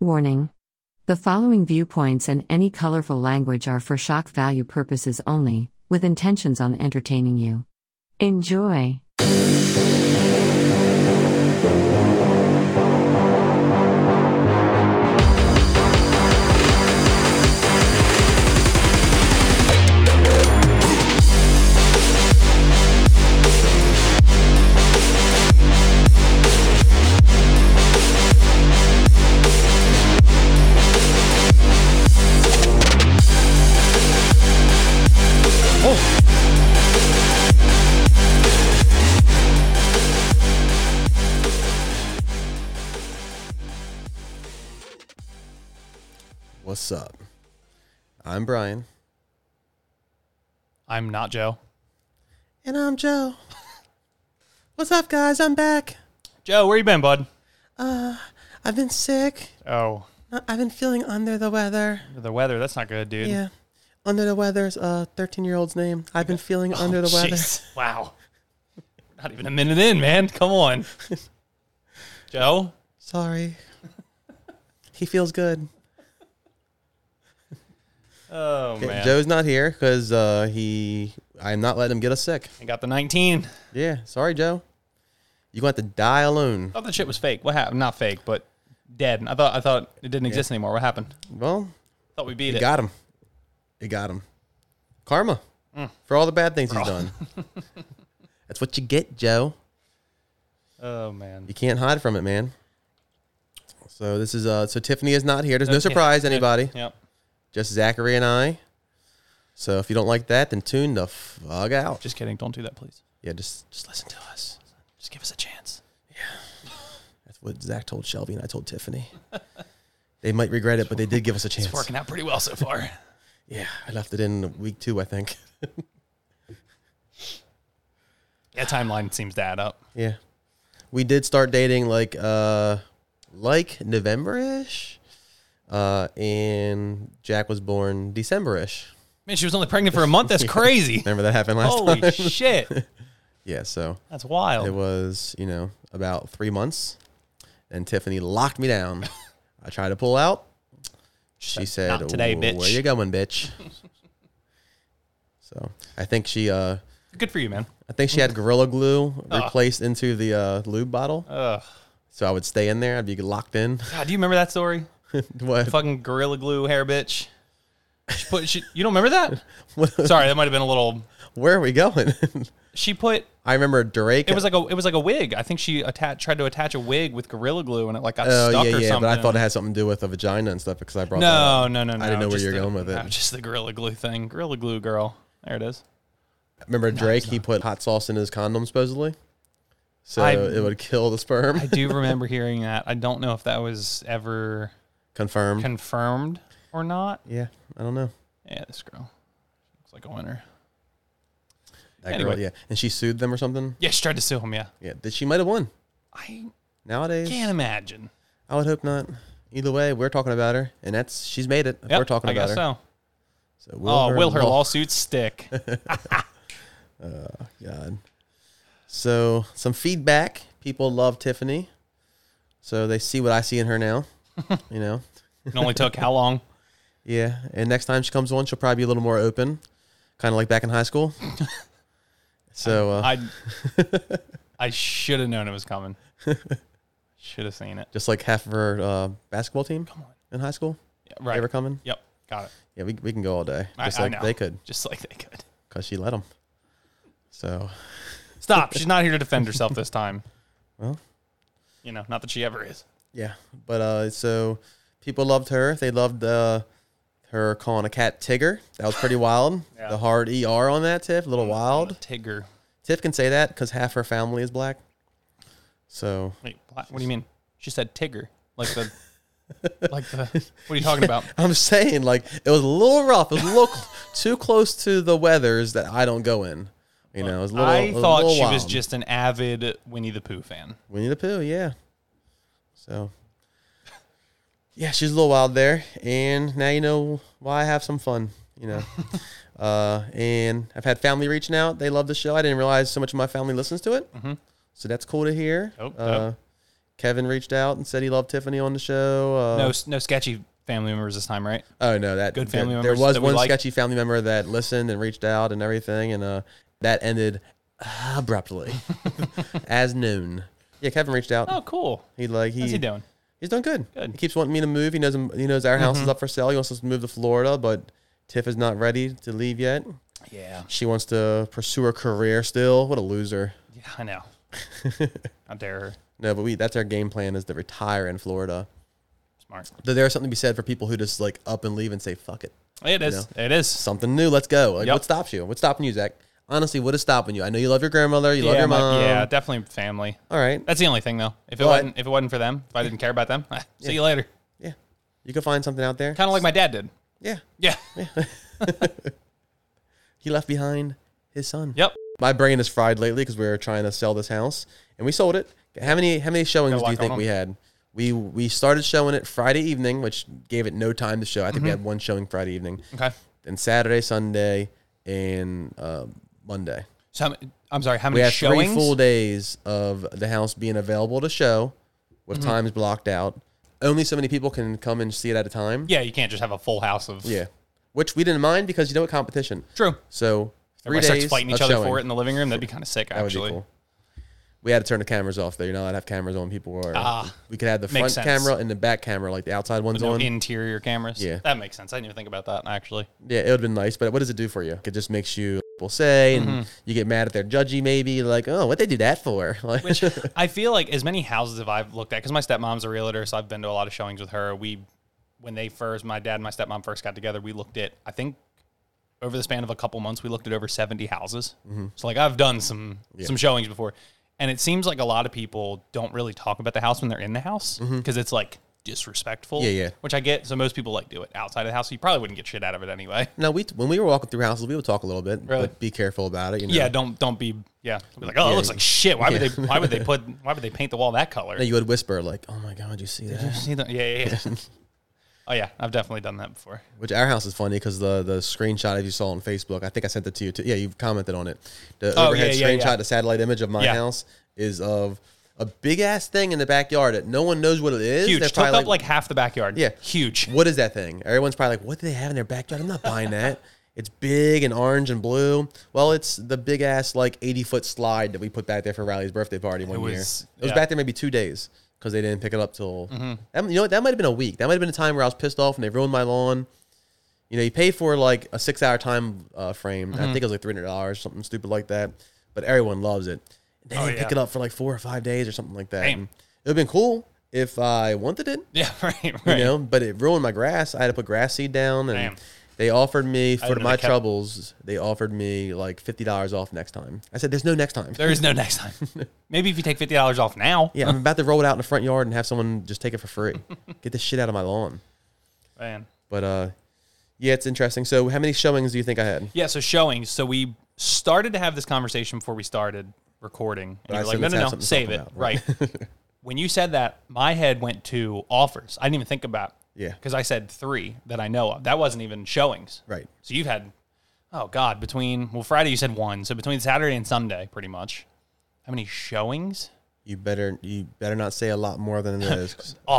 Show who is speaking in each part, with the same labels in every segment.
Speaker 1: Warning. The following viewpoints and any colorful language are for shock value purposes only, with intentions on entertaining you. Enjoy.
Speaker 2: What's up? I'm Brian.
Speaker 3: I'm not Joe.
Speaker 2: And I'm Joe. What's up, guys? I'm back.
Speaker 3: Joe, where you been, bud?
Speaker 2: I've been sick.
Speaker 3: Oh,
Speaker 2: I've been feeling under the weather.
Speaker 3: the weather. That's not good, dude.
Speaker 2: Yeah. Under the weather's a 13 year old's name. I've been feeling under the weather.
Speaker 3: Jeez. Wow. Not even a minute in, man. Come on. Joe,
Speaker 2: Sorry. he feels good.
Speaker 3: Oh man,
Speaker 2: Joe's not here because uh, he. I'm not letting him get us sick.
Speaker 3: I got the 19.
Speaker 2: Yeah. Sorry, Joe. You're going to have to die alone.
Speaker 3: I thought that shit was fake. What happened? Not fake, but dead. I thought I thought it didn't exist anymore. What happened?
Speaker 2: Well,
Speaker 3: Thought we
Speaker 2: it
Speaker 3: beat it.
Speaker 2: got him. It got him. Karma
Speaker 3: Mm.
Speaker 2: for all the bad things he's done. That's what you get, Joe.
Speaker 3: oh man.
Speaker 2: You can't hide from it, man. So this is uh so Tiffany is not here. There's no
Speaker 3: Yeah.
Speaker 2: surprise anybody.
Speaker 3: Yep.
Speaker 2: Just Zachary and I. So if you don't like that, then tune the fuck out.
Speaker 3: Just kidding. Don't do that, please.
Speaker 2: yeah, just just listen to us.
Speaker 3: Just give us a chance.
Speaker 2: That's what Zach told Shelby and I told Tiffany. they might regret it, but they did give us a chance.
Speaker 3: It's working out pretty well so far.
Speaker 2: Yeah, I left it in week two, I think.
Speaker 3: yeah, timeline seems to add up.
Speaker 2: yeah. We did start dating like uh like November ish. Uh and Jack was born December ish.
Speaker 3: Man, she was only pregnant for a month. That's crazy.
Speaker 2: Remember that happened last
Speaker 3: Holy Oh.
Speaker 2: time?
Speaker 3: shit.
Speaker 2: Yeah, so
Speaker 3: That's wild.
Speaker 2: It was, you know, about three months, and Tiffany locked me down. I tried to pull out. She said,
Speaker 3: "Not today,
Speaker 2: "Where
Speaker 3: bitch."
Speaker 2: you going, bitch?" so I think she, uh,
Speaker 3: Good for you, man.
Speaker 2: I think she had Gorilla Glue replaced into the uh, lube bottle,
Speaker 3: Ugh.
Speaker 2: so I would stay in there. I'd be locked in.
Speaker 3: God, do you remember that story?
Speaker 2: what?
Speaker 3: Fucking gorilla glue hair bitch. She put she, you don't remember that? Sorry, that might have been a little.
Speaker 2: Where are we going?
Speaker 3: She put
Speaker 2: I remember Drake.
Speaker 3: it was like a it was like a wig. I think she attached tried to attach a wig with gorilla glue and it like got
Speaker 2: oh
Speaker 3: stuck
Speaker 2: yeah,
Speaker 3: or
Speaker 2: yeah,
Speaker 3: something.
Speaker 2: but I thought it had something to do with a vagina and stuff because I brought. that
Speaker 3: no,
Speaker 2: up.
Speaker 3: no, no, no.
Speaker 2: I didn't know where
Speaker 3: just
Speaker 2: you were
Speaker 3: the-
Speaker 2: going with it.
Speaker 3: no, just the gorilla glue thing. Gorilla glue girl. There it is.
Speaker 2: Remember Drake? he put hot sauce in his condom supposedly, so
Speaker 3: I-
Speaker 2: it would kill the sperm.
Speaker 3: I do remember hearing that. I don't know if that was ever
Speaker 2: Confirmed.
Speaker 3: confirmed or not.
Speaker 2: yeah, I don't know.
Speaker 3: Yeah, this girl looks like a winner.
Speaker 2: That girl,
Speaker 3: Anyway.
Speaker 2: yeah, and she sued them or something.
Speaker 3: Yeah, she tried to sue him. Yeah,
Speaker 2: Yeah, that she might have won.
Speaker 3: I
Speaker 2: Nowadays,
Speaker 3: can't imagine.
Speaker 2: I would hope not. Either way, we're talking about her, and that's she's made it. if
Speaker 3: Yep,
Speaker 2: we're talking
Speaker 3: I
Speaker 2: about
Speaker 3: guess
Speaker 2: her.
Speaker 3: so.
Speaker 2: So will
Speaker 3: oh, will her
Speaker 2: law-
Speaker 3: lawsuit stick?
Speaker 2: God. So some feedback. People love Tiffany, so they see what I see in her now. you know.
Speaker 3: It only took how long?
Speaker 2: Yeah, and next time she comes on, she'll probably be a little more open, kind of like back in high school. so uh,
Speaker 3: I I should have known it was coming. Should have seen it.
Speaker 2: just like half of her uh, basketball team in high school,
Speaker 3: Yeah,
Speaker 2: they
Speaker 3: right.
Speaker 2: were coming.
Speaker 3: Yep. Got it.
Speaker 2: Yeah, we, we can go all day,
Speaker 3: I-
Speaker 2: just
Speaker 3: I
Speaker 2: like
Speaker 3: know.
Speaker 2: they could,
Speaker 3: Just like they could.
Speaker 2: because she let them. So
Speaker 3: Stop. She's not here to defend herself this time.
Speaker 2: Well.
Speaker 3: you know, not that she ever is.
Speaker 2: yeah, but uh, so people loved her. They loved uh, her calling a cat Tigger. That was pretty wild.
Speaker 3: Yeah. Mm.
Speaker 2: The hard er on that Tiff, a little wild.
Speaker 3: Tigger.
Speaker 2: Tiff can say that because half her family is black. So
Speaker 3: Wait, what, what do you mean? She said Tigger. Like the. Like the. What are you talking about?
Speaker 2: I'm saying like it was a little rough. It was a little cl- too close to the weathers that I don't go in. You know, it was a little. it
Speaker 3: I
Speaker 2: was a
Speaker 3: thought
Speaker 2: little
Speaker 3: she was
Speaker 2: wild.
Speaker 3: just an avid Winnie the Pooh fan.
Speaker 2: Winnie the Pooh, yeah. So, yeah, she's a little wild there, and now you know why I have some fun, you know. uh, and I've had family reaching out;
Speaker 3: Mm-hmm.
Speaker 2: they love the show. I didn't realize so much of my family listens to it, so that's cool to hear.
Speaker 3: Dope,
Speaker 2: Uh, Kevin reached out and said he loved Tiffany on the show. Uh,
Speaker 3: no, no sketchy family members this time, right?
Speaker 2: Oh no, that
Speaker 3: Good
Speaker 2: there-
Speaker 3: family
Speaker 2: There,
Speaker 3: members
Speaker 2: was
Speaker 3: that we
Speaker 2: one
Speaker 3: like.
Speaker 2: sketchy family member that listened and reached out and everything, and uh, that ended abruptly as noon. Yeah, Kevin reached out.
Speaker 3: Oh, cool.
Speaker 2: He like he,
Speaker 3: How's he doing?
Speaker 2: He's done good.
Speaker 3: Good. Mm-hmm.
Speaker 2: He keeps wanting me to move. He knows he knows our house is up for sale. He wants us to move to Florida, but Tiff is not ready to leave yet.
Speaker 3: Yeah.
Speaker 2: She wants to pursue her career still. What a loser.
Speaker 3: Yeah, I know. How dare her.
Speaker 2: No, but we that's our game plan is to retire in Florida.
Speaker 3: Smart.
Speaker 2: Though there is something to be said for people who just like up and leave and say fuck it.
Speaker 3: It is. It is.
Speaker 2: something new. Let's go. Like,
Speaker 3: Yep.
Speaker 2: What stops you? What's stopping you, Zach? Honestly, what is stopping you? I know you love your grandmother. You love
Speaker 3: yeah,
Speaker 2: your
Speaker 3: my-
Speaker 2: mom.
Speaker 3: yeah, definitely family.
Speaker 2: All right.
Speaker 3: That's the only thing though. If it
Speaker 2: But-
Speaker 3: wasn't if it wasn't for them, if I didn't care about them, see you later.
Speaker 2: Yeah. You can find something out there.
Speaker 3: Kind of like my dad did.
Speaker 2: Yeah.
Speaker 3: Yeah.
Speaker 2: He left behind his son.
Speaker 3: Yep.
Speaker 2: My brain is fried lately because we were trying to sell this house and we sold it. How many how many showings
Speaker 3: Got a
Speaker 2: do you
Speaker 3: lot going
Speaker 2: think
Speaker 3: on.
Speaker 2: we had? We we started showing it Friday evening, which gave it no time to show. I think we had one showing Friday evening,
Speaker 3: Mm-hmm. Okay.
Speaker 2: then Saturday, Sunday, and uh, Monday.
Speaker 3: So how many- I'm sorry. How
Speaker 2: We
Speaker 3: many
Speaker 2: had
Speaker 3: showings?
Speaker 2: three full days of the house being available to show with
Speaker 3: Mm-hmm.
Speaker 2: times blocked out. Only so many people can come and see it at a time.
Speaker 3: yeah, you can't just have a full house of.
Speaker 2: Yeah. Which we didn't mind because you know what competition.
Speaker 3: True.
Speaker 2: So three
Speaker 3: Everybody starts
Speaker 2: days
Speaker 3: fighting each
Speaker 2: of
Speaker 3: other
Speaker 2: showing.
Speaker 3: for it in the living room. That'd be kind of sick,
Speaker 2: That would
Speaker 3: actually.
Speaker 2: be cool. We had to turn the cameras off though. You're not allowed to have cameras on people or
Speaker 3: Ah,
Speaker 2: we could have the front
Speaker 3: makes sense.
Speaker 2: camera and the back camera, like the outside ones
Speaker 3: No
Speaker 2: on.
Speaker 3: interior cameras.
Speaker 2: Yeah.
Speaker 3: That makes sense. I didn't even think about that, actually.
Speaker 2: yeah, it would have been nice, but what does it do for you? It just makes you people say and
Speaker 3: Mm-hmm.
Speaker 2: you get mad at their judgy maybe, like, oh, what they do that for? Like
Speaker 3: Which I feel like as many houses as I've looked at, because my stepmom's a realtor, so I've been to a lot of showings with her. We, when they first, my dad and my stepmom first got together, we looked at, I think, over the span of a couple months, we looked at over 70 houses.
Speaker 2: Mm-hmm.
Speaker 3: So, like, I've done some some showings before. And it seems like a lot of people don't really talk about the house when they're in the house because it's like disrespectful.
Speaker 2: Mm-hmm. Yeah, yeah.
Speaker 3: Which I get. So, most people like do it outside of the house. So you probably wouldn't get shit out of it anyway.
Speaker 2: No, we when we were walking through houses, we would talk a little bit,
Speaker 3: Really?
Speaker 2: but be careful about it. You know?
Speaker 3: Yeah, don't don't be yeah. Don't be like, oh, it
Speaker 2: Yeah.
Speaker 3: looks like shit. Why
Speaker 2: Yeah.
Speaker 3: would they why would they put why would they paint the wall that color?
Speaker 2: No, you would whisper like, "Oh my god, you see that?"
Speaker 3: See the- yeah, yeah, yeah. oh yeah, I've definitely done that before.
Speaker 2: Which our house is funny because the the screenshot if you saw on Facebook, I think I sent it to you. Too. Yeah, you've commented on it. The
Speaker 3: Oh,
Speaker 2: overhead
Speaker 3: yeah, yeah,
Speaker 2: screenshot,
Speaker 3: yeah.
Speaker 2: the satellite image of my
Speaker 3: Yeah.
Speaker 2: house is of a big ass thing in the backyard that no one knows what it is.
Speaker 3: Huge,
Speaker 2: They're
Speaker 3: took
Speaker 2: probably
Speaker 3: up like half the backyard.
Speaker 2: Yeah.
Speaker 3: huge.
Speaker 2: what is that thing? Everyone's probably like, what do they have in their backyard? I'm not buying that. It's big and orange and blue. Well, it's the big ass like 80 foot slide that we put back there for Riley's birthday party one year. It was
Speaker 3: was- yeah. Mm-hmm.
Speaker 2: back there maybe two days because they didn't pick it up till that, you know what? That might have been a week. That might have been a time where I was pissed off and they ruined my lawn. You know, you pay for like a six hour time uh, frame.
Speaker 3: Mm-hmm.
Speaker 2: I think it was like three hundred dollars, something stupid like that. But everyone loves it. They didn't
Speaker 3: Oh, yeah.
Speaker 2: pick it up for like four or five days or something like that.
Speaker 3: Damn.
Speaker 2: And It would have been cool if I wanted it
Speaker 3: Yeah, right, right.
Speaker 2: you know but it ruined my grass i had to put grass seed down and
Speaker 3: Damn.
Speaker 2: they offered me for
Speaker 3: would've
Speaker 2: my
Speaker 3: kept-
Speaker 2: troubles they offered me like $50 off next time i said there's no next time
Speaker 3: There is no next time. Maybe if you take fifty dollars off now.
Speaker 2: yeah i'm about to roll it out in the front yard and have someone just take it for free get this shit out of my lawn
Speaker 3: Man.
Speaker 2: but uh yeah it's interesting so how many showings do you think i had
Speaker 3: Yeah. So showings. So we started to have this conversation before we started recording. And
Speaker 2: I
Speaker 3: you're like,
Speaker 2: said,
Speaker 3: no,
Speaker 2: let's
Speaker 3: no,
Speaker 2: have
Speaker 3: no,
Speaker 2: something to
Speaker 3: save it.
Speaker 2: talk about,
Speaker 3: Right. when you said that, my head went to offers. I didn't even think about.
Speaker 2: Yeah.
Speaker 3: Because I said three that I know of. That wasn't even showings.
Speaker 2: right
Speaker 3: So you've had, oh God, between well Friday you said one, so between Saturday and Sunday, pretty much. How many showings?
Speaker 2: you better you better not say a lot more than it is 'cause
Speaker 3: A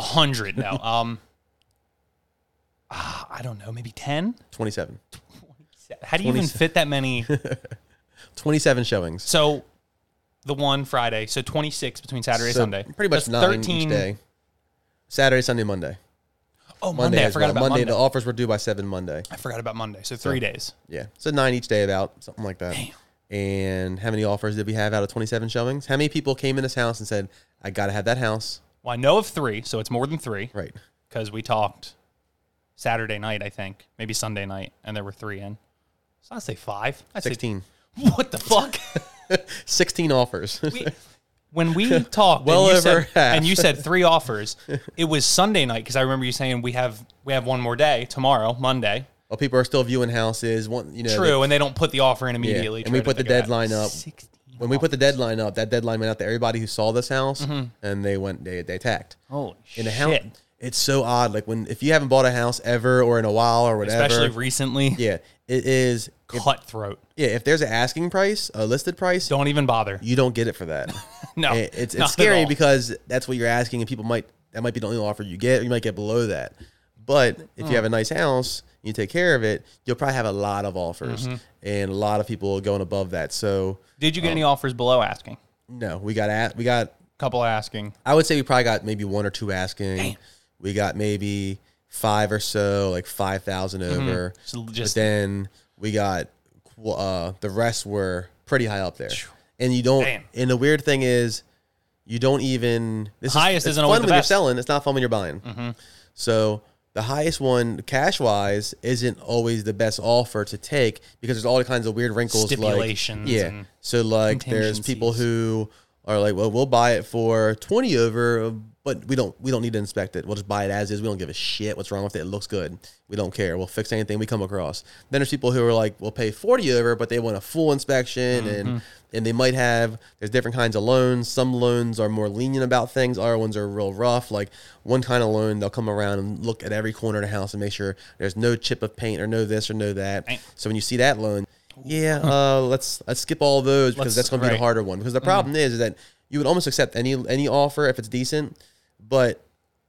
Speaker 3: hundred now. um, ah, I don't know, maybe ten.
Speaker 2: 27
Speaker 3: How do you even fit that many?
Speaker 2: 27 showings
Speaker 3: so, the one Friday, so twenty six between Saturday and
Speaker 2: So
Speaker 3: Sunday.
Speaker 2: pretty much
Speaker 3: That's
Speaker 2: nine each day saturday sunday monday
Speaker 3: Oh, Monday,
Speaker 2: monday,
Speaker 3: I
Speaker 2: as
Speaker 3: forgot
Speaker 2: well.
Speaker 3: about
Speaker 2: monday,
Speaker 3: Monday.
Speaker 2: the offers were due by 7 monday
Speaker 3: I forgot about Monday. So three days.
Speaker 2: Yeah. So nine each day, about something like that.
Speaker 3: Damn.
Speaker 2: And how many offers did we have out of 27 showings? How many people came in this house and said, I got to have that house?
Speaker 3: Well, I know of three, so it's more than three
Speaker 2: Right.
Speaker 3: because we talked Saturday night, I think, maybe Sunday night, and there were three in. So I'd say five. I'd say
Speaker 2: 16.
Speaker 3: What the fuck?
Speaker 2: 16 offers.
Speaker 3: We, when we talked,
Speaker 2: Well
Speaker 3: and you
Speaker 2: over
Speaker 3: said,
Speaker 2: half.
Speaker 3: and you said three offers. It was Sunday night because I remember you saying we have we have one more day tomorrow, Monday.
Speaker 2: well, people are still viewing houses. One, you know,
Speaker 3: True, and they don't put the offer in immediately.
Speaker 2: and we
Speaker 3: try to
Speaker 2: put the
Speaker 3: figure it out.
Speaker 2: deadline up.
Speaker 3: 16.
Speaker 2: they- when we put the deadline up, that deadline went out to everybody who saw this house and they went, they, they attacked.
Speaker 3: Mm-hmm. Holy shit!
Speaker 2: In a house, It's so odd. Like when if you haven't bought a house ever or in a while or whatever.
Speaker 3: especially recently.
Speaker 2: yeah, it is. If,
Speaker 3: Cutthroat.
Speaker 2: yeah, if there's an asking price, a listed price,
Speaker 3: Don't even bother.
Speaker 2: you don't get it for that.
Speaker 3: No,
Speaker 2: It- it's
Speaker 3: not
Speaker 2: it's
Speaker 3: at
Speaker 2: scary
Speaker 3: all.
Speaker 2: because that's what you're asking, and people might that might be the only offer you get. Or you might get below that, but if
Speaker 3: Mm.
Speaker 2: you have a nice house, you take care of it, you'll probably have a lot of offers,
Speaker 3: Mm-hmm.
Speaker 2: and a lot of people going above that. So
Speaker 3: Did you
Speaker 2: Oh.
Speaker 3: get any offers below asking?
Speaker 2: no, we got at we got.
Speaker 3: Couple asking.
Speaker 2: I would say we probably got maybe one or two asking. We got maybe five or so, like five thousand over.
Speaker 3: Mm-hmm. So
Speaker 2: But
Speaker 3: just
Speaker 2: then we got qu- uh, the rest were pretty high up there, and you don't.
Speaker 3: Damn.
Speaker 2: And the weird thing is, you don't even. This
Speaker 3: Highest
Speaker 2: is, it's
Speaker 3: isn't
Speaker 2: fun
Speaker 3: always
Speaker 2: when
Speaker 3: the
Speaker 2: you're
Speaker 3: best. Mm-hmm.
Speaker 2: selling. It's not fun when you're buying. So the highest one, cash wise, isn't always the best offer to take because there's all kinds of weird wrinkles, like-
Speaker 3: Stipulations
Speaker 2: yeah.
Speaker 3: and
Speaker 2: So like, there's people
Speaker 3: contingencies.
Speaker 2: who are like, well, we'll buy it for twenty over, but we don't we don't need to inspect it. We'll just buy it as is. We don't give a shit what's wrong with it. It looks good. We don't care. We'll fix anything we come across. Then there's people who are like, we'll pay forty over, but they want a full inspection and
Speaker 3: Mm-hmm.
Speaker 2: and they might have there's different kinds of loans. Some loans are more lenient about things. Other ones are real rough. Like one kind of loan, they'll come around and look at every corner of the house and make sure there's no chip of paint or no this or no that.
Speaker 3: Dang.
Speaker 2: So when you see that loan, yeah, uh, let's let's skip all those because
Speaker 3: Let's-
Speaker 2: that's going to be
Speaker 3: right.
Speaker 2: the harder one.
Speaker 3: Mm-hmm.
Speaker 2: Because the problem is, is that you would almost accept any any offer if it's decent, but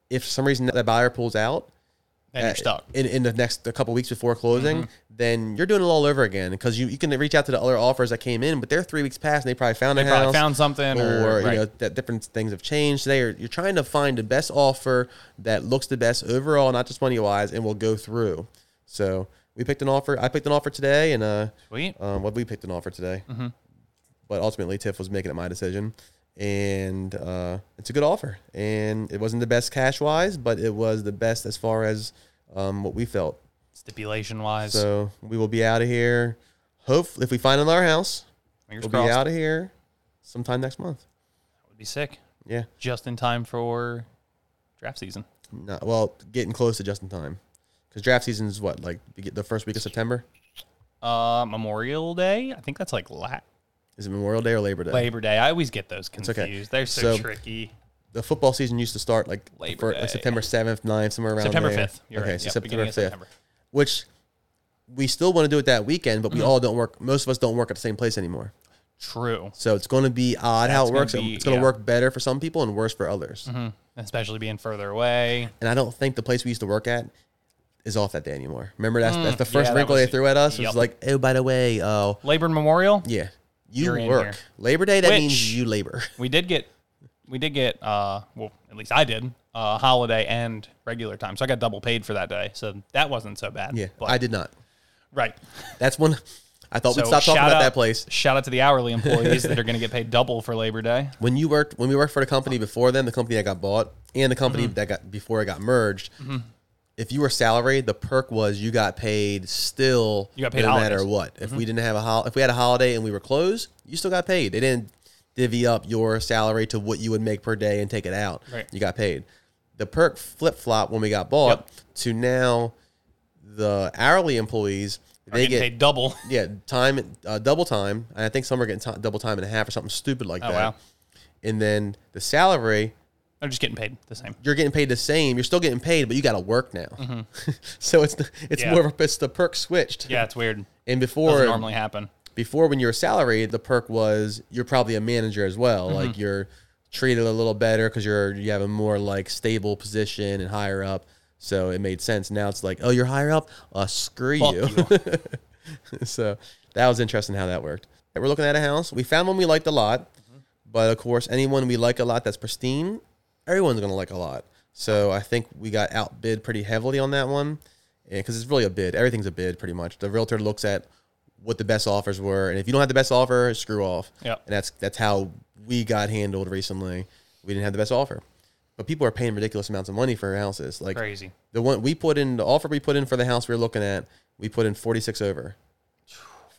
Speaker 2: if for some reason that buyer pulls out
Speaker 3: then you're
Speaker 2: uh,
Speaker 3: stuck. Mm-hmm.
Speaker 2: in, in the next a couple weeks before closing, then you're doing it all over again because you, you can reach out to the other offers that came in, but they're three weeks past and they probably found a
Speaker 3: They probably
Speaker 2: house
Speaker 3: found something or,
Speaker 2: or
Speaker 3: right.
Speaker 2: you know that different things have changed. They are you're trying to find the best offer that looks the best overall, not just money wise, and we'll go through. So we picked an offer. I picked an offer today, and uh,
Speaker 3: Sweet.
Speaker 2: um, well, we picked an offer today,
Speaker 3: Mm-hmm.
Speaker 2: but ultimately Tiff was making it my decision, and uh, it's a good offer. And it wasn't the best cash wise, but it was the best as far as um, what we felt.
Speaker 3: Stipulation wise.
Speaker 2: So we will be out of here. Hope if we find another house,
Speaker 3: fingers
Speaker 2: we'll
Speaker 3: crossed.
Speaker 2: be out of here sometime next month.
Speaker 3: Would be sick.
Speaker 2: Yeah.
Speaker 3: Just in time for draft season.
Speaker 2: No, well, getting close to just in time, because draft season is what like beg- the first week of September.
Speaker 3: Uh, Memorial Day. I think that's like la-
Speaker 2: Is it Memorial Day or Labor Day?
Speaker 3: Labor Day. I always get those confused.
Speaker 2: okay.
Speaker 3: They're so,
Speaker 2: So,
Speaker 3: tricky.
Speaker 2: The football season used to start like,
Speaker 3: Labor
Speaker 2: for, like
Speaker 3: Day.
Speaker 2: September seventh, 9th, somewhere around
Speaker 3: September
Speaker 2: there.
Speaker 3: 5th. You're
Speaker 2: okay,
Speaker 3: right.
Speaker 2: so
Speaker 3: Yep,
Speaker 2: September
Speaker 3: beginning of
Speaker 2: fifth,
Speaker 3: September.
Speaker 2: which we still want to do it that weekend, but we
Speaker 3: Mm-hmm.
Speaker 2: all don't work. Most of us don't work at the same place anymore,
Speaker 3: True.
Speaker 2: so it's going to be odd how it
Speaker 3: That's gonna
Speaker 2: works.
Speaker 3: be-
Speaker 2: it's going to
Speaker 3: yeah. Mm-hmm.
Speaker 2: work better for some people and worse for others.
Speaker 3: Especially being further away.
Speaker 2: And I don't think the place we used to work at is off that day anymore. Remember that's that's the first
Speaker 3: Mm, yeah, that
Speaker 2: wrinkle
Speaker 3: was-
Speaker 2: they threw at us. It
Speaker 3: yep.
Speaker 2: was like, oh, by the way, oh
Speaker 3: Labor and Memorial.
Speaker 2: yeah, you
Speaker 3: You're in
Speaker 2: work
Speaker 3: here.
Speaker 2: Labor Day. That
Speaker 3: Which-
Speaker 2: means you labor.
Speaker 3: We did get, we did get, uh, well, at least I did, uh, holiday and regular time. So I got double paid for that day. So that wasn't so bad.
Speaker 2: Yeah,
Speaker 3: But,
Speaker 2: I did not.
Speaker 3: right.
Speaker 2: That's one. I thought
Speaker 3: So
Speaker 2: we'd stop talking
Speaker 3: shout
Speaker 2: about
Speaker 3: out-
Speaker 2: that place.
Speaker 3: Shout out to the hourly employees that are going to get paid double for Labor Day.
Speaker 2: When you worked, when we worked for the company before them, the company that got bought and the company
Speaker 3: Mm-hmm.
Speaker 2: that got before it got merged. If you were salary, the perk was you got paid still.
Speaker 3: You got paid
Speaker 2: no matter
Speaker 3: holidays. Mm-hmm.
Speaker 2: what. If we didn't have a hol- if we had a holiday and we were closed, you still got paid. They didn't divvy up your salary to what you would make per day and take it out.
Speaker 3: Right.
Speaker 2: You got paid. The perk flip flop when we got bought to now, the hourly employees
Speaker 3: Are
Speaker 2: they
Speaker 3: getting
Speaker 2: get
Speaker 3: paid double.
Speaker 2: yeah, time, uh, double time. And I think some are getting ti double time and a half or something stupid like
Speaker 3: Oh,
Speaker 2: that.
Speaker 3: wow.
Speaker 2: And then the salary,
Speaker 3: They're just getting paid the same.
Speaker 2: you're getting paid the same. You're still getting paid, but you got to work now. so it's the, it's
Speaker 3: Mm-hmm. Yeah.
Speaker 2: more of a, it's the perk switched.
Speaker 3: Yeah, it's weird.
Speaker 2: And
Speaker 3: Doesn't
Speaker 2: before
Speaker 3: normally happen.
Speaker 2: before when you were salaried, the perk was you're probably a manager as well.
Speaker 3: Mm-hmm.
Speaker 2: Like you're treated a little better because you're you have a more like stable position and higher up. So it made sense. Now it's like, oh, you're higher up. Uh, screw
Speaker 3: Fuck
Speaker 2: you. so that was interesting how that worked. We're looking at a house. We found one we liked a lot, but of course, anyone we like a lot that's pristine, everyone's gonna like a lot. So I think we got outbid pretty heavily on that one, because it's really a bid. Everything's a bid pretty much. The realtor looks at what the best offers were, and if you don't have the best offer, screw off.
Speaker 3: Yep.
Speaker 2: And that's that's how we got handled recently. We didn't have the best offer, but people are paying ridiculous amounts of money for houses. Like
Speaker 3: Crazy.
Speaker 2: the one we put in the offer we put in for the house we were looking at, we put in forty six over.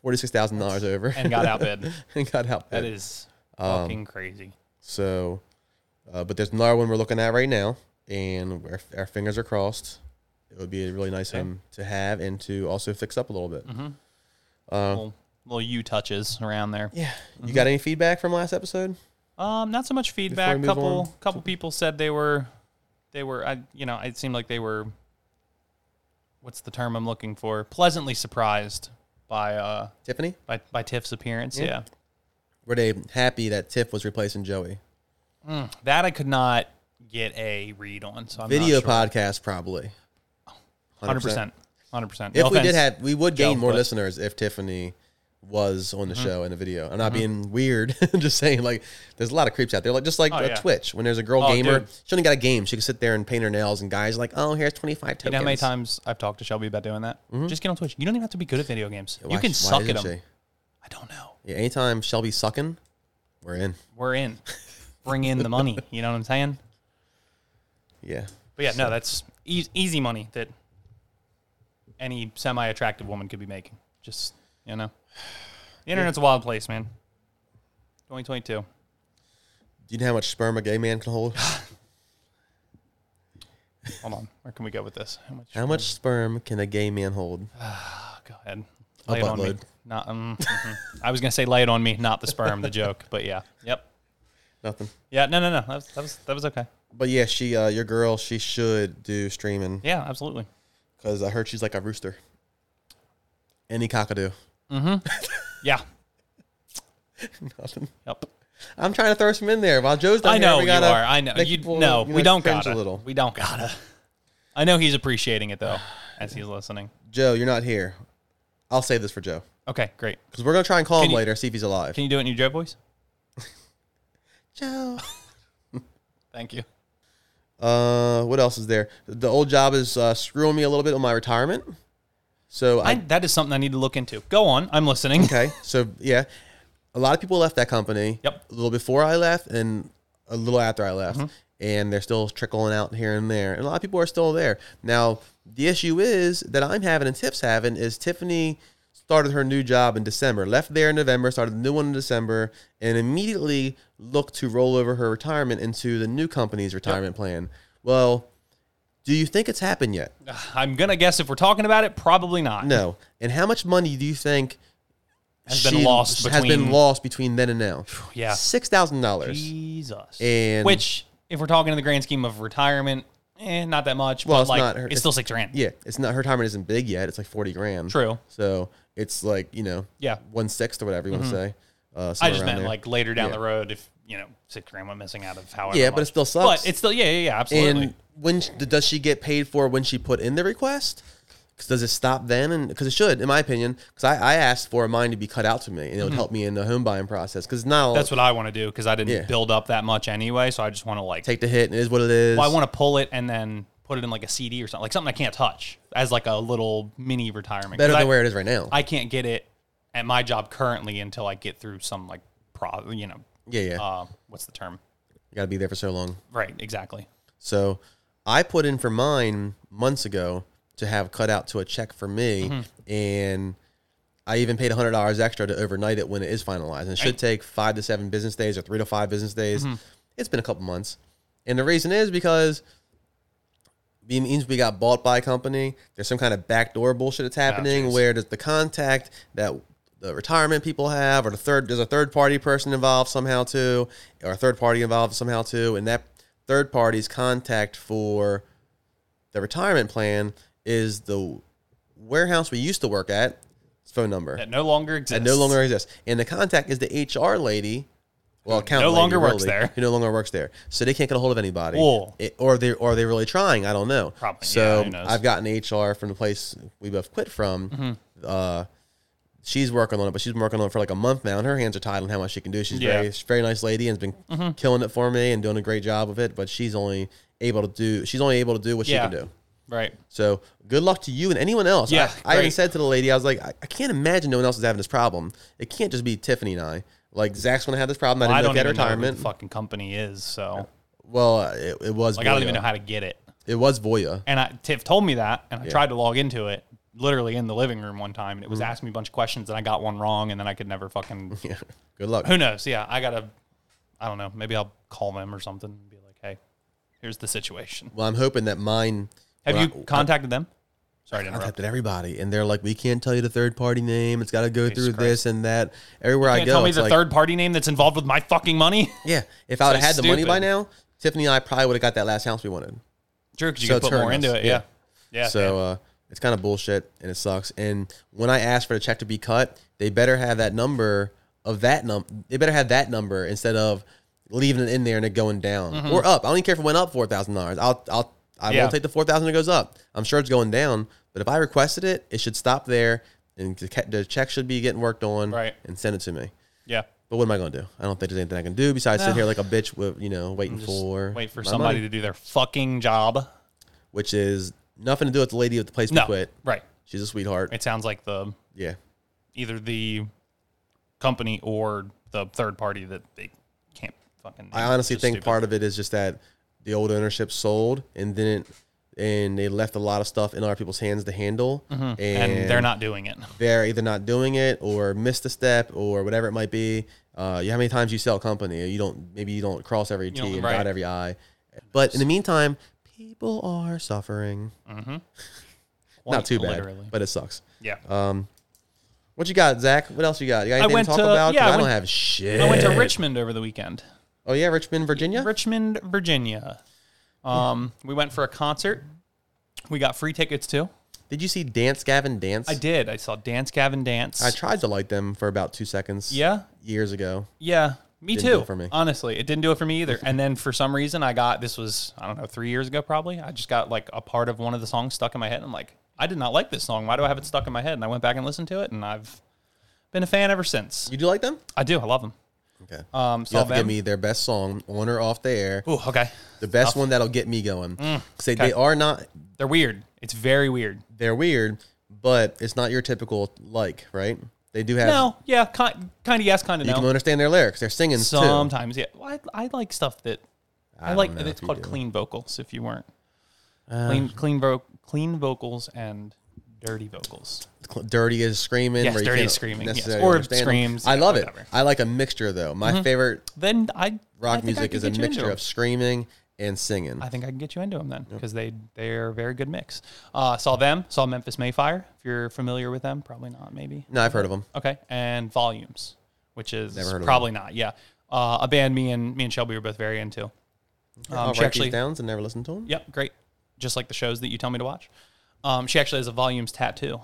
Speaker 2: Forty six thousand dollars over.
Speaker 3: And got outbid.
Speaker 2: and got out.
Speaker 3: That is
Speaker 2: Um,
Speaker 3: fucking crazy.
Speaker 2: So uh, but there's another one we're looking at right now and our, our fingers are crossed. It would be a really nice home to have and to also fix up a little bit.
Speaker 3: Mm-hmm. little, little U touches around there.
Speaker 2: uh, Yeah. You got any feedback from last episode?
Speaker 3: Um, not so much
Speaker 2: we
Speaker 3: feedback.
Speaker 2: move
Speaker 3: Couple
Speaker 2: on
Speaker 3: couple people said they were they were I you know it seemed like they were what's the term I'm looking for pleasantly surprised by uh
Speaker 2: Tiffany,
Speaker 3: by by Tiff's appearance.
Speaker 2: Yeah.
Speaker 3: Yeah,
Speaker 2: were they happy that Tiff was replacing Joey?
Speaker 3: Mm, that I could not get a read on. So I'm
Speaker 2: Video
Speaker 3: not
Speaker 2: podcast probably.
Speaker 3: sure. hundred percent, hundred percent.
Speaker 2: If we did have, we would gain
Speaker 3: Joe,
Speaker 2: more
Speaker 3: but- Mm-hmm.
Speaker 2: listeners if Tiffany was on the show in a video. I'm not being weird. I'm just saying, like, there's a lot of creeps out there. Like, just like
Speaker 3: Oh,
Speaker 2: uh,
Speaker 3: yeah.
Speaker 2: Twitch, when there's a girl
Speaker 3: Oh,
Speaker 2: gamer,
Speaker 3: dude.
Speaker 2: she only got a game. She could sit there and paint her nails, and guys like, oh, here's 25 tokens.
Speaker 3: You know how many times I've talked to Shelby about doing that? Just get on Twitch. You don't even have to be good at video games.
Speaker 2: Mm-hmm. Why-
Speaker 3: you can
Speaker 2: why
Speaker 3: suck at
Speaker 2: isn't
Speaker 3: them.
Speaker 2: she?
Speaker 3: I don't know.
Speaker 2: Yeah, anytime Shelby sucking, we're in.
Speaker 3: We're in. Bring in the money. You know what I'm saying?
Speaker 2: Yeah.
Speaker 3: But yeah, no, that's e- easy money that any semi-attractive woman could be making. Just you know, the internet's a wild place, man. 2022.
Speaker 2: Do you know how much sperm a gay man can hold?
Speaker 3: Hold on, where can we go with this? How much?
Speaker 2: how much sperm can a gay man hold?
Speaker 3: Go ahead.
Speaker 2: A
Speaker 3: Lay it on me.
Speaker 2: buttload.
Speaker 3: Not. Um, mhm. I was gonna say lay it on me, not the sperm, the joke. But yeah. Yep.
Speaker 2: Nothing.
Speaker 3: Yeah. No. No. No. That was. That was, that was okay.
Speaker 2: But yeah, she, uh, your girl, she should do streaming
Speaker 3: Yeah. Absolutely.
Speaker 2: because I heard she's like a rooster. Any cockadoo.
Speaker 3: Yeah.
Speaker 2: Nothing.
Speaker 3: Yep.
Speaker 2: I'm trying to throw some in there while Joe's. down
Speaker 3: I
Speaker 2: here,
Speaker 3: know
Speaker 2: we
Speaker 3: you
Speaker 2: gotta
Speaker 3: are. I know.
Speaker 2: make
Speaker 3: You
Speaker 2: people,
Speaker 3: no.
Speaker 2: you
Speaker 3: we
Speaker 2: know,
Speaker 3: don't
Speaker 2: cringe A
Speaker 3: gotta.
Speaker 2: little.
Speaker 3: We don't gotta. I know he's appreciating it though, as he's listening.
Speaker 2: Joe, you're not here. I'll save this for Joe
Speaker 3: Okay. Great.
Speaker 2: because we're gonna try and call
Speaker 3: Can
Speaker 2: him
Speaker 3: you-
Speaker 2: later, see if he's alive.
Speaker 3: Can you do it in your Joe voice?
Speaker 2: Joe.
Speaker 3: Thank you.
Speaker 2: Uh, what else is there? The old job is uh, screwing me a little bit on my retirement. So I,
Speaker 3: I, that is something I need to look into. Go on. I'm listening.
Speaker 2: okay. So yeah, a lot of people left that company.
Speaker 3: Yep.
Speaker 2: A little before I left and a little after I left, and they're still trickling out here and there. And a lot of people are still there now. The issue is that I'm having and Tiff's having is Tiffany started her new job in December, left there in November, started the new one in December, and immediately looked to roll over her retirement into the new company's retirement plan. Well, do you think it's happened yet?
Speaker 3: I'm gonna guess if we're talking about it, probably not.
Speaker 2: No. And how much money do you think
Speaker 3: Has been lost
Speaker 2: has been
Speaker 3: between-
Speaker 2: lost between then and now?
Speaker 3: Yeah.
Speaker 2: six thousand dollars.
Speaker 3: Jesus.
Speaker 2: And-
Speaker 3: Which, if we're talking in the grand scheme of retirement, eh, not that much.
Speaker 2: Well,
Speaker 3: but
Speaker 2: it's
Speaker 3: like,
Speaker 2: not her-
Speaker 3: it's still six grand.
Speaker 2: Yeah, it's not her retirement isn't big yet. It's like forty grand.
Speaker 3: True.
Speaker 2: So it's like you know,
Speaker 3: Yeah. Mm-hmm.
Speaker 2: one sixth or whatever you want to say. Uh,
Speaker 3: I
Speaker 2: somewhere
Speaker 3: just
Speaker 2: around
Speaker 3: meant
Speaker 2: there.
Speaker 3: like later down
Speaker 2: Yeah.
Speaker 3: the road if you know six grand went missing out of however.
Speaker 2: Yeah, but it
Speaker 3: much.
Speaker 2: still sucks.
Speaker 3: But it's still yeah yeah yeah absolutely.
Speaker 2: And when sh- does she get paid for when she put in the request? 'Cause does it stop then? And because it should, in my opinion, because I, I asked for mine to be cut out to me, and it would help me in the home buying process. Because now
Speaker 3: Mm-hmm. That's what I want to do because I didn't
Speaker 2: Yeah.
Speaker 3: build up that much anyway, so I just want to like
Speaker 2: take the hit, and it is what it is.
Speaker 3: well, I want to pull it and then put it in like a CD or something like something I can't touch as like a little mini retirement.
Speaker 2: better
Speaker 3: 'Cause
Speaker 2: than
Speaker 3: I,
Speaker 2: where it is right now.
Speaker 3: I can't get it at my job currently until I get through some like pro you know
Speaker 2: yeah, yeah,
Speaker 3: uh, what's the term
Speaker 2: you got to be there for so long.
Speaker 3: right exactly
Speaker 2: So I put in for mine months ago to have cut out to a check for me, and I even paid hundred dollars extra to overnight it when it is finalized. And it should take five to seven business days or three to five business days. It's been a couple months, and the reason is because. It means we got bought by a company. There's some kind of backdoor bullshit that's happening
Speaker 3: jeez.
Speaker 2: where there's the contact that the retirement people have, or the third there's a third party person involved somehow too, or a third party involved somehow too, and that third party's contact for the retirement plan is the warehouse we used to work at. Phone number
Speaker 3: that no longer
Speaker 2: that
Speaker 3: exists.
Speaker 2: no longer exists, and the contact is the HR lady. Well, account
Speaker 3: no
Speaker 2: lady,
Speaker 3: longer works
Speaker 2: really,
Speaker 3: there.
Speaker 2: Who no longer works there, so they can't get a hold of anybody.
Speaker 3: Whoa.
Speaker 2: It- or they or they really trying. I don't know.
Speaker 3: Probably, yeah,
Speaker 2: So
Speaker 3: who knows? Mm-hmm.
Speaker 2: I've gotten HR from the place we both quit from. Uh, she's working on it, but she's been working on it for like a month now, and her hands are tied on how much she can do. She's
Speaker 3: Yeah. Mm-hmm.
Speaker 2: very she's a very nice lady and has been killing it for me and doing a great job of it. But she's only able to do she's only able to do what
Speaker 3: Yeah.
Speaker 2: she can do.
Speaker 3: right.
Speaker 2: So good luck to you and anyone else.
Speaker 3: Yeah,
Speaker 2: I, I even
Speaker 3: great.
Speaker 2: said to the lady, I was like, I, I can't imagine no one else is having this problem. It can't just be Tiffany and I. Like Zach's gonna have this problem. I
Speaker 3: I
Speaker 2: didn't
Speaker 3: don't
Speaker 2: look at
Speaker 3: even know who
Speaker 2: retirement.
Speaker 3: the fucking company is, so
Speaker 2: well, uh, it, it was
Speaker 3: like
Speaker 2: Voya.
Speaker 3: I don't even know how to get it.
Speaker 2: it was Voya.
Speaker 3: And I, Tiff told me that, and I tried to log into it literally in the living room one time, and it was asking me a bunch of questions, and I got one wrong, and then I could never fucking.
Speaker 2: Mm-hmm. Yeah. Good luck.
Speaker 3: Who knows? Yeah, I gotta. I don't know. Maybe I'll call them or something and be like, "Hey, here's the situation."
Speaker 2: Well, I'm hoping that mine.
Speaker 3: Have
Speaker 2: when
Speaker 3: you
Speaker 2: I,
Speaker 3: contacted them? Sorry to
Speaker 2: I
Speaker 3: interrupt.
Speaker 2: contacted everybody, and they're like, "We can't tell you the third party name. It's got to go through
Speaker 3: Christ.
Speaker 2: this and that." Everywhere I
Speaker 3: Can't
Speaker 2: go,
Speaker 3: tell me
Speaker 2: it's
Speaker 3: the
Speaker 2: like,
Speaker 3: third party name that's involved with my fucking money.
Speaker 2: Yeah, if I would have had the money by
Speaker 3: stupid.
Speaker 2: now, Tiffany and I probably would have got that last house we wanted.
Speaker 3: True, because you
Speaker 2: So
Speaker 3: can
Speaker 2: it's
Speaker 3: put more
Speaker 2: hurting us,
Speaker 3: into it. Yeah.
Speaker 2: yeah.
Speaker 3: Yeah.
Speaker 2: so uh, it's kind of bullshit and it sucks. And when I ask for the check to be cut, they better have that number of that num. They better have that number instead of leaving it in there and it going down or up. I don't even care if it went up four thousand dollars. I'll I'll I
Speaker 3: Mm-hmm. Yeah.
Speaker 2: won't take the four thousand that goes up. I'm sure it's going down, but if I requested it, it should stop there and the ca- the check should be getting worked on
Speaker 3: Right.
Speaker 2: and send it to me.
Speaker 3: yeah.
Speaker 2: But what am I going to do? I don't think there's anything I can do besides
Speaker 3: No.
Speaker 2: sit here like a bitch with you know waiting for
Speaker 3: Wait for
Speaker 2: my
Speaker 3: somebody
Speaker 2: money,
Speaker 3: to do their fucking job.
Speaker 2: which is nothing to do with the lady at the place we
Speaker 3: No.
Speaker 2: quit.
Speaker 3: Right.
Speaker 2: She's a sweetheart.
Speaker 3: It sounds like the
Speaker 2: Yeah.
Speaker 3: either the company or the third party that they can't fucking.
Speaker 2: I honestly think part of it is just that the old ownership sold and didn't, and they left a lot of stuff in other people's hands to handle, and,
Speaker 3: Mm-hmm. and they're not doing it.
Speaker 2: They're either not doing it or missed a step or whatever it might be. Uh, you, how many times you sell a company? You don't. Maybe you don't cross every T
Speaker 3: don't-
Speaker 2: and
Speaker 3: right.
Speaker 2: dot every I. But in the meantime, people are suffering. Not
Speaker 3: Quite
Speaker 2: too bad, Uh,
Speaker 3: literally.
Speaker 2: but it sucks.
Speaker 3: Yeah.
Speaker 2: What you got, Zach? What else you got? You got
Speaker 3: I
Speaker 2: anything
Speaker 3: went
Speaker 2: to talk
Speaker 3: to-
Speaker 2: about? 'Cause
Speaker 3: yeah, I
Speaker 2: I, don't
Speaker 3: went-
Speaker 2: have shit.
Speaker 3: I went to Richmond over the weekend.
Speaker 2: Oh yeah, Richmond, Virginia.
Speaker 3: Richmond, Virginia. Um, we went for a concert. We got free tickets too.
Speaker 2: Did you see Dance Gavin Dance?
Speaker 3: I did. I saw Dance Gavin Dance.
Speaker 2: I tried to like them for about two seconds.
Speaker 3: yeah,
Speaker 2: Years ago.
Speaker 3: yeah. Me
Speaker 2: Didn't
Speaker 3: too.
Speaker 2: do it for me.
Speaker 3: Honestly, it didn't do it for me either. And then for some reason, I got this was I don't know three years ago probably. I just got like a part of one of the songs stuck in my head. I'm like, I did not like this song. Why do I have it stuck in my head? And I went back and listened to it, and I've been a fan ever since.
Speaker 2: You do like them?
Speaker 3: I do. I love them.
Speaker 2: Okay.
Speaker 3: Um,
Speaker 2: you
Speaker 3: so
Speaker 2: have to give me their best song on or off the air.
Speaker 3: Ooh, Mm, okay.
Speaker 2: The best one that'll get me going. Say they are not.
Speaker 3: They're weird. It's very weird.
Speaker 2: They're weird, but it's not your typical like, right? They do have.
Speaker 3: No, yeah, kind, kind of yes, kind of
Speaker 2: You
Speaker 3: no.
Speaker 2: can understand their lyrics. They're singing too.
Speaker 3: Sometimes, yeah. Well, I, I like stuff that I,
Speaker 2: don't
Speaker 3: like.
Speaker 2: know
Speaker 3: It's
Speaker 2: if you
Speaker 3: called
Speaker 2: do. Uh,
Speaker 3: clean vocals. If you weren't clean, clean, vo- clean vocals and dirty vocals.
Speaker 2: Cl- Dirty is screaming.
Speaker 3: Yes,
Speaker 2: where you
Speaker 3: dirty
Speaker 2: can't
Speaker 3: is screaming, yes.
Speaker 2: necessarily
Speaker 3: Or
Speaker 2: understand them.
Speaker 3: screams,
Speaker 2: I
Speaker 3: yeah,
Speaker 2: love it.
Speaker 3: whatever.
Speaker 2: I like a mixture though. My favorite
Speaker 3: Then I I
Speaker 2: rock
Speaker 3: think I
Speaker 2: music
Speaker 3: could
Speaker 2: is a
Speaker 3: get you into
Speaker 2: mixture
Speaker 3: 'em.
Speaker 2: of screaming and singing.
Speaker 3: I think I can get you into them then because they they're a very good mix. Uh, saw them. Saw Memphis Mayfire. If you're familiar with them, probably not. Maybe
Speaker 2: no, I've heard of them.
Speaker 3: okay. And Volumes, which is
Speaker 2: heard of
Speaker 3: probably not. Yeah, uh, a band me and me and Shelby were both very into. Um,
Speaker 2: I'll
Speaker 3: she
Speaker 2: write
Speaker 3: actually-
Speaker 2: these down and never listen to them.
Speaker 3: Yep, great. Just like the shows that you tell me to watch. Um, she actually has a volumes tattoo,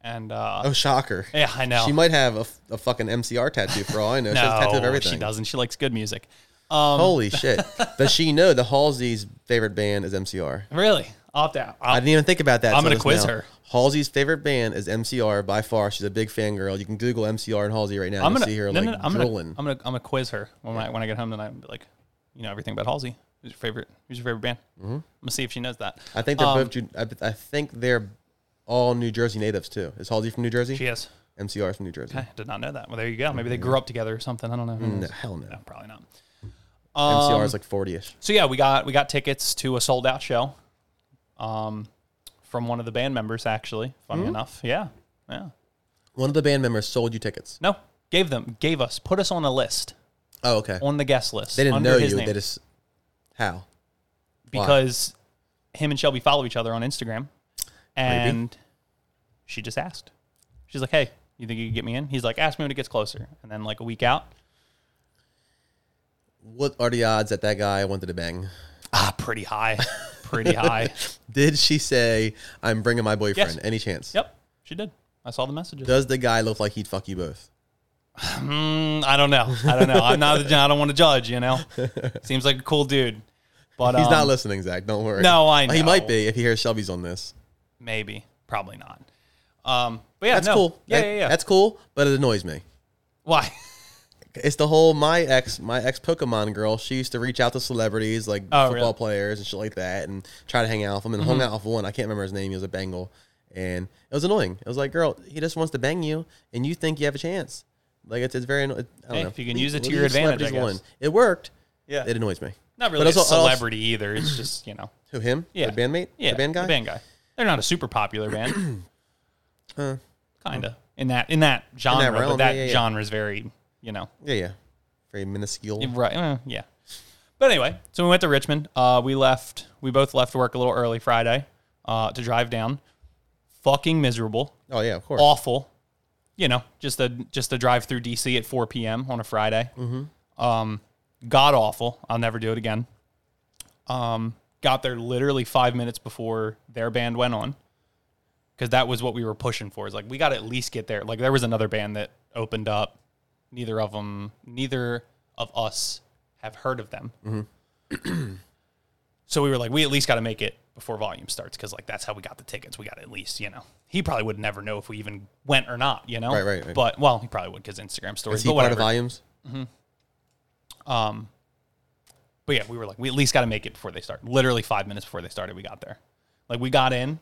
Speaker 3: and uh,
Speaker 2: Oh, shocker.
Speaker 3: yeah, I know.
Speaker 2: She might have a, f- a fucking MCR tattoo for all I know. she has a tattoo of
Speaker 3: No,
Speaker 2: everything. Oh.
Speaker 3: she doesn't. She likes good music. Um,
Speaker 2: Holy shit. Does she know that Halsey's favorite band is MCR?
Speaker 3: really, opt out.
Speaker 2: I
Speaker 3: I'll,
Speaker 2: didn't even think about that.
Speaker 3: I'm
Speaker 2: until
Speaker 3: gonna
Speaker 2: just
Speaker 3: quiz
Speaker 2: now.
Speaker 3: her.
Speaker 2: Halsey's favorite band is MCR by far. She's a big fangirl. You can Google MCR and Halsey right now.
Speaker 3: I'm
Speaker 2: and
Speaker 3: gonna
Speaker 2: see her
Speaker 3: no,
Speaker 2: like
Speaker 3: no, no, I'm gonna, I'm
Speaker 2: drooling.
Speaker 3: gonna I'm gonna quiz her when I when I get home tonight and be like, you know everything about Halsey. Who's your favorite? Who's your favorite band? Mm-hmm. I'm gonna see if she knows that.
Speaker 2: I think they're
Speaker 3: um,
Speaker 2: both. Ju- I, I think they're all New Jersey natives too. Is Halsey from New Jersey?
Speaker 3: She is.
Speaker 2: MCR is from New Jersey.
Speaker 3: I did not know that. Well, there you go. Maybe they
Speaker 2: Mm-hmm.
Speaker 3: grew up together or something. I don't know. Who
Speaker 2: No,
Speaker 3: knows?
Speaker 2: hell no.
Speaker 3: No, probably not. Um,
Speaker 2: MCR is like 40 ish.
Speaker 3: So yeah, we got we got tickets to a sold out show, um, from one of the band members. Actually, funny
Speaker 2: Mm-hmm.
Speaker 3: enough, yeah, yeah.
Speaker 2: One of the band members sold you tickets.
Speaker 3: No, gave them, gave us, put us on a list
Speaker 2: Oh, okay.
Speaker 3: on the guest list.
Speaker 2: They didn't
Speaker 3: under
Speaker 2: know
Speaker 3: his
Speaker 2: you.
Speaker 3: name
Speaker 2: They just. How?
Speaker 3: because him and Shelby follow each other on Instagram, and she just asked. She's like, "Hey, you think you could get me in?" He's like, "Ask me when it gets closer." And then like a week out,
Speaker 2: What are the odds that that guy wanted to bang?
Speaker 3: ah, pretty high, pretty high.
Speaker 2: Did she say, I'm bringing my boyfriend?
Speaker 3: Yes.
Speaker 2: Any chance?
Speaker 3: Yep, she did. I saw the messages.
Speaker 2: Does the guy look like he'd fuck you both?
Speaker 3: Mm, I don't know. I don't know. I'm not. I don't want to judge. You know, seems like a cool dude, but
Speaker 2: He's
Speaker 3: um,
Speaker 2: not listening, Zach. Don't worry.
Speaker 3: No, I
Speaker 2: He
Speaker 3: know.
Speaker 2: might be if he hears Shelby's on this.
Speaker 3: maybe, probably not. Um, but yeah,
Speaker 2: That's
Speaker 3: no.
Speaker 2: cool.
Speaker 3: Yeah,
Speaker 2: That-
Speaker 3: yeah, yeah.
Speaker 2: That's cool, but it annoys me.
Speaker 3: why.
Speaker 2: It's the whole my ex, my ex Pokemon girl. She used to reach out to celebrities like
Speaker 3: Oh,
Speaker 2: football
Speaker 3: really? Mm-hmm.
Speaker 2: players and shit like that, and try to hang out with them. And hung out with one. I can't remember his name. He was a Bengal, and it was annoying. It was like, girl, he just wants to bang you, and you think you have a chance. Like it's, it's very. anno- I don't
Speaker 3: Hey,
Speaker 2: know.
Speaker 3: if you can
Speaker 2: Leave-
Speaker 3: use it to
Speaker 2: leave
Speaker 3: your advantage, I
Speaker 2: celebrities alone.
Speaker 3: guess.
Speaker 2: It worked.
Speaker 3: Yeah,
Speaker 2: It annoys me.
Speaker 3: not
Speaker 2: But
Speaker 3: really
Speaker 2: also-
Speaker 3: a celebrity either. It's just you know,
Speaker 2: Who him?
Speaker 3: yeah,
Speaker 2: The bandmate.
Speaker 3: yeah,
Speaker 2: The band guy.
Speaker 3: They're not a super popular band. Kinda in that in that genre, but
Speaker 2: Hmm. realm,
Speaker 3: that
Speaker 2: yeah, yeah, yeah.
Speaker 3: genre is very you know
Speaker 2: Yeah, yeah. Very minuscule.
Speaker 3: Right. uh, yeah. But anyway, so we went to Richmond. Uh, we left. We both left work a little early Friday uh, to drive down. Fucking miserable,
Speaker 2: Oh yeah, of course.
Speaker 3: awful. You know, just a just a drive through DC at 4 p.m. on a
Speaker 2: Mm-hmm.
Speaker 3: Friday. Um, god awful. I'll never do it again. Um, got there literally five minutes before their band went on because that was what we were pushing for. Is like we got to at least get there. Like there was another band that opened up. Neither of them, neither of us have heard of them.
Speaker 2: Mm-hmm.
Speaker 3: so we were like, we at least got to make it before volume starts because like that's how we got the tickets. We got to at least you know. He probably would never know if we even went or not. You know.
Speaker 2: Right, right, right.
Speaker 3: But well, he probably would because Instagram stories.
Speaker 2: Is he
Speaker 3: but
Speaker 2: part of
Speaker 3: whatever.
Speaker 2: volumes?
Speaker 3: Um, but yeah, we were like, we at least got to make it before they start. Literally five minutes before they started, we got there. Like we got in.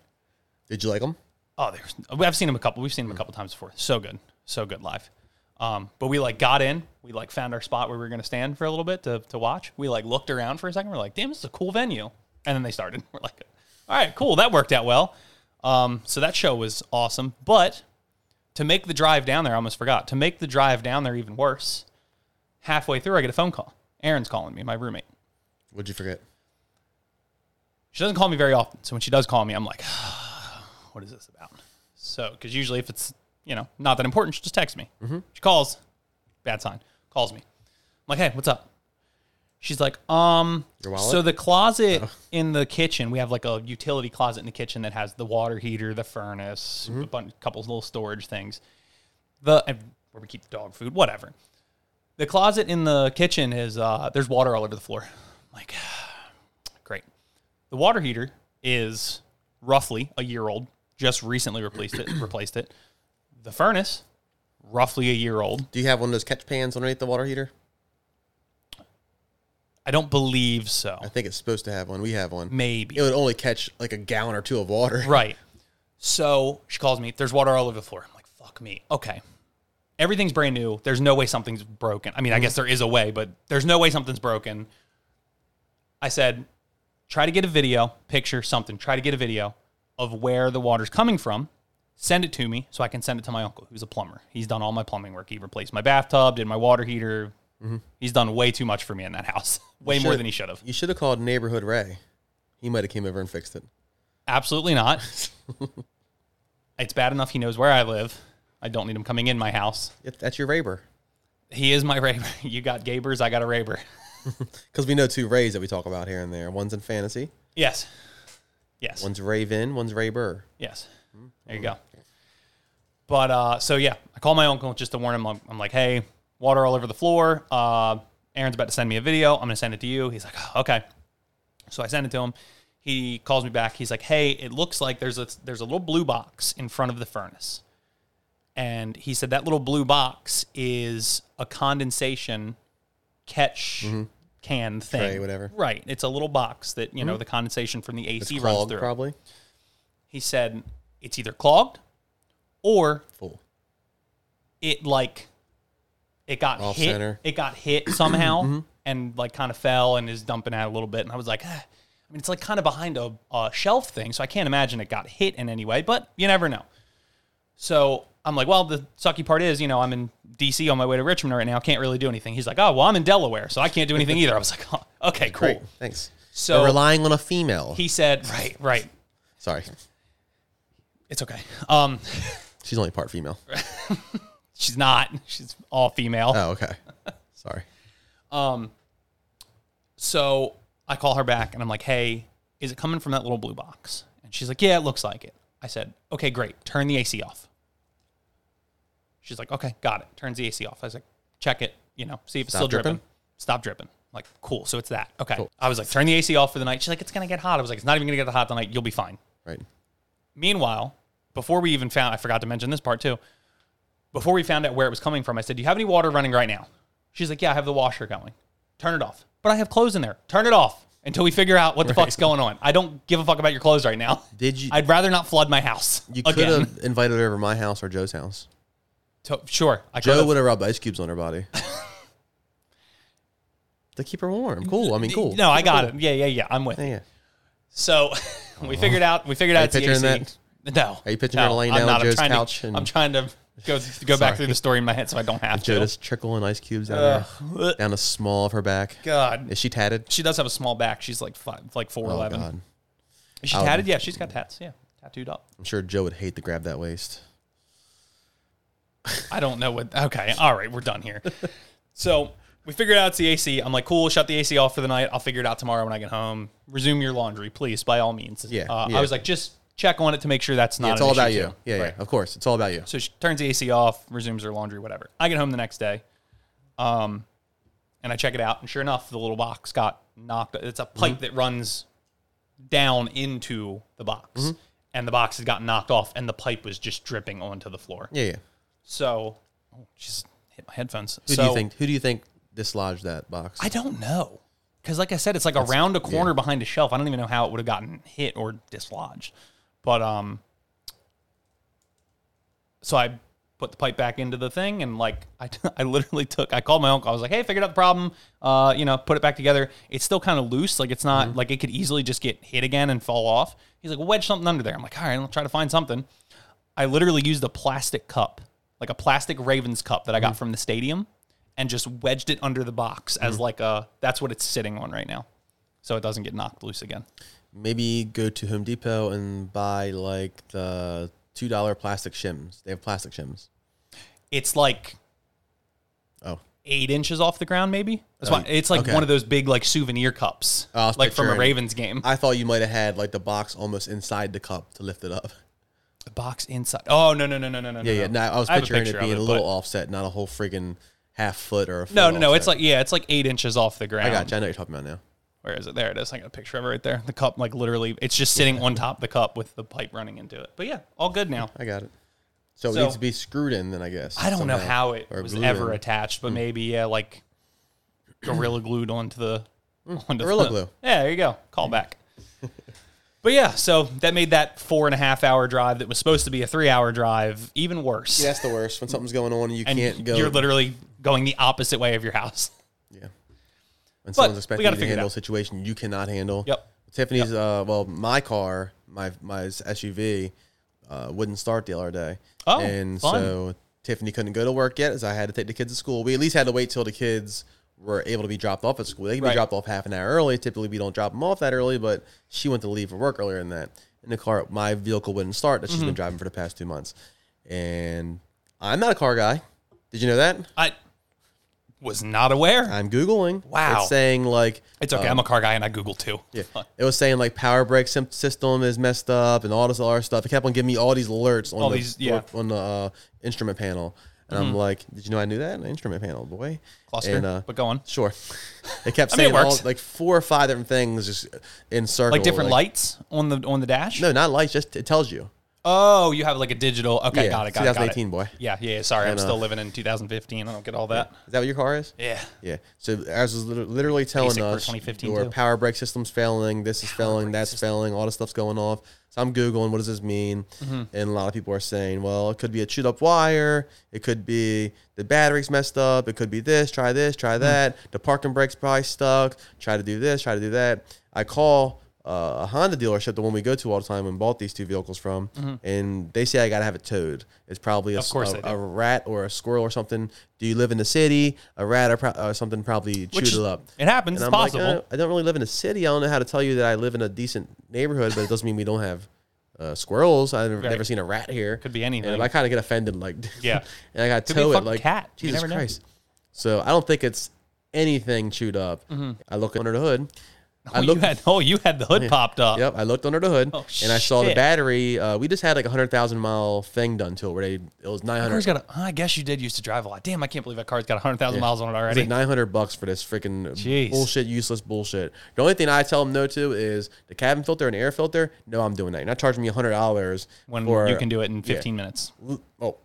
Speaker 2: Did you like them?
Speaker 3: Oh, there's. I've seen him a couple. We've seen him a couple times before. So good, so good live. Um, but we like got in. We like found our spot where we were gonna stand for a little bit to to watch. We like looked around for a second. We're like, damn, this is a cool venue. And then they started. We're like, all right, cool. That worked out well. Um, so that show was awesome. But to make the drive down there, I almost forgot. To make the drive down there even worse, halfway through, I get a phone call. Aaron's calling me, my roommate.
Speaker 2: What'd you forget?
Speaker 3: She doesn't call me very often. So when she does call me, I'm like, what is this about? So, because usually if it's, you know, not that important, she'll just text me.
Speaker 2: Mm-hmm.
Speaker 3: She calls, bad sign, calls me. I'm like, hey, what's up? She's like, um,
Speaker 2: Your wallet? Oh.
Speaker 3: so the closet in the kitchen, we have like a utility closet in the kitchen that has the water heater, the furnace,
Speaker 2: Mm-hmm.
Speaker 3: a bunch, couple little storage things, the and where we keep dog food, whatever. The closet in the kitchen is uh, there's water all over the floor. I'm like, great. The water heater is roughly a year old. Just recently replaced it. Replaced it. The furnace, roughly a year old.
Speaker 2: Do you have one of those catch pans underneath the water heater?
Speaker 3: I don't believe so.
Speaker 2: I think it's supposed to have one. We have one.
Speaker 3: Maybe.
Speaker 2: It would only catch like a gallon or two of water.
Speaker 3: Right. So she calls me. There's water all over the floor. I'm like, fuck me. Okay. Everything's brand new. There's no way something's broken. I mean, I guess there is a way, but there's no way something's broken. I said, try to get a video, picture, something. Try to get a video of where the water's coming from. Send it to me so I can send it to my uncle, who's a plumber. He's done all my plumbing work. He replaced my bathtub, did my water heater. He's done way too much for me in that house, way more
Speaker 2: should-
Speaker 3: than he should have.
Speaker 2: You should have called neighborhood Ray. He might have came over and fixed it.
Speaker 3: Absolutely not. it's bad enough he knows where I live. I don't need him coming in my house.
Speaker 2: Yep, That's your neighbor.
Speaker 3: He is my raber. You got Gabers, I got a raber.
Speaker 2: Because we know two Rays that we talk about here and there. One's in fantasy.
Speaker 3: Yes. Yes.
Speaker 2: One's Raven. One's Ray Burr.
Speaker 3: Yes. There you go. But uh, so yeah, I call my uncle just to warn him. I'm, I'm like, hey, water all over the floor. Uh, Aaron's about to send me a video. I'm gonna send it to you. He's like, "Oh, okay. So I send it to him. He calls me back. He's like, hey, it looks like there's a there's a little blue box in front of the furnace. And he said that little blue box is a condensation catch can thing.
Speaker 2: Mm-hmm. Tray, whatever. Mm-hmm.
Speaker 3: Right. It's a little box that, you know, the condensation from the
Speaker 2: It's
Speaker 3: AC runs
Speaker 2: clogged,
Speaker 3: through.
Speaker 2: probably.
Speaker 3: He said it's either clogged or
Speaker 2: Full.
Speaker 3: it like it got
Speaker 2: Off
Speaker 3: hit.
Speaker 2: center.
Speaker 3: It got hit somehow and like kind of fell and is dumping out a little bit. And I was like, "Ah." I mean, it's like kind of behind a, a shelf thing, so I can't imagine it got hit in any way. But you never know. So I'm like, well, the sucky part is, you know, I'm in DC on my way to Richmond right now. Can't really do anything. He's like, oh, well, I'm in Delaware, so I can't do anything either. I was like, oh, okay, cool.
Speaker 2: Great. Thanks.
Speaker 3: So-
Speaker 2: So relying on a female.
Speaker 3: He said, right, right.
Speaker 2: Sorry.
Speaker 3: It's okay. Um,
Speaker 2: She's only part female.
Speaker 3: she's not. She's all female.
Speaker 2: Oh, okay. Sorry.
Speaker 3: So I call her back and I'm like, hey, is it coming from that little blue box? And she's like, yeah, it looks like it. I said, okay, great. Turn the AC off. She's like, okay, got it. Turns the AC off. I was like, check it, you know, see if it's
Speaker 2: Stop
Speaker 3: still dripping.
Speaker 2: dripping?
Speaker 3: Stop dripping. like, cool. So it's that. Okay. I was like, turn the AC off for the night. She's like, it's going to get hot. I was like, it's not even going to get hot tonight. You'll be fine.
Speaker 2: Right.
Speaker 3: Meanwhile, before we even found, I forgot to mention this part too. Before we found out where it was coming from, I said, "Do you have any water running right now?" She's like, "Yeah, I have the washer going. Turn it off." But I have clothes in there. Turn it off until we figure out what the fuck's going on. I don't give a fuck about your clothes right now.
Speaker 2: Did you?
Speaker 3: I'd rather not flood my house
Speaker 2: you could
Speaker 3: again.
Speaker 2: have invited her over to my house or Joe's house.
Speaker 3: To- sure, I could
Speaker 2: Joe
Speaker 3: have.
Speaker 2: would have rubbed ice cubes on her body. to keep her warm. Cool. I mean, cool.
Speaker 3: No, I got it. Yeah, yeah, yeah. I'm with.
Speaker 2: Yeah,
Speaker 3: you.
Speaker 2: yeah.
Speaker 3: So we figured out. We figured
Speaker 2: you
Speaker 3: out it's the
Speaker 2: picturing
Speaker 3: AC. No.
Speaker 2: Are you picturing her laying
Speaker 3: I'm
Speaker 2: down on
Speaker 3: not. I'm
Speaker 2: Joe's
Speaker 3: trying
Speaker 2: couch
Speaker 3: To,
Speaker 2: and-
Speaker 3: I'm trying to go go back
Speaker 2: Sorry.
Speaker 3: through the story in my head so I don't have
Speaker 2: Joe
Speaker 3: to.
Speaker 2: just trickling ice cubes down, her,
Speaker 3: Ugh.
Speaker 2: down the small of her back.
Speaker 3: God.
Speaker 2: Is she tatted?
Speaker 3: She does have a small back. She's like five, like four
Speaker 2: Oh,
Speaker 3: eleven.
Speaker 2: God. Oh.
Speaker 3: Is she
Speaker 2: I would-
Speaker 3: tatted? Yeah, she's got tats. Yeah, tattooed up.
Speaker 2: I'm sure Joe would hate to grab that waist.
Speaker 3: I don't know what. Okay, all right, we're done here. So we figured out it's the AC. I'm like, cool, shut the AC off for the night. I'll figure it out tomorrow when I get home. Resume your laundry, please, by all means.
Speaker 2: Yeah,
Speaker 3: Uh,
Speaker 2: yeah.
Speaker 3: I was like, just check on it to make sure that's not.
Speaker 2: it's
Speaker 3: an
Speaker 2: all
Speaker 3: issue
Speaker 2: about you.
Speaker 3: too.
Speaker 2: Yeah,
Speaker 3: Right.
Speaker 2: yeah. Of course, it's all about you.
Speaker 3: So she turns the AC off, resumes her laundry, whatever. I get home the next day, um, and I check it out, and sure enough, the little box got knocked. It's a
Speaker 2: Mm-hmm.
Speaker 3: pipe that runs down into the box,
Speaker 2: Mm-hmm.
Speaker 3: and the box had gotten knocked off, and the pipe was just dripping onto the floor.
Speaker 2: Yeah, yeah.
Speaker 3: So, oh, just hit my headphones.
Speaker 2: Who
Speaker 3: so
Speaker 2: do you think? Who do you think dislodged that box?
Speaker 3: I don't know. Because, like I said, it's like around a corner behind a shelf. I don't even know how it would have gotten hit or dislodged. But, um, so I put the pipe back into the thing and, like, I, I literally took, I called my uncle. I was like, hey, figured out the problem. Uh, you know, put it back together. It's still kind of loose. Like, it's not, like, it could easily just get hit again and fall off. He's like, well, wedge something under there. I'm like, all right, I'll try to find something. I literally used a plastic cup, like a plastic Ravens cup that I
Speaker 2: Mm.
Speaker 3: got from the stadium, and just wedged it under the box
Speaker 2: Mm-hmm.
Speaker 3: as like a that's what it's sitting on right now, so it doesn't get knocked loose again.
Speaker 2: Maybe go to Home Depot and buy like the two dollar plastic shims. They have plastic shims.
Speaker 3: It's like
Speaker 2: Oh,
Speaker 3: eight inches off the ground, maybe. That's why it's like
Speaker 2: okay. Oh,
Speaker 3: one of those big like souvenir cups,
Speaker 2: I was
Speaker 3: like from a
Speaker 2: picturing-
Speaker 3: Ravens game.
Speaker 2: I thought you might have had like the box almost inside the cup to lift it up.
Speaker 3: the box inside. Oh no no no no no no.
Speaker 2: Yeah, yeah. No, I was
Speaker 3: have a
Speaker 2: picturing
Speaker 3: picture
Speaker 2: it
Speaker 3: of
Speaker 2: being a
Speaker 3: but-
Speaker 2: little offset, not a whole friggin' half foot or a foot
Speaker 3: No no no.
Speaker 2: offset.
Speaker 3: It's like yeah, it's like eight inches off the ground.
Speaker 2: I got you. I know what you're talking about now.
Speaker 3: Where is it? There it is. I got a picture of it right there. The cup, like literally, it's just sitting on top of the cup with the pipe running into it. But yeah, all good now.
Speaker 2: I got it. So,
Speaker 3: So-
Speaker 2: it needs to be screwed in, then I guess.
Speaker 3: I don't know
Speaker 2: somehow,
Speaker 3: how it
Speaker 2: or
Speaker 3: was
Speaker 2: glued
Speaker 3: ever
Speaker 2: in. Mm.
Speaker 3: attached, but maybe yeah, like gorilla glued onto the onto
Speaker 2: Mm. Gorilla
Speaker 3: the,
Speaker 2: glue.
Speaker 3: Yeah, there you go. Call back. but yeah, so that made that four and a half hour drive that was supposed to be a three hour drive even worse.
Speaker 2: That's the worst when something's going on and you
Speaker 3: and
Speaker 2: can't go.
Speaker 3: you're literally going the opposite way of your house.
Speaker 2: yeah. When someone's
Speaker 3: we
Speaker 2: expecting you
Speaker 3: gotta
Speaker 2: to
Speaker 3: figure it
Speaker 2: handle a
Speaker 3: out.
Speaker 2: situation you cannot handle.
Speaker 3: Yep.
Speaker 2: Tiffany's, uh, well, my car, my my SUV, uh, wouldn't start the other day.
Speaker 3: Oh,
Speaker 2: and
Speaker 3: fun.
Speaker 2: so Tiffany couldn't go to work yet, as I had to take the kids to school. We at least had to wait till the kids were able to be dropped off at school. They can be
Speaker 3: Right.
Speaker 2: dropped off half an hour early. Typically, we don't drop them off that early, but she went to leave for work earlier than that. And the car, my vehicle wouldn't start that she's
Speaker 3: Mm-hmm.
Speaker 2: been driving for the past two months. And I'm not a car guy. Did you know that?
Speaker 3: I was not aware.
Speaker 2: I'm googling.
Speaker 3: Wow.
Speaker 2: it's saying like
Speaker 3: it's okay. I'm a car guy and I Google too.
Speaker 2: uh, yeah. It was saying like power brake sim- system is messed up and all this other stuff. It kept on giving me all these alerts on
Speaker 3: All
Speaker 2: the
Speaker 3: these- yeah. Mm-hmm.
Speaker 2: on the uh, instrument panel, and I'm like, did you know I knew that? An instrument panel, boy.
Speaker 3: Cluster,
Speaker 2: And, uh,
Speaker 3: but go on.
Speaker 2: Sure. It kept
Speaker 3: I mean,
Speaker 2: saying
Speaker 3: it
Speaker 2: all,
Speaker 3: works.
Speaker 2: like four or five different things just in circle,
Speaker 3: Like different lights on the on the dash.
Speaker 2: No, not lights. Just it tells you.
Speaker 3: Oh, you have like a digital. Okay,
Speaker 2: Yeah,
Speaker 3: got it. Got it. Got
Speaker 2: 2018,
Speaker 3: it.
Speaker 2: boy.
Speaker 3: Yeah, yeah. yeah, Sorry, I'm
Speaker 2: And, uh,
Speaker 3: still living in 2015. I don't get all that.
Speaker 2: Is that what your car is?
Speaker 3: Yeah.
Speaker 2: Yeah. So ours was lit- literally telling
Speaker 3: Basic for
Speaker 2: us
Speaker 3: 2015
Speaker 2: your
Speaker 3: too.
Speaker 2: power brake system's failing, this is failing, that's failing, all this stuff's going off. So I'm Googling what does this mean?
Speaker 3: Mm-hmm.
Speaker 2: And a lot of people are saying, well, it could be a chewed up wire, it could be the battery's messed up, it could be this, try this,
Speaker 3: Mm.
Speaker 2: try that, the parking brake's probably stuck, try to do this, try to do that. I call uh, a Honda dealership, the one we go to all the time and bought these two vehicles from, and they say I gotta have it towed. It's probably a,
Speaker 3: Mm-hmm. Of course
Speaker 2: a-
Speaker 3: they do.
Speaker 2: a rat or a squirrel or something. Do you live in the city? A rat or, pro- or something probably chewed
Speaker 3: Which
Speaker 2: it
Speaker 3: is-
Speaker 2: up.
Speaker 3: it happens,
Speaker 2: And
Speaker 3: it's
Speaker 2: I'm like,
Speaker 3: possible.
Speaker 2: "Uh, I don't really live in a city. I don't know how to tell you that I live in a decent neighborhood, but it doesn't mean we don't have uh, squirrels. I've never- never seen a rat here.
Speaker 3: Could be
Speaker 2: And
Speaker 3: anything.
Speaker 2: I kind of get offended, like,
Speaker 3: Yeah.
Speaker 2: and I got to
Speaker 3: be a
Speaker 2: tow it,
Speaker 3: fucking
Speaker 2: like,
Speaker 3: cat. You
Speaker 2: Jesus
Speaker 3: never know.
Speaker 2: Christ. So I don't think it's anything chewed up. I look under the hood. I
Speaker 3: Oh,
Speaker 2: look
Speaker 3: Mm-hmm. you had oh, you had the hood popped up.
Speaker 2: Yep, I looked under the hood
Speaker 3: Oh,
Speaker 2: and I saw the
Speaker 3: shit.
Speaker 2: battery. Uh, we just had like a hundred thousand mile thing done to it, where they it was nine
Speaker 3: Car's
Speaker 2: hundred.
Speaker 3: got a, I guess you did used to drive a lot. Damn, I can't believe that car's got 100,000 miles on it
Speaker 2: It's
Speaker 3: already.
Speaker 2: like nine hundred bucks for this freaking
Speaker 3: Jeez.
Speaker 2: bullshit, useless bullshit. The only thing I tell them no to is the cabin filter and air filter. No, I'm doing that. You're not charging me hundred dollars
Speaker 3: when
Speaker 2: for,
Speaker 3: you can do it in 15 minutes.
Speaker 2: l- oh,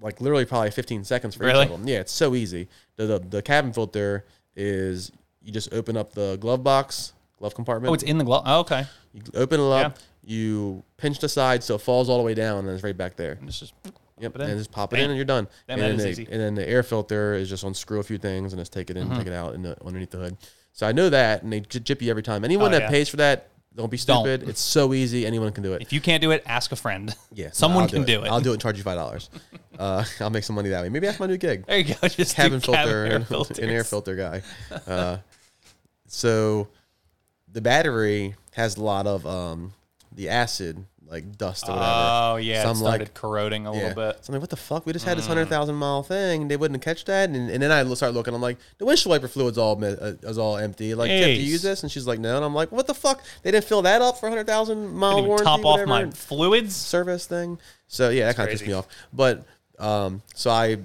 Speaker 2: like literally probably 15 seconds for
Speaker 3: Really?
Speaker 2: each of them. Yeah, it's so easy. The, the the cabin filter is you just open up the glove box, glove compartment.
Speaker 3: Oh, it's in the glove. Oh, okay.
Speaker 2: You open it up, you pinch the side so it falls all the way down and it's right back there.
Speaker 3: It's just
Speaker 2: Yep,
Speaker 3: it in.
Speaker 2: and just pop it
Speaker 3: Bam.
Speaker 2: in and you're done.
Speaker 3: Damn,
Speaker 2: and,
Speaker 3: that
Speaker 2: then
Speaker 3: is
Speaker 2: the,
Speaker 3: easy. Mm-hmm.
Speaker 2: and then the air filter is just unscrew a few things and just take it in, take it out and underneath the hood. So I know that and they j- jip you every time. Anyone
Speaker 3: Oh,
Speaker 2: that
Speaker 3: yeah.
Speaker 2: pays for that, don't be
Speaker 3: Don't.
Speaker 2: stupid. It's so easy. Anyone can do it.
Speaker 3: if you can't do it, ask a friend.
Speaker 2: Yeah, no,
Speaker 3: someone
Speaker 2: I'll
Speaker 3: can do it.
Speaker 2: I'll do it and charge you five dollars. uh, I'll make some money that way. Maybe that's my new gig.
Speaker 3: There you go. Just do
Speaker 2: cabin filter
Speaker 3: air
Speaker 2: and, an air
Speaker 3: filters.
Speaker 2: filter guy. Uh, so the battery has a lot of um, the acid like dust or whatever.
Speaker 3: Oh yeah,
Speaker 2: Some,
Speaker 3: it
Speaker 2: like-
Speaker 3: started corroding a
Speaker 2: yeah.
Speaker 3: little bit. Mm.
Speaker 2: So I'm like, what the fuck? We just had this hundred thousand mile thing, and they wouldn't catch that. And, and then I start looking. I'm like, the windshield wiper fluid's all mi- uh, is all empty. Like, Tiff, do you
Speaker 3: Jeez.
Speaker 2: use this? And she's like, no. And I'm like, what the fuck? They didn't fill that up for hundred thousand mile
Speaker 3: Didn't even
Speaker 2: warranty.
Speaker 3: top off
Speaker 2: whatever,
Speaker 3: my
Speaker 2: and-
Speaker 3: fluids.
Speaker 2: service thing. So yeah, that kind of pissed me
Speaker 3: crazy.
Speaker 2: off. But um, so I,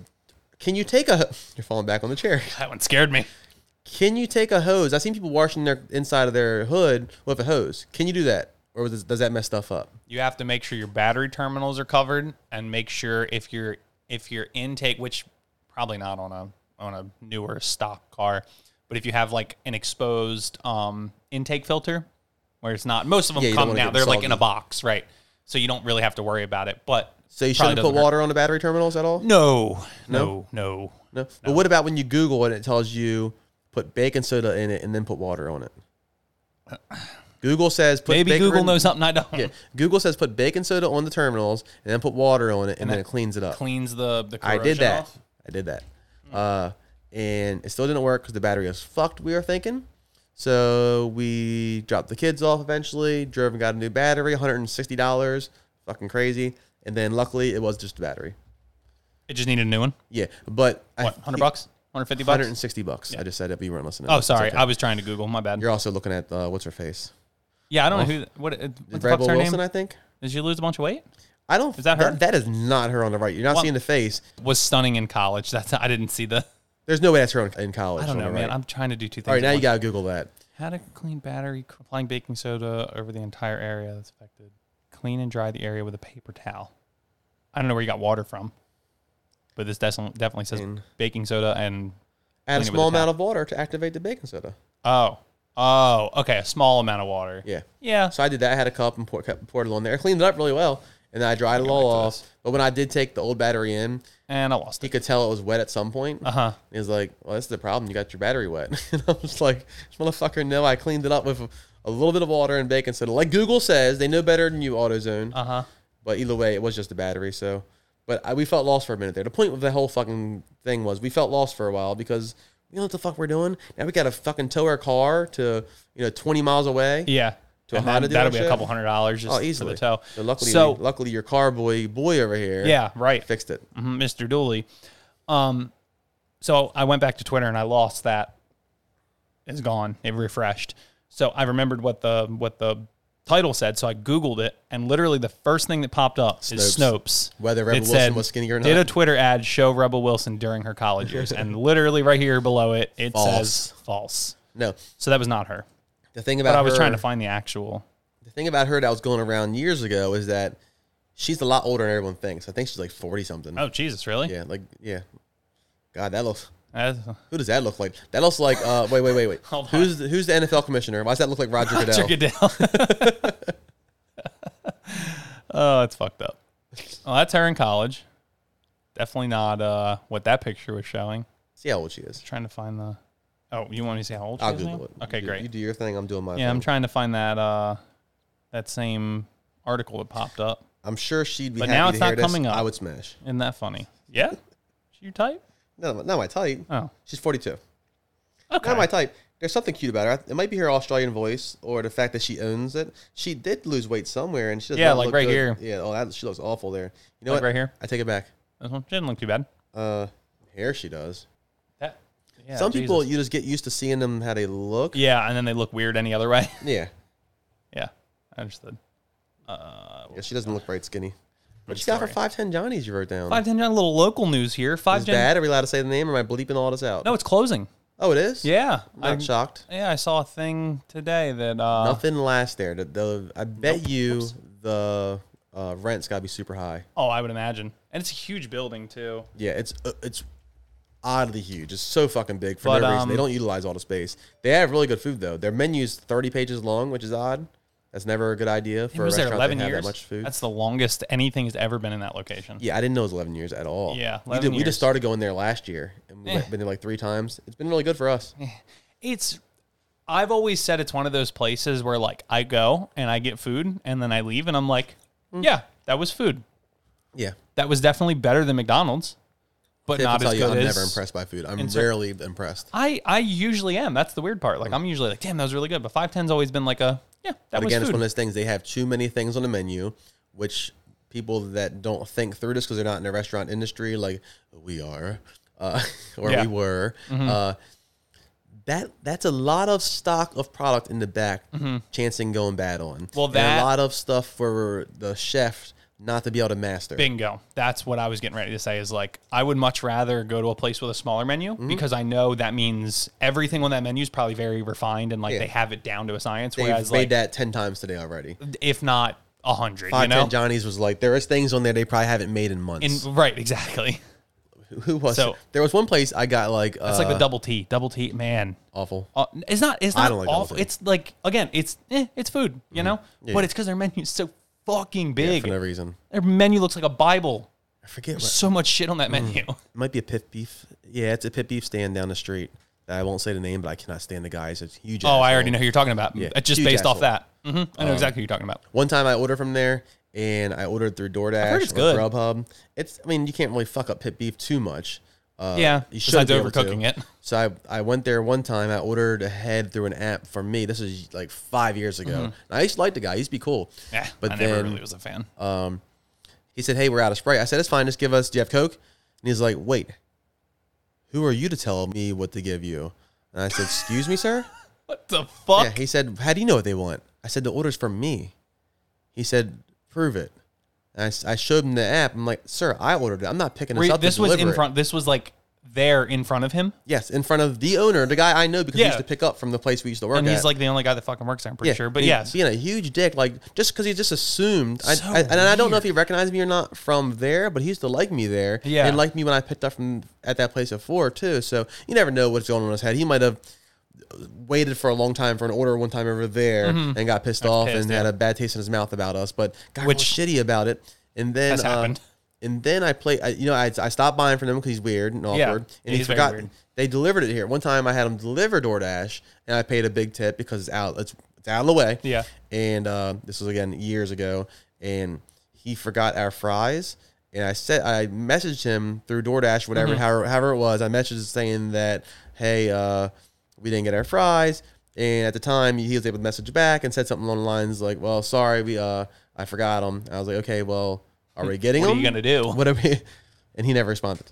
Speaker 2: can you take a? You're falling back on the chair.
Speaker 3: That one scared me.
Speaker 2: Can you take a hose? I've seen people washing their inside of their hood with a hose. Can you do that, or does, does that mess stuff up?
Speaker 3: You have to make sure your battery terminals are covered, and make sure if your if your intake, which probably not on a on a newer stock car, but if you have like an exposed um, intake filter, where it's not, most of them
Speaker 2: Yeah, you don't
Speaker 3: come
Speaker 2: wanna
Speaker 3: now.
Speaker 2: get
Speaker 3: They're like
Speaker 2: soggy.
Speaker 3: in a box, right? So you don't really have to worry about it. But
Speaker 2: So you
Speaker 3: probably
Speaker 2: shouldn't put
Speaker 3: doesn't hurt.
Speaker 2: water on the battery terminals at all.
Speaker 3: No, no, no.
Speaker 2: No? But what about when you Google it and it tells you put baking soda in it and then put water on it? Google says put
Speaker 3: Maybe
Speaker 2: baking-
Speaker 3: Google knows something I don't.
Speaker 2: Yeah, Google says put baking soda on the terminals and then put water on it and, then it
Speaker 3: that
Speaker 2: cleans it up.
Speaker 3: Cleans the the.
Speaker 2: I
Speaker 3: Corrosion
Speaker 2: did that.
Speaker 3: off.
Speaker 2: I did that. Uh, and it still didn't work because the battery was fucked, we were thinking. So we dropped the kids off eventually, drove and got a new battery, $160, fucking crazy. And then luckily it was just the battery.
Speaker 3: It just needed a new one.
Speaker 2: Yeah, but
Speaker 3: What?
Speaker 2: I,
Speaker 3: Hundred bucks? Hundred fifty bucks?
Speaker 2: 160 bucks. I just said it, but you weren't listening.
Speaker 3: Oh,
Speaker 2: It's
Speaker 3: sorry.
Speaker 2: okay.
Speaker 3: I was trying to Google. My bad.
Speaker 2: You're also looking at uh, what's her face?
Speaker 3: Yeah, I don't know who. What? uh, What the
Speaker 2: Rebel
Speaker 3: fuck's her
Speaker 2: Wilson,
Speaker 3: name?
Speaker 2: I think.
Speaker 3: Did she lose a bunch of weight?
Speaker 2: I don't.
Speaker 3: Is that her?
Speaker 2: that is not her on the right. You're not
Speaker 3: Well-
Speaker 2: seeing the face.
Speaker 3: Was stunning in college. That's. I didn't see the.
Speaker 2: There's no way that's her in, in college.
Speaker 3: I don't
Speaker 2: on
Speaker 3: know,
Speaker 2: the
Speaker 3: man.
Speaker 2: right.
Speaker 3: I'm trying to do two things.
Speaker 2: All right,
Speaker 3: at
Speaker 2: now you
Speaker 3: once.
Speaker 2: gotta Google that.
Speaker 3: How to clean battery? c- Applying baking soda over the entire area that's affected. Clean and dry the area with a paper towel. I don't know where you got water from, but this definitely definitely says
Speaker 2: In-
Speaker 3: baking soda and
Speaker 2: Add
Speaker 3: Clean it
Speaker 2: a
Speaker 3: with
Speaker 2: small
Speaker 3: a towel.
Speaker 2: amount of water to activate the baking soda.
Speaker 3: oh oh okay a small amount of water.
Speaker 2: Yeah.
Speaker 3: Yeah.
Speaker 2: So I did that. I had a cup and pour, kept- poured it on there. I cleaned it up really well, and then I dried it all
Speaker 3: back to
Speaker 2: off. But when I did take the old battery in,
Speaker 3: And I lost
Speaker 2: he
Speaker 3: it.
Speaker 2: could tell it was wet at some point.
Speaker 3: Uh huh.
Speaker 2: He was like, "Well, this is the problem. You got your battery wet." and I was like, "This motherfucker, no! I cleaned it up with a, a little bit of water and baking soda. Like Google says, they know better than you, AutoZone.
Speaker 3: Uh huh.
Speaker 2: But either way, it was just the battery. So, but I, we felt lost for a minute there. The point of the whole fucking thing was we felt lost for a while because we don't know what the fuck we're doing. Now we got to fucking tow our car to you know twenty miles away.
Speaker 3: Yeah.
Speaker 2: To a
Speaker 3: And then
Speaker 2: Honda
Speaker 3: that'll be
Speaker 2: dealership?
Speaker 3: a couple hundred dollars just
Speaker 2: Oh, easily.
Speaker 3: for the tow.
Speaker 2: So luckily,
Speaker 3: So-
Speaker 2: luckily your car boy boy over here,
Speaker 3: Yeah, right.
Speaker 2: fixed it.
Speaker 3: Mhm, Mr. Dooley. Um, so I went back to Twitter and I lost that. It's gone. It refreshed. So I remembered what the what the title said. So I Googled it, and literally the first thing that popped up is
Speaker 2: Snopes.
Speaker 3: Snopes.
Speaker 2: Whether Rebel Wilson was skinnier or
Speaker 3: Did
Speaker 2: not."
Speaker 3: a Twitter ad show Rebel Wilson during her college years? and literally right here below it, it says false.
Speaker 2: No,
Speaker 3: So that was not her.
Speaker 2: the thing about
Speaker 3: But I was
Speaker 2: her-
Speaker 3: trying to find the actual.
Speaker 2: the thing about her that was going around years ago is that she's a lot older than everyone thinks. I think she's like forty something.
Speaker 3: Oh Jesus, really?
Speaker 2: Yeah, like yeah. God, that looks.
Speaker 3: Uh,
Speaker 2: Who does that look like? That looks like. Uh, wait, wait, wait, wait.
Speaker 3: Hold on.
Speaker 2: who's the, who's the NFL commissioner? Why does that look like Roger Goodell?
Speaker 3: Roger Goodell. oh, it's fucked up. Well, that's her in college. Definitely not uh, what that picture was showing.
Speaker 2: See how old she is.
Speaker 3: Trying to find the. Oh, you want me to see how old she
Speaker 2: I'll
Speaker 3: is now?
Speaker 2: Google it.
Speaker 3: Okay,
Speaker 2: You do-
Speaker 3: great.
Speaker 2: You do your thing. I'm doing my.
Speaker 3: yeah,
Speaker 2: thing.
Speaker 3: I'm trying to find that uh, that same article that popped up.
Speaker 2: I'm sure she'd be.
Speaker 3: But
Speaker 2: happy
Speaker 3: now
Speaker 2: to
Speaker 3: it's not
Speaker 2: hear this.
Speaker 3: coming up.
Speaker 2: I would smash.
Speaker 3: Isn't that funny? Yeah, Is your type.
Speaker 2: No, no, not my type.
Speaker 3: Oh,
Speaker 2: She's 42.
Speaker 3: okay.
Speaker 2: Not my type. There's something cute about her. It might be her Australian voice or the fact that she owns it. She did lose weight somewhere, and she does
Speaker 3: Yeah,
Speaker 2: not
Speaker 3: like
Speaker 2: look
Speaker 3: right
Speaker 2: good.
Speaker 3: here.
Speaker 2: Yeah, oh, that, she looks awful there. You know
Speaker 3: Like
Speaker 2: what?
Speaker 3: right here?
Speaker 2: I take it back.
Speaker 3: This one didn't look too bad.
Speaker 2: Uh, here she does.
Speaker 3: That. Yeah,
Speaker 2: Some people
Speaker 3: Jesus.
Speaker 2: you just get used to seeing them how they look.
Speaker 3: Yeah, and then they look weird any other way.
Speaker 2: Yeah.
Speaker 3: yeah, I understood. Uh,
Speaker 2: Yeah, she doesn't look right skinny. What she got for
Speaker 3: sorry.
Speaker 2: five ten Johnnies you wrote down?
Speaker 3: Five ten. A little local news here. Five
Speaker 2: is
Speaker 3: ten.
Speaker 2: bad? Are we allowed to say the name? Or am I bleeping all this out?
Speaker 3: No, it's closing.
Speaker 2: Oh, it is.
Speaker 3: Yeah,
Speaker 2: I'm
Speaker 3: I,
Speaker 2: shocked.
Speaker 3: yeah, I saw a thing today that uh,
Speaker 2: Nothing lasts there. The, the- I bet you the uh, rent's got to be super high.
Speaker 3: oh, I would imagine, and it's a huge building too.
Speaker 2: Yeah, it's uh, it's oddly huge. It's so fucking big for
Speaker 3: But,
Speaker 2: no reason. They
Speaker 3: um,
Speaker 2: don't utilize all the space. They have really good food though. Their menu's thirty pages long, which is odd. That's never a good idea
Speaker 3: It
Speaker 2: for a
Speaker 3: was
Speaker 2: restaurant
Speaker 3: there eleven
Speaker 2: to have
Speaker 3: years.
Speaker 2: that much food.
Speaker 3: That's the longest anything's ever been in that location.
Speaker 2: yeah, I didn't know it was eleven years at all.
Speaker 3: Yeah,
Speaker 2: we,
Speaker 3: 11
Speaker 2: did, we
Speaker 3: years. Eh.
Speaker 2: just started going there last year, and we've been there like three times. It's been really good for us.
Speaker 3: It's. I've always said it's one of those places where like I go and I get food and then I leave and I'm like,
Speaker 2: Hmm.
Speaker 3: yeah, that was food.
Speaker 2: Yeah,
Speaker 3: That was definitely better than McDonald's, but
Speaker 2: Tiff will
Speaker 3: not
Speaker 2: tell
Speaker 3: as
Speaker 2: you,
Speaker 3: good
Speaker 2: I'm
Speaker 3: as.
Speaker 2: never impressed by food. I'm
Speaker 3: so-
Speaker 2: rarely impressed.
Speaker 3: I I usually am. That's the weird part. Like I'm usually like, damn, that was really good. But five ten's always been like a yeah, that
Speaker 2: Hmm. But
Speaker 3: was
Speaker 2: again, it's
Speaker 3: food.
Speaker 2: one of those things. They have too many things on the menu. which people that don't think through this because they're not in the restaurant industry, like we are, uh, or
Speaker 3: Yeah. Mm-hmm.
Speaker 2: we were, uh, that that's a lot of stock of product in the back, chancing going bad on.
Speaker 3: Mm-hmm. Well,
Speaker 2: And
Speaker 3: that-
Speaker 2: a lot of stuff for the chef not to be able to master.
Speaker 3: Bingo. That's what I was getting ready to say is like I would much rather go to a place with a smaller menu
Speaker 2: Mm-hmm.
Speaker 3: because I know that means everything on that menu is probably very refined and like
Speaker 2: Yeah.
Speaker 3: they have it down to a science.
Speaker 2: They've
Speaker 3: whereas
Speaker 2: made
Speaker 3: like
Speaker 2: that ten times today already.
Speaker 3: if not a hundred, you
Speaker 2: Five
Speaker 3: know?
Speaker 2: Ten Johnny's was like, there is things on there they probably haven't made in months.
Speaker 3: In, right, exactly.
Speaker 2: Who was
Speaker 3: so-
Speaker 2: it? There was one place I got like uh,
Speaker 3: That's like the double T. Double T, man.
Speaker 2: awful.
Speaker 3: Uh, it's not. It's
Speaker 2: I
Speaker 3: not
Speaker 2: don't like Mm-hmm.
Speaker 3: awful.
Speaker 2: Dolphin.
Speaker 3: It's like again. It's eh, it's food. You know. But it's because their menu is so fucking big.
Speaker 2: for no reason.
Speaker 3: their menu looks like a bible.
Speaker 2: I forget what
Speaker 3: So much shit on
Speaker 2: Mm.
Speaker 3: that menu.
Speaker 2: it might be a pit beef. Yeah, it's a pit beef stand down the street. I won't say the name, but I cannot stand the guy. He's a huge.
Speaker 3: Oh, I already
Speaker 2: asshole.
Speaker 3: know who you're talking about.
Speaker 2: Yeah,
Speaker 3: Uh, Just
Speaker 2: huge
Speaker 3: based off
Speaker 2: asshole. Um,
Speaker 3: that, hmm I know exactly who you're talking about.
Speaker 2: One time I ordered from there, and I ordered through DoorDash
Speaker 3: heard it's
Speaker 2: or
Speaker 3: good.
Speaker 2: Grubhub. It's. I mean, you can't really fuck up pit beef too much. Uh,
Speaker 3: Yeah,
Speaker 2: you
Speaker 3: besides
Speaker 2: should
Speaker 3: overcooking it.
Speaker 2: So I, I went there one time. I ordered a head through an app for me. This is like five years ago. And I used to like the guy. He used to be cool.
Speaker 3: Mm-hmm. Yeah,
Speaker 2: but
Speaker 3: I
Speaker 2: then uh,
Speaker 3: never really was a fan.
Speaker 2: he said, "Hey, we're out of Sprite." I said, "It's fine. Just give us. Do you have Coke?" And he's like, "Wait, who are you to tell me what to give you?" And I said, "Excuse me, sir."
Speaker 3: what the fuck?
Speaker 2: Yeah, he said, How do you know what they want? I said, The order's from me. He said, Prove it. And I s- I, showed him the app. I'm like, Sir, I ordered it. I'm not picking this
Speaker 3: Re-
Speaker 2: up. to
Speaker 3: this was
Speaker 2: deliver
Speaker 3: in
Speaker 2: it."
Speaker 3: front. This was like there in front of him,
Speaker 2: Yes, in front of the owner, the guy I know because he
Speaker 3: Yeah.
Speaker 2: used to pick up from the place we used to work
Speaker 3: and
Speaker 2: at.
Speaker 3: he's like the only guy that fucking works there. I'm pretty sure. But
Speaker 2: and he-
Speaker 3: yes,
Speaker 2: being a huge dick, like just because he just assumed, I,
Speaker 3: So
Speaker 2: I- and I don't know if he recognized me or not from there, but he used to like me there,
Speaker 3: Yeah.
Speaker 2: and liked me when I picked up from at that place before too. So you never know what's going on in his head. He might have waited for a long time for an order one time over there and got pissed off
Speaker 3: Mm-hmm. pissed,
Speaker 2: and
Speaker 3: yeah.
Speaker 2: had a bad taste in his mouth about us, but got
Speaker 3: Which-
Speaker 2: Which, shitty about it. And then
Speaker 3: Has
Speaker 2: um,
Speaker 3: happened.
Speaker 2: And then I play, I, you know, I, I stopped buying from him because he's weird and awkward,
Speaker 3: Yeah.
Speaker 2: and
Speaker 3: Yeah,
Speaker 2: he
Speaker 3: he's very
Speaker 2: forgot
Speaker 3: weird.
Speaker 2: they delivered it here. One time I had them deliver DoorDash and I paid a big tip because it's out it's, it's out of the way.
Speaker 3: Yeah.
Speaker 2: And uh, this was again years ago and he forgot our fries and I said I messaged him through DoorDash whatever
Speaker 3: Mm-hmm.
Speaker 2: however, however it was. I messaged saying that hey uh, we didn't get our fries and at the time he was able to message back and said something along the lines like well sorry we uh I forgot them. I was like okay well are we getting
Speaker 3: What are
Speaker 2: them?
Speaker 3: you gonna do?
Speaker 2: What are we? And he never responded.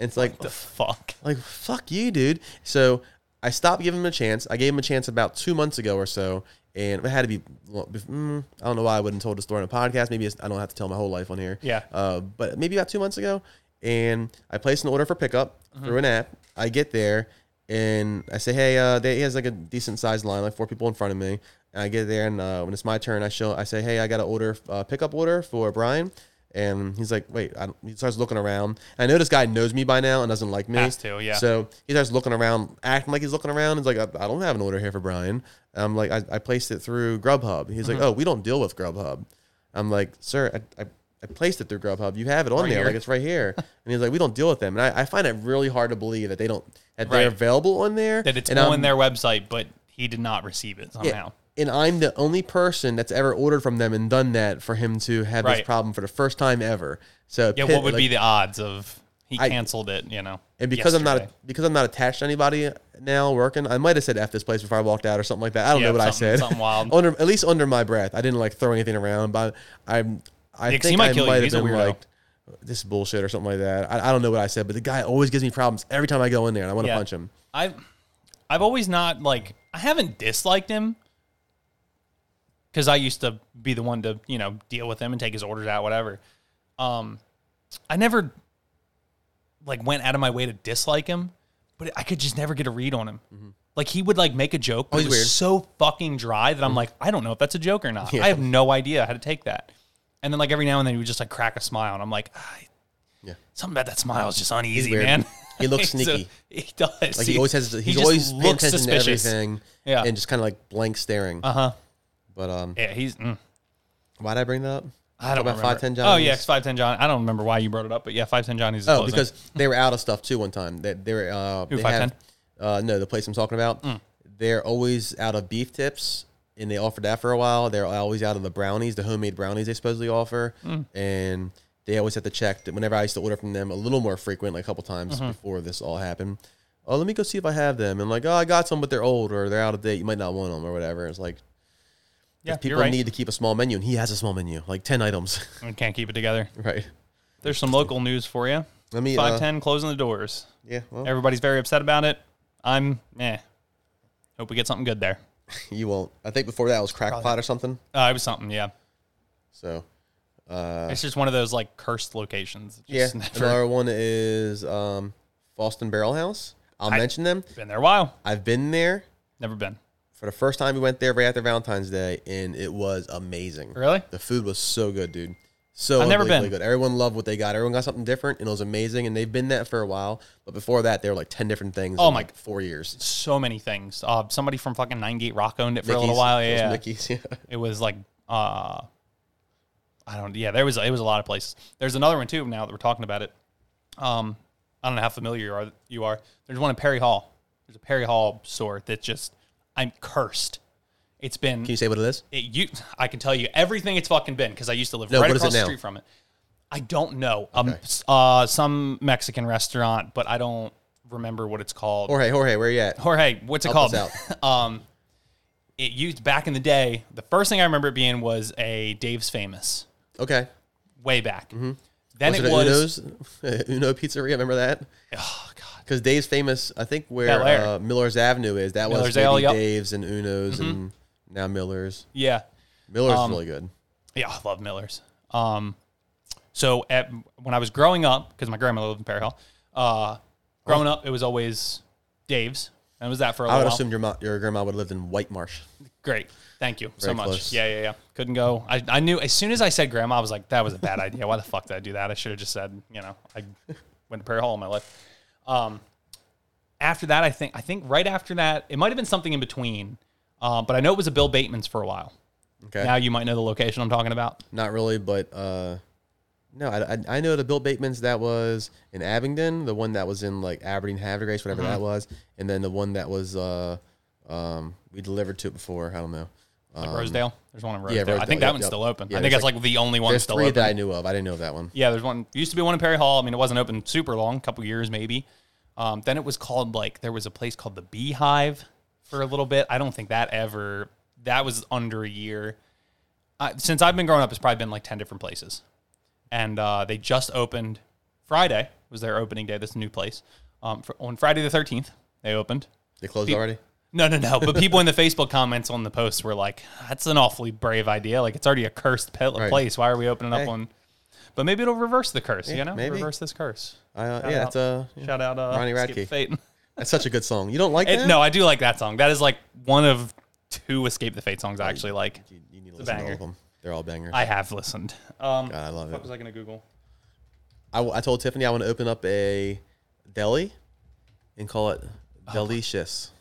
Speaker 2: And it's like
Speaker 3: the fuck.
Speaker 2: like, fuck you, dude. So I stopped giving him a chance. I gave him a chance about two months ago or so. And it had to be, well, bef- mm, I don't know why I wouldn't told the story on a podcast. Maybe it's, I don't have to tell my whole life on here.
Speaker 3: Yeah.
Speaker 2: Uh, but maybe about two months ago. And I placed an order for pickup through an app. I get there and I say, hey, uh, they, he has like a decent sized line, like four people in front of me. And I get there and uh, when it's my turn, I show, I say, hey, I got an order, uh, pickup order for Brian. And he's like, wait, I don't, he starts looking around. And I know this guy knows me by now and doesn't like me.
Speaker 3: Has to, yeah.
Speaker 2: So he starts looking around, acting like he's looking around. He's like, I, I don't have an order here for Brian. And I'm like, I, I placed it through Grubhub. He's
Speaker 3: Mm-hmm.
Speaker 2: like, oh, we don't deal with Grubhub. I'm like, sir, I, I, I placed it through Grubhub. You have it on
Speaker 3: Right
Speaker 2: there.
Speaker 3: here.
Speaker 2: Like, it's right here. and he's like, we don't deal with them. And I, I find it really hard to believe that they don't, that
Speaker 3: Right.
Speaker 2: they're available on there.
Speaker 3: That it's
Speaker 2: and um,
Speaker 3: on
Speaker 2: I'm-
Speaker 3: their website, but he did not receive it somehow.
Speaker 2: and I'm the only person that's ever ordered from them and done that for him to have
Speaker 3: Right.
Speaker 2: this problem for the first time ever. So
Speaker 3: Yeah,
Speaker 2: pit-
Speaker 3: what would
Speaker 2: like-
Speaker 3: be the odds of he
Speaker 2: I-
Speaker 3: canceled it? You know,
Speaker 2: And because I'm
Speaker 3: yesterday?
Speaker 2: not because I'm not attached to anybody now working, I might have said "f this place" before I walked out or something like that. I don't
Speaker 3: Yeah,
Speaker 2: know what I
Speaker 3: something-
Speaker 2: said.
Speaker 3: something wild.
Speaker 2: under at least under my breath, I didn't like throw anything around. But I'm I
Speaker 3: Yeah, 'cause he
Speaker 2: think
Speaker 3: might
Speaker 2: I
Speaker 3: kill you.
Speaker 2: might have
Speaker 3: He's a
Speaker 2: been
Speaker 3: weirdo.
Speaker 2: like this is bullshit or something like that. I, I don't know what I said, but the guy always gives me problems every time I go in there, and I want to
Speaker 3: Yeah.
Speaker 2: punch him.
Speaker 3: I've I've always not like I haven't disliked him because I used to be the one to you know deal with him and take his orders out whatever. Um, I never like went out of my way to dislike him, but I could just never get a read on him. Like he would like make a joke, but it
Speaker 2: Mm-hmm. Oh, he's
Speaker 3: was
Speaker 2: weird. Mm-hmm.
Speaker 3: so fucking dry that I'm like, I don't know if that's a joke or not.
Speaker 2: Yeah.
Speaker 3: I have no idea how to take that. And then like every now and then he would just like crack a smile, and I'm like, ah,
Speaker 2: Yeah.
Speaker 3: something about that smile is just uneasy,
Speaker 2: weird.
Speaker 3: man.
Speaker 2: He looks
Speaker 3: So-
Speaker 2: sneaky.
Speaker 3: he does.
Speaker 2: Like he, always has, he's
Speaker 3: he just
Speaker 2: always paying
Speaker 3: looks
Speaker 2: attention
Speaker 3: suspicious.
Speaker 2: to everything,
Speaker 3: Yeah.
Speaker 2: and just kind of like blank staring.
Speaker 3: Uh huh.
Speaker 2: But um,
Speaker 3: Yeah, he's. Mm,
Speaker 2: why did I bring that up?
Speaker 3: I don't
Speaker 2: about
Speaker 3: remember.
Speaker 2: five ten John.
Speaker 3: Oh yeah, five ten John. I don't remember why you brought it up, but yeah, five ten John. He's
Speaker 2: Oh, because they were out of stuff too one time. That they, were uh, they have,
Speaker 3: 510?
Speaker 2: uh no, the place I'm talking about.
Speaker 3: Mm.
Speaker 2: They're always out of beef tips and they offered that for a while. They're always out of the brownies, the homemade brownies they supposedly offer.
Speaker 3: Mm.
Speaker 2: And they always have to check that whenever I used to order from them a little more frequent, like a couple times
Speaker 3: Mm-hmm.
Speaker 2: before this all happened. Oh, let me go see if I have them. And like, oh, I got some, but they're old or they're out of date. You might not want them or whatever. It's like,
Speaker 3: Yeah, you're
Speaker 2: people
Speaker 3: right.
Speaker 2: need to keep a small menu, and he has a small menu, like ten items.
Speaker 3: We can't keep it together.
Speaker 2: right.
Speaker 3: There's some local news for you.
Speaker 2: Let me.
Speaker 3: Five
Speaker 2: Uh,
Speaker 3: ten closing the doors.
Speaker 2: yeah. Well,
Speaker 3: Everybody's very upset about it. I'm eh. Hope we get something good there.
Speaker 2: you won't. I think before that was crackpot or something.
Speaker 3: Uh, it was something, yeah.
Speaker 2: So. Uh,
Speaker 3: It's just one of those like cursed locations.
Speaker 2: yeah.
Speaker 3: Just never
Speaker 2: Another one is um, Boston Barrel House. I'll
Speaker 3: I-
Speaker 2: mention them.
Speaker 3: been there a while.
Speaker 2: I've been there
Speaker 3: Never been.
Speaker 2: for the first time. We went there right after Valentine's Day, and it was amazing.
Speaker 3: Really?
Speaker 2: The food was so good, dude. So
Speaker 3: I've never
Speaker 2: unbelievably
Speaker 3: been.
Speaker 2: good. Everyone loved what they got. Everyone got something different, and it was amazing. And they've been that for a while. But before that, they were like ten different things.
Speaker 3: Oh
Speaker 2: in,
Speaker 3: my-
Speaker 2: like, four years.
Speaker 3: So many things. Uh, somebody from fucking Nine Gate Rock owned it for a little
Speaker 2: Mickey's-
Speaker 3: while.
Speaker 2: it was
Speaker 3: Yeah,
Speaker 2: Mickey's. Yeah.
Speaker 3: it was like uh, I don't. Yeah, there was it was a lot of places. There's another one too. Now that we're talking about it, um, I don't know how familiar you are. You are. There's one in Perry Hall. There's a Perry Hall store that just I'm cursed. It's been
Speaker 2: Can you say what it is?
Speaker 3: it, you I can tell you everything it's fucking been because I used to live
Speaker 2: No,
Speaker 3: right
Speaker 2: what is
Speaker 3: across
Speaker 2: it
Speaker 3: the
Speaker 2: now?
Speaker 3: street from it. I don't know. Um, s- uh, some Mexican restaurant, but I don't remember what it's called.
Speaker 2: Jorge, Jorge, where you at?
Speaker 3: Jorge, what's it
Speaker 2: Help
Speaker 3: called?
Speaker 2: us
Speaker 3: um, it used back in the day. The first thing I remember it being was a Dave's Famous
Speaker 2: Okay.
Speaker 3: way back. Then
Speaker 2: Mm-hmm. Was
Speaker 3: it,
Speaker 2: it,
Speaker 3: was
Speaker 2: Uno's? Uno Pizzeria. Remember that?
Speaker 3: oh god,
Speaker 2: Because Dave's famous. I think
Speaker 3: Bel
Speaker 2: where
Speaker 3: Air.
Speaker 2: uh, Miller's Avenue is. That was
Speaker 3: Miller's
Speaker 2: maybe
Speaker 3: Ale, yep. Mm-hmm.
Speaker 2: Dave's and Uno's and now Miller's.
Speaker 3: yeah,
Speaker 2: Miller's
Speaker 3: Um,
Speaker 2: is really good.
Speaker 3: yeah. I love Miller's. Um, so at when I was growing up, because my grandmother lived in Perry Hill, uh, growing up it was always Dave's, and it was that for a
Speaker 2: I
Speaker 3: little
Speaker 2: would
Speaker 3: while.
Speaker 2: assume your mo- your grandma would have lived in White Marsh.
Speaker 3: Great. Thank you so
Speaker 2: Very
Speaker 3: much.
Speaker 2: close.
Speaker 3: Yeah, yeah, yeah. Couldn't go. I, I knew as soon as I said grandma, I was like, that was a bad idea. Why the fuck did I do that? I should have just said, you know, I went to prayer hall in my life. Um, after that, I think I think right after that, it might have been something in between. Uh, but I know it was a Bill Bateman's for a while.
Speaker 2: Okay.
Speaker 3: Now you might know the location I'm talking about.
Speaker 2: Not really, but uh, no, I, I, I know the Bill Bateman's that was in Abingdon, the one that was in like Aberdeen Havergrace, whatever
Speaker 3: Mm-hmm.
Speaker 2: that was, and then the one that was uh, um, we delivered to it before. I don't know.
Speaker 3: Like Rosedale. There's one in Rosedale. I
Speaker 2: Um, Rosedale.
Speaker 3: think that
Speaker 2: Yep,
Speaker 3: one's
Speaker 2: yep.
Speaker 3: still open.
Speaker 2: Yeah,
Speaker 3: I think
Speaker 2: there's
Speaker 3: that's like, the only one
Speaker 2: There's
Speaker 3: still
Speaker 2: three
Speaker 3: open.
Speaker 2: that I knew of. I didn't know that one.
Speaker 3: Yeah, there's one. Used to be one in Perry Hall. I mean, it wasn't open super long, couple years maybe. Um, then it was called like there was a place called the Beehive for a little bit. I don't think that ever. That was under a year. I, since I've been growing up, it's probably been like ten different places, and uh, they just opened. Friday was their opening day. This new place um, fr on Friday the thirteenth. They opened.
Speaker 2: They closed already.
Speaker 3: No, no, no. But people in the Facebook comments on the post were like, "That's an awfully brave idea. Like, it's already a cursed pe- place. Why are we opening
Speaker 2: Hey.
Speaker 3: up one?" But maybe it'll reverse the curse. you know,
Speaker 2: maybe.
Speaker 3: reverse this curse.
Speaker 2: Uh,
Speaker 3: Shout
Speaker 2: yeah,
Speaker 3: out.
Speaker 2: that's uh, yeah.
Speaker 3: Shout out, uh,
Speaker 2: Ronnie
Speaker 3: Escape
Speaker 2: Radke.
Speaker 3: Fate.
Speaker 2: that's such a good song. You don't like
Speaker 3: It-
Speaker 2: that?
Speaker 3: no, I do like that song. That is like one of two Escape the Fate songs I actually like.
Speaker 2: You, you need to listen to all
Speaker 3: banger.
Speaker 2: of them. They're all bangers.
Speaker 3: I have listened. Um,
Speaker 2: God, I love
Speaker 3: what
Speaker 2: it.
Speaker 3: was I gonna Google?
Speaker 2: I, I told Tiffany I want to open up a deli and call it
Speaker 3: Oh.
Speaker 2: Delicious.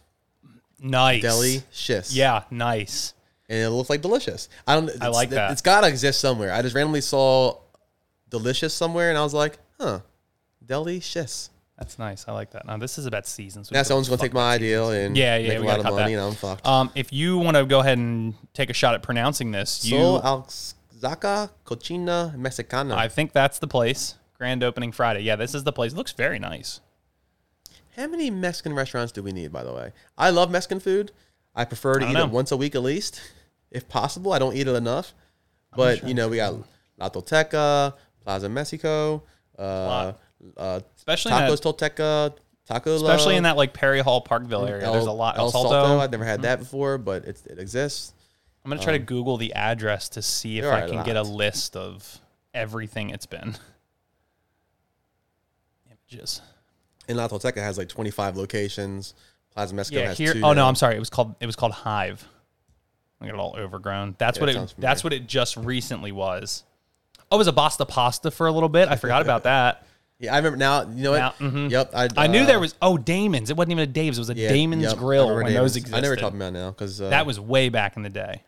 Speaker 3: Nice
Speaker 2: Delicious.
Speaker 3: Yeah, nice.
Speaker 2: and it looks like delicious. I don't. It's,
Speaker 3: like that.
Speaker 2: It's gotta exist somewhere. I just randomly saw delicious somewhere, and I was like, huh, delicious.
Speaker 3: That's nice. I like that. Now this is about seasons.
Speaker 2: Now someone's gonna take my idea and
Speaker 3: Yeah, yeah,
Speaker 2: make a
Speaker 3: we
Speaker 2: lot
Speaker 3: gotta
Speaker 2: of
Speaker 3: cut
Speaker 2: money,
Speaker 3: that.
Speaker 2: and I'm fucked.
Speaker 3: Um, if you want to go ahead and take a shot at pronouncing this, you
Speaker 2: Sol Alzaca Cochina Mexicana.
Speaker 3: I think that's the place. Grand opening Friday. Yeah, this is the place. looks very nice.
Speaker 2: How many Mexican restaurants do we need, by the way? I love Mexican food. I prefer to
Speaker 3: I
Speaker 2: eat
Speaker 3: don't
Speaker 2: it
Speaker 3: know.
Speaker 2: once a week at least, if possible. I don't eat it enough, but you know we got La Tolteca, Plaza Mexico, uh,
Speaker 3: lot.
Speaker 2: uh,
Speaker 3: Especially in
Speaker 2: Tacos
Speaker 3: that-
Speaker 2: Tolteca, Taco.
Speaker 3: Especially in that like Perry Hall Parkville area. There's a lot. El, Salto. Mm-hmm.
Speaker 2: I've never had that before, but it's, it exists.
Speaker 3: I'm gonna try
Speaker 2: um,
Speaker 3: to Google the address to see if
Speaker 2: There are
Speaker 3: I
Speaker 2: a
Speaker 3: can get a
Speaker 2: lot.
Speaker 3: list of everything it's been. Images.
Speaker 2: And La Tolteca has like 25 locations. Plaza Mexico
Speaker 3: Yeah,
Speaker 2: has
Speaker 3: here.
Speaker 2: two.
Speaker 3: Oh no,
Speaker 2: now.
Speaker 3: I'm sorry. It was called. It was called Hive. I got it all overgrown. That's
Speaker 2: Yeah,
Speaker 3: what
Speaker 2: it
Speaker 3: it.
Speaker 2: sounds familiar.
Speaker 3: that's what it just recently was. Oh, it was a Basta Pasta for a little bit. I forgot about that.
Speaker 2: Yeah, I remember now. You know what?
Speaker 3: Now- mhm.
Speaker 2: Yep.
Speaker 3: I knew
Speaker 2: uh,
Speaker 3: there was. Oh, Damon's. It wasn't even a Dave's. It was a
Speaker 2: yeah,
Speaker 3: Damon's
Speaker 2: yep, I
Speaker 3: Grill
Speaker 2: remember
Speaker 3: when
Speaker 2: Damon's.
Speaker 3: those existed.
Speaker 2: I never talk about it now because uh,
Speaker 3: that was way back in the day.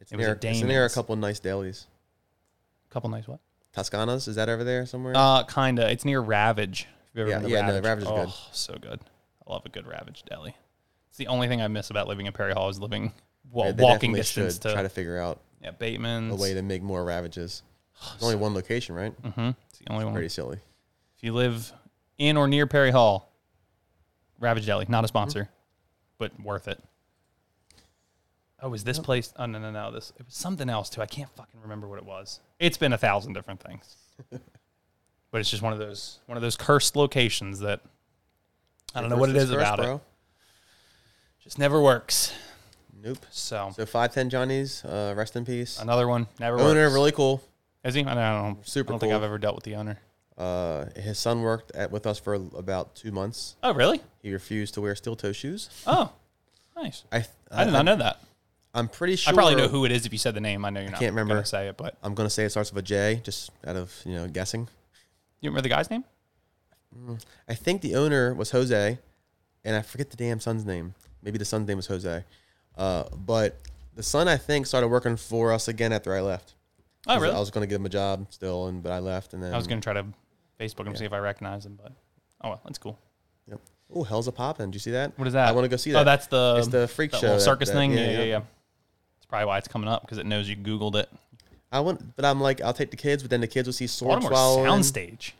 Speaker 2: it's
Speaker 3: it was
Speaker 2: near,
Speaker 3: a
Speaker 2: it's near a
Speaker 3: Damon's.
Speaker 2: couple of nice delis.
Speaker 3: couple nights. What?
Speaker 2: Toscana's is that over there somewhere?
Speaker 3: Uh, kinda. It's near Ravage. If you've ever
Speaker 2: Yeah,
Speaker 3: been to
Speaker 2: yeah, no, Ravage is
Speaker 3: oh,
Speaker 2: good.
Speaker 3: So good. I love a good Ravage deli. It's the only thing I miss about living in Perry Hall is living well,
Speaker 2: They- they
Speaker 3: walking
Speaker 2: definitely
Speaker 3: distance
Speaker 2: should
Speaker 3: to
Speaker 2: try to figure out
Speaker 3: yeah,
Speaker 2: a
Speaker 3: Bateman's.
Speaker 2: way to make more ravages. There's only one location, right?
Speaker 3: hmm It's the only one.
Speaker 2: Pretty silly.
Speaker 3: If you live in or near Perry Hall, Ravage Deli, not a sponsor, but worth it. Oh, is this place? Oh no, no, no. This it was something else too. I can't fucking remember what it was. It's been a thousand different things, but it's just one of those one of those cursed locations that I don't know what it is about it. Just never works.
Speaker 2: Nope.
Speaker 3: So
Speaker 2: So five ten Johnny's, uh, rest in peace.
Speaker 3: another one never
Speaker 2: Owner,
Speaker 3: works.
Speaker 2: really cool.
Speaker 3: Is he? I don't, I don't,
Speaker 2: Super
Speaker 3: I don't think
Speaker 2: cool.
Speaker 3: I've ever dealt with the owner.
Speaker 2: Uh, his son worked at with us for about two months.
Speaker 3: Oh really?
Speaker 2: He refused to wear steel toe shoes.
Speaker 3: Oh, nice.
Speaker 2: I
Speaker 3: I did not know that.
Speaker 2: I'm pretty sure.
Speaker 3: I probably know who it is if you said the name. I know you're not.
Speaker 2: can't remember.
Speaker 3: Gonna say it, but
Speaker 2: I'm gonna say it starts with a J, just out of you know guessing.
Speaker 3: you remember the guy's name?
Speaker 2: I think the owner was Jose, and I forget the damn son's name. Maybe the son's name was Jose, uh, but the son I think started working for us again after I left.
Speaker 3: Oh really?
Speaker 2: I was gonna give him a job still, and but I left, and then
Speaker 3: I was gonna try to Facebook him see if I recognize him, but oh well, that's cool.
Speaker 2: Yep. Oh, hell's a poppin'! Did you see that?
Speaker 3: What is that?
Speaker 2: I want to go see that.
Speaker 3: Oh, that's the
Speaker 2: It's the freak
Speaker 3: that
Speaker 2: show
Speaker 3: little
Speaker 2: that-
Speaker 3: circus
Speaker 2: that-
Speaker 3: thing.
Speaker 2: yeah,
Speaker 3: Yeah, yeah,
Speaker 2: yeah.
Speaker 3: yeah. It's probably why it's coming up because it knows you Googled it.
Speaker 2: I want, but I'm like, I'll take the kids, but then the kids will see sword
Speaker 3: Baltimore
Speaker 2: swallowing,
Speaker 3: soundstage.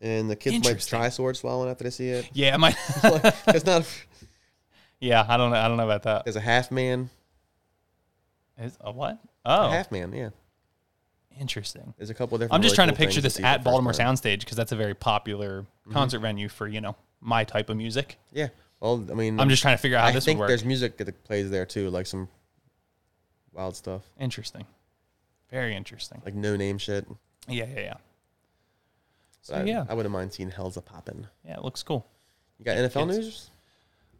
Speaker 2: and the kids might
Speaker 3: Interesting.
Speaker 2: try sword swallowing after they see it.
Speaker 3: Yeah, it might.
Speaker 2: it's not.
Speaker 3: yeah, I don't know. I don't know about that.
Speaker 2: There's a half man,
Speaker 3: Is a what? Oh,
Speaker 2: a half man. Yeah,
Speaker 3: interesting.
Speaker 2: there's a couple of different.
Speaker 3: I'm just
Speaker 2: really
Speaker 3: trying to
Speaker 2: cool
Speaker 3: picture
Speaker 2: things
Speaker 3: this
Speaker 2: see for Mm-hmm. the
Speaker 3: at
Speaker 2: first
Speaker 3: Baltimore
Speaker 2: time.
Speaker 3: Soundstage because that's a very popular concert venue for you know my type of music.
Speaker 2: Yeah. Well, I mean,
Speaker 3: I'm just trying to figure out how
Speaker 2: Mm-hmm. I
Speaker 3: this would
Speaker 2: think
Speaker 3: work.
Speaker 2: there's music that plays there too, like some wild stuff,
Speaker 3: Interesting, very interesting.
Speaker 2: like no name shit. But
Speaker 3: Yeah, yeah, yeah. So
Speaker 2: I,
Speaker 3: yeah,
Speaker 2: I wouldn't mind seeing Hell's a poppin'.
Speaker 3: yeah, it looks cool.
Speaker 2: You got NFL
Speaker 3: Kids.
Speaker 2: news?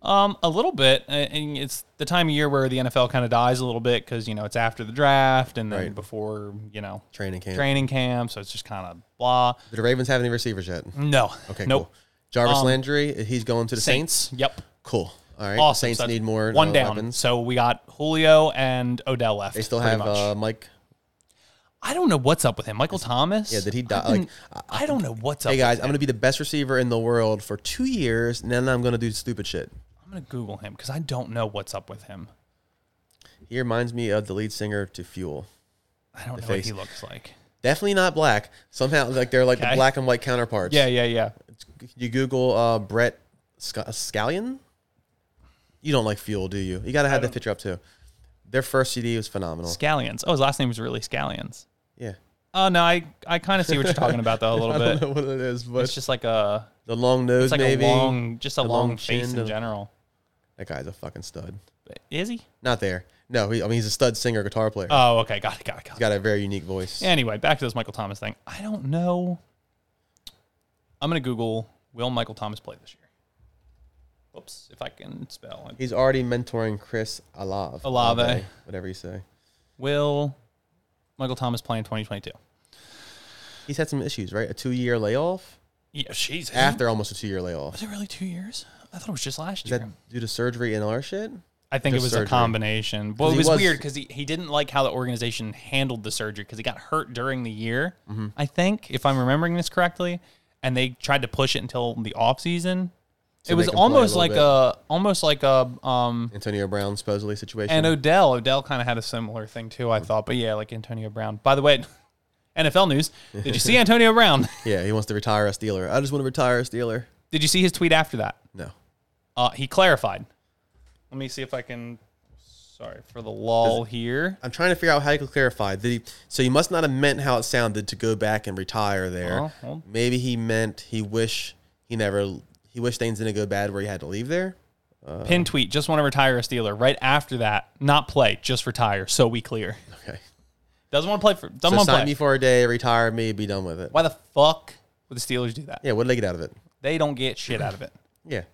Speaker 3: Um, a little bit, a- and it's the time of year where the NFL kind of dies a little bit because you know it's after the draft and then
Speaker 2: Right.
Speaker 3: before you know
Speaker 2: Training camp.
Speaker 3: training camp, so it's just kind of blah.
Speaker 2: Did the Ravens have any receivers yet?
Speaker 3: No,
Speaker 2: Okay,
Speaker 3: Mm. nope. Um,
Speaker 2: cool. Jarvis Landry, he's going to the Saints.
Speaker 3: Yep,
Speaker 2: Cool. All right.
Speaker 3: awesome.
Speaker 2: Saints
Speaker 3: So
Speaker 2: need more
Speaker 3: one
Speaker 2: uh,
Speaker 3: down.
Speaker 2: weapons.
Speaker 3: So we got Julio and Odell left.
Speaker 2: They still
Speaker 3: pretty
Speaker 2: have
Speaker 3: much.
Speaker 2: uh, Mike.
Speaker 3: I don't know what's up with him, Michael Thomas.
Speaker 2: Yeah, did he die?
Speaker 3: I've been-
Speaker 2: Like,
Speaker 3: I don't know what's up.
Speaker 2: hey
Speaker 3: with
Speaker 2: guys,
Speaker 3: him.
Speaker 2: I'm gonna be the best receiver in the world for two years, and then I'm gonna do stupid shit.
Speaker 3: I'm gonna Google him because I don't know what's up with him.
Speaker 2: He reminds me of the lead singer to Fuel.
Speaker 3: I don't know
Speaker 2: face.
Speaker 3: what he looks like.
Speaker 2: Definitely not black. Somehow, like they're like
Speaker 3: Okay.
Speaker 2: the black and white counterparts.
Speaker 3: Yeah, yeah, yeah.
Speaker 2: You Google uh, Brett Sc- Scallion. You don't like Fuel, do you? You gotta have that picture up too. Their first CD was phenomenal.
Speaker 3: Scallions. Oh, his last name was really Scallions.
Speaker 2: yeah,
Speaker 3: Oh no, I I kind of see what you're talking about though a little
Speaker 2: I
Speaker 3: bit.
Speaker 2: don't know what it is, but
Speaker 3: It's just like a
Speaker 2: the long nose,
Speaker 3: it's like
Speaker 2: maybe.
Speaker 3: a long just a, long,
Speaker 2: long
Speaker 3: face
Speaker 2: chin
Speaker 3: in
Speaker 2: of-
Speaker 3: general.
Speaker 2: That guy's a fucking stud.
Speaker 3: But Is he?
Speaker 2: Not there. No, he, I mean he's a stud singer, guitar player.
Speaker 3: Oh, okay, got it, got it, got
Speaker 2: he's
Speaker 3: it.
Speaker 2: got a very unique voice.
Speaker 3: Anyway, back to this Michael Thomas thing. I don't know. I'm gonna Google will Michael Thomas play this year? Whoops, if I can spell it.
Speaker 2: He's already mentoring Chris Alave.
Speaker 3: Olave.
Speaker 2: whatever you say.
Speaker 3: Will Michael Thomas play in 2022?
Speaker 2: He's had some issues, right? A two-year layoff
Speaker 3: Yeah, Jesus.
Speaker 2: after almost a two-year layoff.
Speaker 3: was it really two years? I thought it was just last
Speaker 2: Is
Speaker 3: year.
Speaker 2: that due to surgery and all that shit?
Speaker 3: I think it
Speaker 2: Just
Speaker 3: was a
Speaker 2: surgery.
Speaker 3: combination. Well, it
Speaker 2: he
Speaker 3: was,
Speaker 2: was-
Speaker 3: weird because he, he didn't like how the organization handled the surgery because he got hurt during the year,
Speaker 2: Mm-hmm.
Speaker 3: I think, if I'm remembering this correctly. And they tried to push it until the off season.
Speaker 2: So
Speaker 3: it
Speaker 2: they
Speaker 3: was
Speaker 2: can play a
Speaker 3: almost
Speaker 2: little
Speaker 3: like
Speaker 2: bit.
Speaker 3: a almost like a um
Speaker 2: Antonio Brown supposedly situation.
Speaker 3: and Odell. Odell kind of had a similar thing too,
Speaker 2: Mm-hmm.
Speaker 3: I thought. But yeah, like Antonio Brown. By the way, NFL news. Did you see Antonio Brown?
Speaker 2: yeah, he wants to retire a Steeler. I just want to retire a Steeler.
Speaker 3: Did you see his tweet after that?
Speaker 2: No.
Speaker 3: Uh, he clarified. Let me see if I can. Sorry for the lull here.
Speaker 2: I'm trying to figure out how you could clarify. Did he, so you must not have meant how it sounded to go back and retire there.
Speaker 3: Uh-huh, Well, hold-
Speaker 2: Maybe he meant he wish he never he wished things didn't go bad where he had to leave there.
Speaker 3: Pin tweet. Just want to retire a Steeler. Right after that, not play. Just retire. So we clear.
Speaker 2: Okay.
Speaker 3: Doesn't want to play for. Doesn't
Speaker 2: So
Speaker 3: want to
Speaker 2: sign
Speaker 3: play.
Speaker 2: me for a day, retire me, be done with it.
Speaker 3: Why the fuck would the Steelers do that?
Speaker 2: Yeah, what did they get out of it?
Speaker 3: They don't get shit out of it.
Speaker 2: Yeah.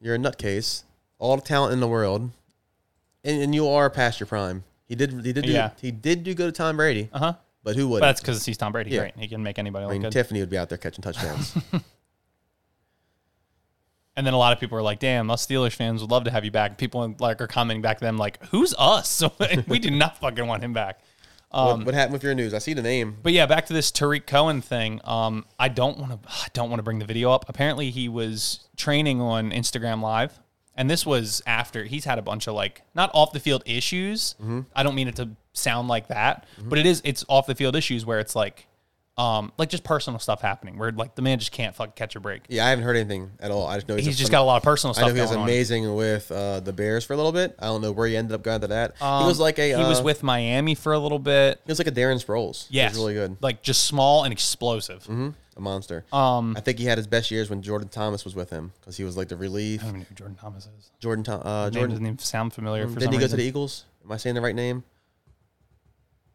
Speaker 2: You're a nutcase. All the talent in the world. And, and you are past your prime. He did he did do
Speaker 3: Yeah.
Speaker 2: he did do good to Tom Brady.
Speaker 3: Uh huh.
Speaker 2: But who
Speaker 3: But
Speaker 2: wouldn't?
Speaker 3: that's because he's Tom Brady.
Speaker 2: Yeah.
Speaker 3: Right. He can make anybody
Speaker 2: I mean
Speaker 3: look good.
Speaker 2: Tiffany would be out there catching touchdowns.
Speaker 3: And then a lot of people are like, "Damn, us Steelers fans would love to have you back." People like are commenting back to them like, "Who's us? we do not fucking want him back." Um,
Speaker 2: what, what happened with your news? I see the name.
Speaker 3: But yeah, back to this Tariq Cohen thing. Um, I don't want to. I don't want to bring the video up. Apparently, he was training on Instagram Live, and this was after he's had a bunch of like not off the field
Speaker 2: Mm-hmm.
Speaker 3: issues. I don't mean it to sound like that, but it is. It's off the field issues where it's like Um, like just personal stuff happening where like the man just can't fuck catch a break.
Speaker 2: Yeah, I haven't heard anything at all. I just know he's,
Speaker 3: He's
Speaker 2: a
Speaker 3: just
Speaker 2: phenom-
Speaker 3: got a lot of personal
Speaker 2: I
Speaker 3: stuff
Speaker 2: know he was
Speaker 3: going on.
Speaker 2: amazing with uh, the Bears for a little bit. I don't know where he ended up going after that.
Speaker 3: Um,
Speaker 2: he was like a
Speaker 3: he was
Speaker 2: uh,
Speaker 3: with Miami for a little bit.
Speaker 2: he was like a Darren Sproles.
Speaker 3: Yes,
Speaker 2: he was really good.
Speaker 3: Like just small and explosive.
Speaker 2: hmm A monster.
Speaker 3: Um,
Speaker 2: I think he had his best years when Jordan Thomas was with him because he was like the relief.
Speaker 3: I don't even know who Jordan Thomas is.
Speaker 2: Jordan, Tho- uh,
Speaker 3: Jordan
Speaker 2: Jordan.
Speaker 3: Oh. doesn't even sound familiar. for
Speaker 2: Didn't
Speaker 3: some
Speaker 2: he go to
Speaker 3: reason.
Speaker 2: the E- Eagles? Am I saying the right name?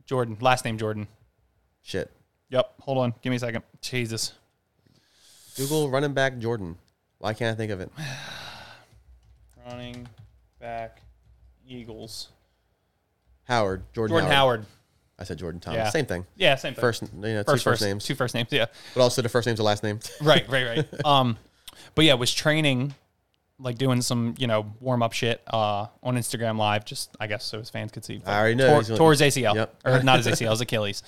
Speaker 3: Jordan, last name Jordan.
Speaker 2: Shit.
Speaker 3: Yep. Hold on. Give me a second. Jesus.
Speaker 2: Google running back Jordan. Why can't I think of it?
Speaker 3: Running back, Eagles.
Speaker 2: Howard. Jordan,
Speaker 3: Jordan
Speaker 2: Howard.
Speaker 3: Howard.
Speaker 2: I said Jordan Thomas.
Speaker 3: Yeah.
Speaker 2: Same thing.
Speaker 3: Yeah, same thing.
Speaker 2: First, you know, two first
Speaker 3: first, first
Speaker 2: names,
Speaker 3: Two first names. Yeah.
Speaker 2: but also the first name's the last name.
Speaker 3: Right. Right. Right. um, but yeah, was training, like doing some you know warm up shit uh on Instagram Live, just I guess so his fans could see.
Speaker 2: I already know
Speaker 3: Tor-
Speaker 2: he's gonna-
Speaker 3: tore his ACL
Speaker 2: Yep.
Speaker 3: or not his ACL, his Achilles.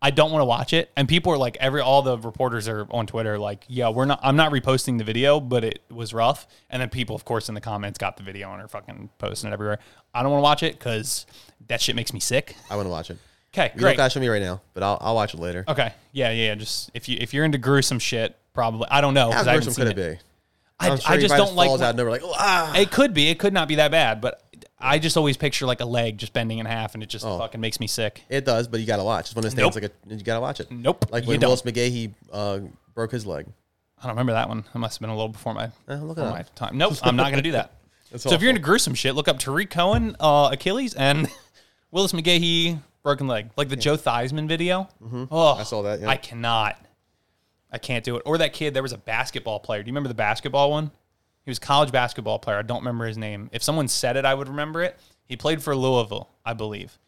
Speaker 3: I don't want to watch it, and people are like, every all the reporters are on Twitter like, yeah, we're not, I'm not reposting the video, but it was rough. And then people, of course, in the comments got the video and are fucking posting it everywhere. I don't want to watch it because that shit makes me sick.
Speaker 2: I want to watch it.
Speaker 3: Okay,
Speaker 2: You
Speaker 3: great.
Speaker 2: don't gotta show me right now, but I'll, I'll watch it later.
Speaker 3: Okay. Yeah, yeah, yeah. Just if you if you're into gruesome shit, probably I don't know. 'cause
Speaker 2: How
Speaker 3: I
Speaker 2: gruesome
Speaker 3: haven't seen
Speaker 2: could it
Speaker 3: it.
Speaker 2: be?
Speaker 3: I,
Speaker 2: I'm sure
Speaker 3: I
Speaker 2: he
Speaker 3: just
Speaker 2: probably
Speaker 3: don't like.
Speaker 2: falls out of nowhere like oh, ah.
Speaker 3: It could be. It could not be that bad, but I just always picture like a leg just bending in half, and it just
Speaker 2: Oh.
Speaker 3: fucking makes me sick.
Speaker 2: It does, but you gotta watch. It's one of those things
Speaker 3: Nope.
Speaker 2: like a, you gotta watch it.
Speaker 3: Nope,
Speaker 2: Like
Speaker 3: you
Speaker 2: when
Speaker 3: don't.
Speaker 2: Willis McGahee uh, broke his leg.
Speaker 3: I don't remember that one. It must have been a little before my,
Speaker 2: Uh, look it
Speaker 3: before
Speaker 2: up.
Speaker 3: my time. Nope, I'm not going to do that. so
Speaker 2: That's
Speaker 3: if
Speaker 2: awful.
Speaker 3: you're into gruesome shit, look up Tariq Cohen, uh, Achilles, and Willis McGahee broken leg, like the Joe Theismann video. Oh, I
Speaker 2: Mm-hmm. saw that, yeah.
Speaker 3: I cannot. I can't do it. Or that kid. There was a basketball player. Do you remember the basketball one? He was a college basketball player. I don't remember his name. If someone said it, I would remember it. He played for Louisville, I believe,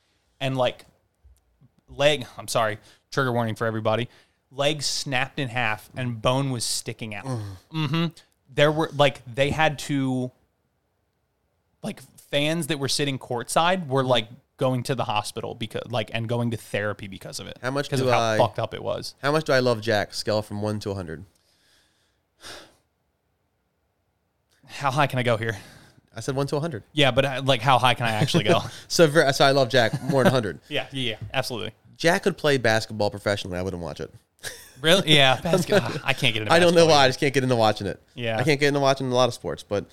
Speaker 3: and like leg. I'm sorry. Trigger warning for everybody. Leg snapped in half and bone was sticking out. hmm There were like they had to like fans that were sitting courtside were like going to the hospital because like and going to therapy because of it.
Speaker 2: How much
Speaker 3: because
Speaker 2: do
Speaker 3: of how
Speaker 2: I-
Speaker 3: fucked up it was.
Speaker 2: How much do I love Jack? Scale from one to hundred.
Speaker 3: How high can I go here?
Speaker 2: I said one to hundred.
Speaker 3: Yeah, but uh, like how high can I actually go?
Speaker 2: So ver- so I love Jack more than hundred.
Speaker 3: yeah, yeah, yeah, absolutely.
Speaker 2: Jack could play basketball professionally. I wouldn't watch it.
Speaker 3: Really? Yeah, basketball. I can't get into
Speaker 2: I don't know
Speaker 3: basketball.
Speaker 2: why. I just can't get into watching it.
Speaker 3: Yeah.
Speaker 2: I can't get into watching a lot of sports, but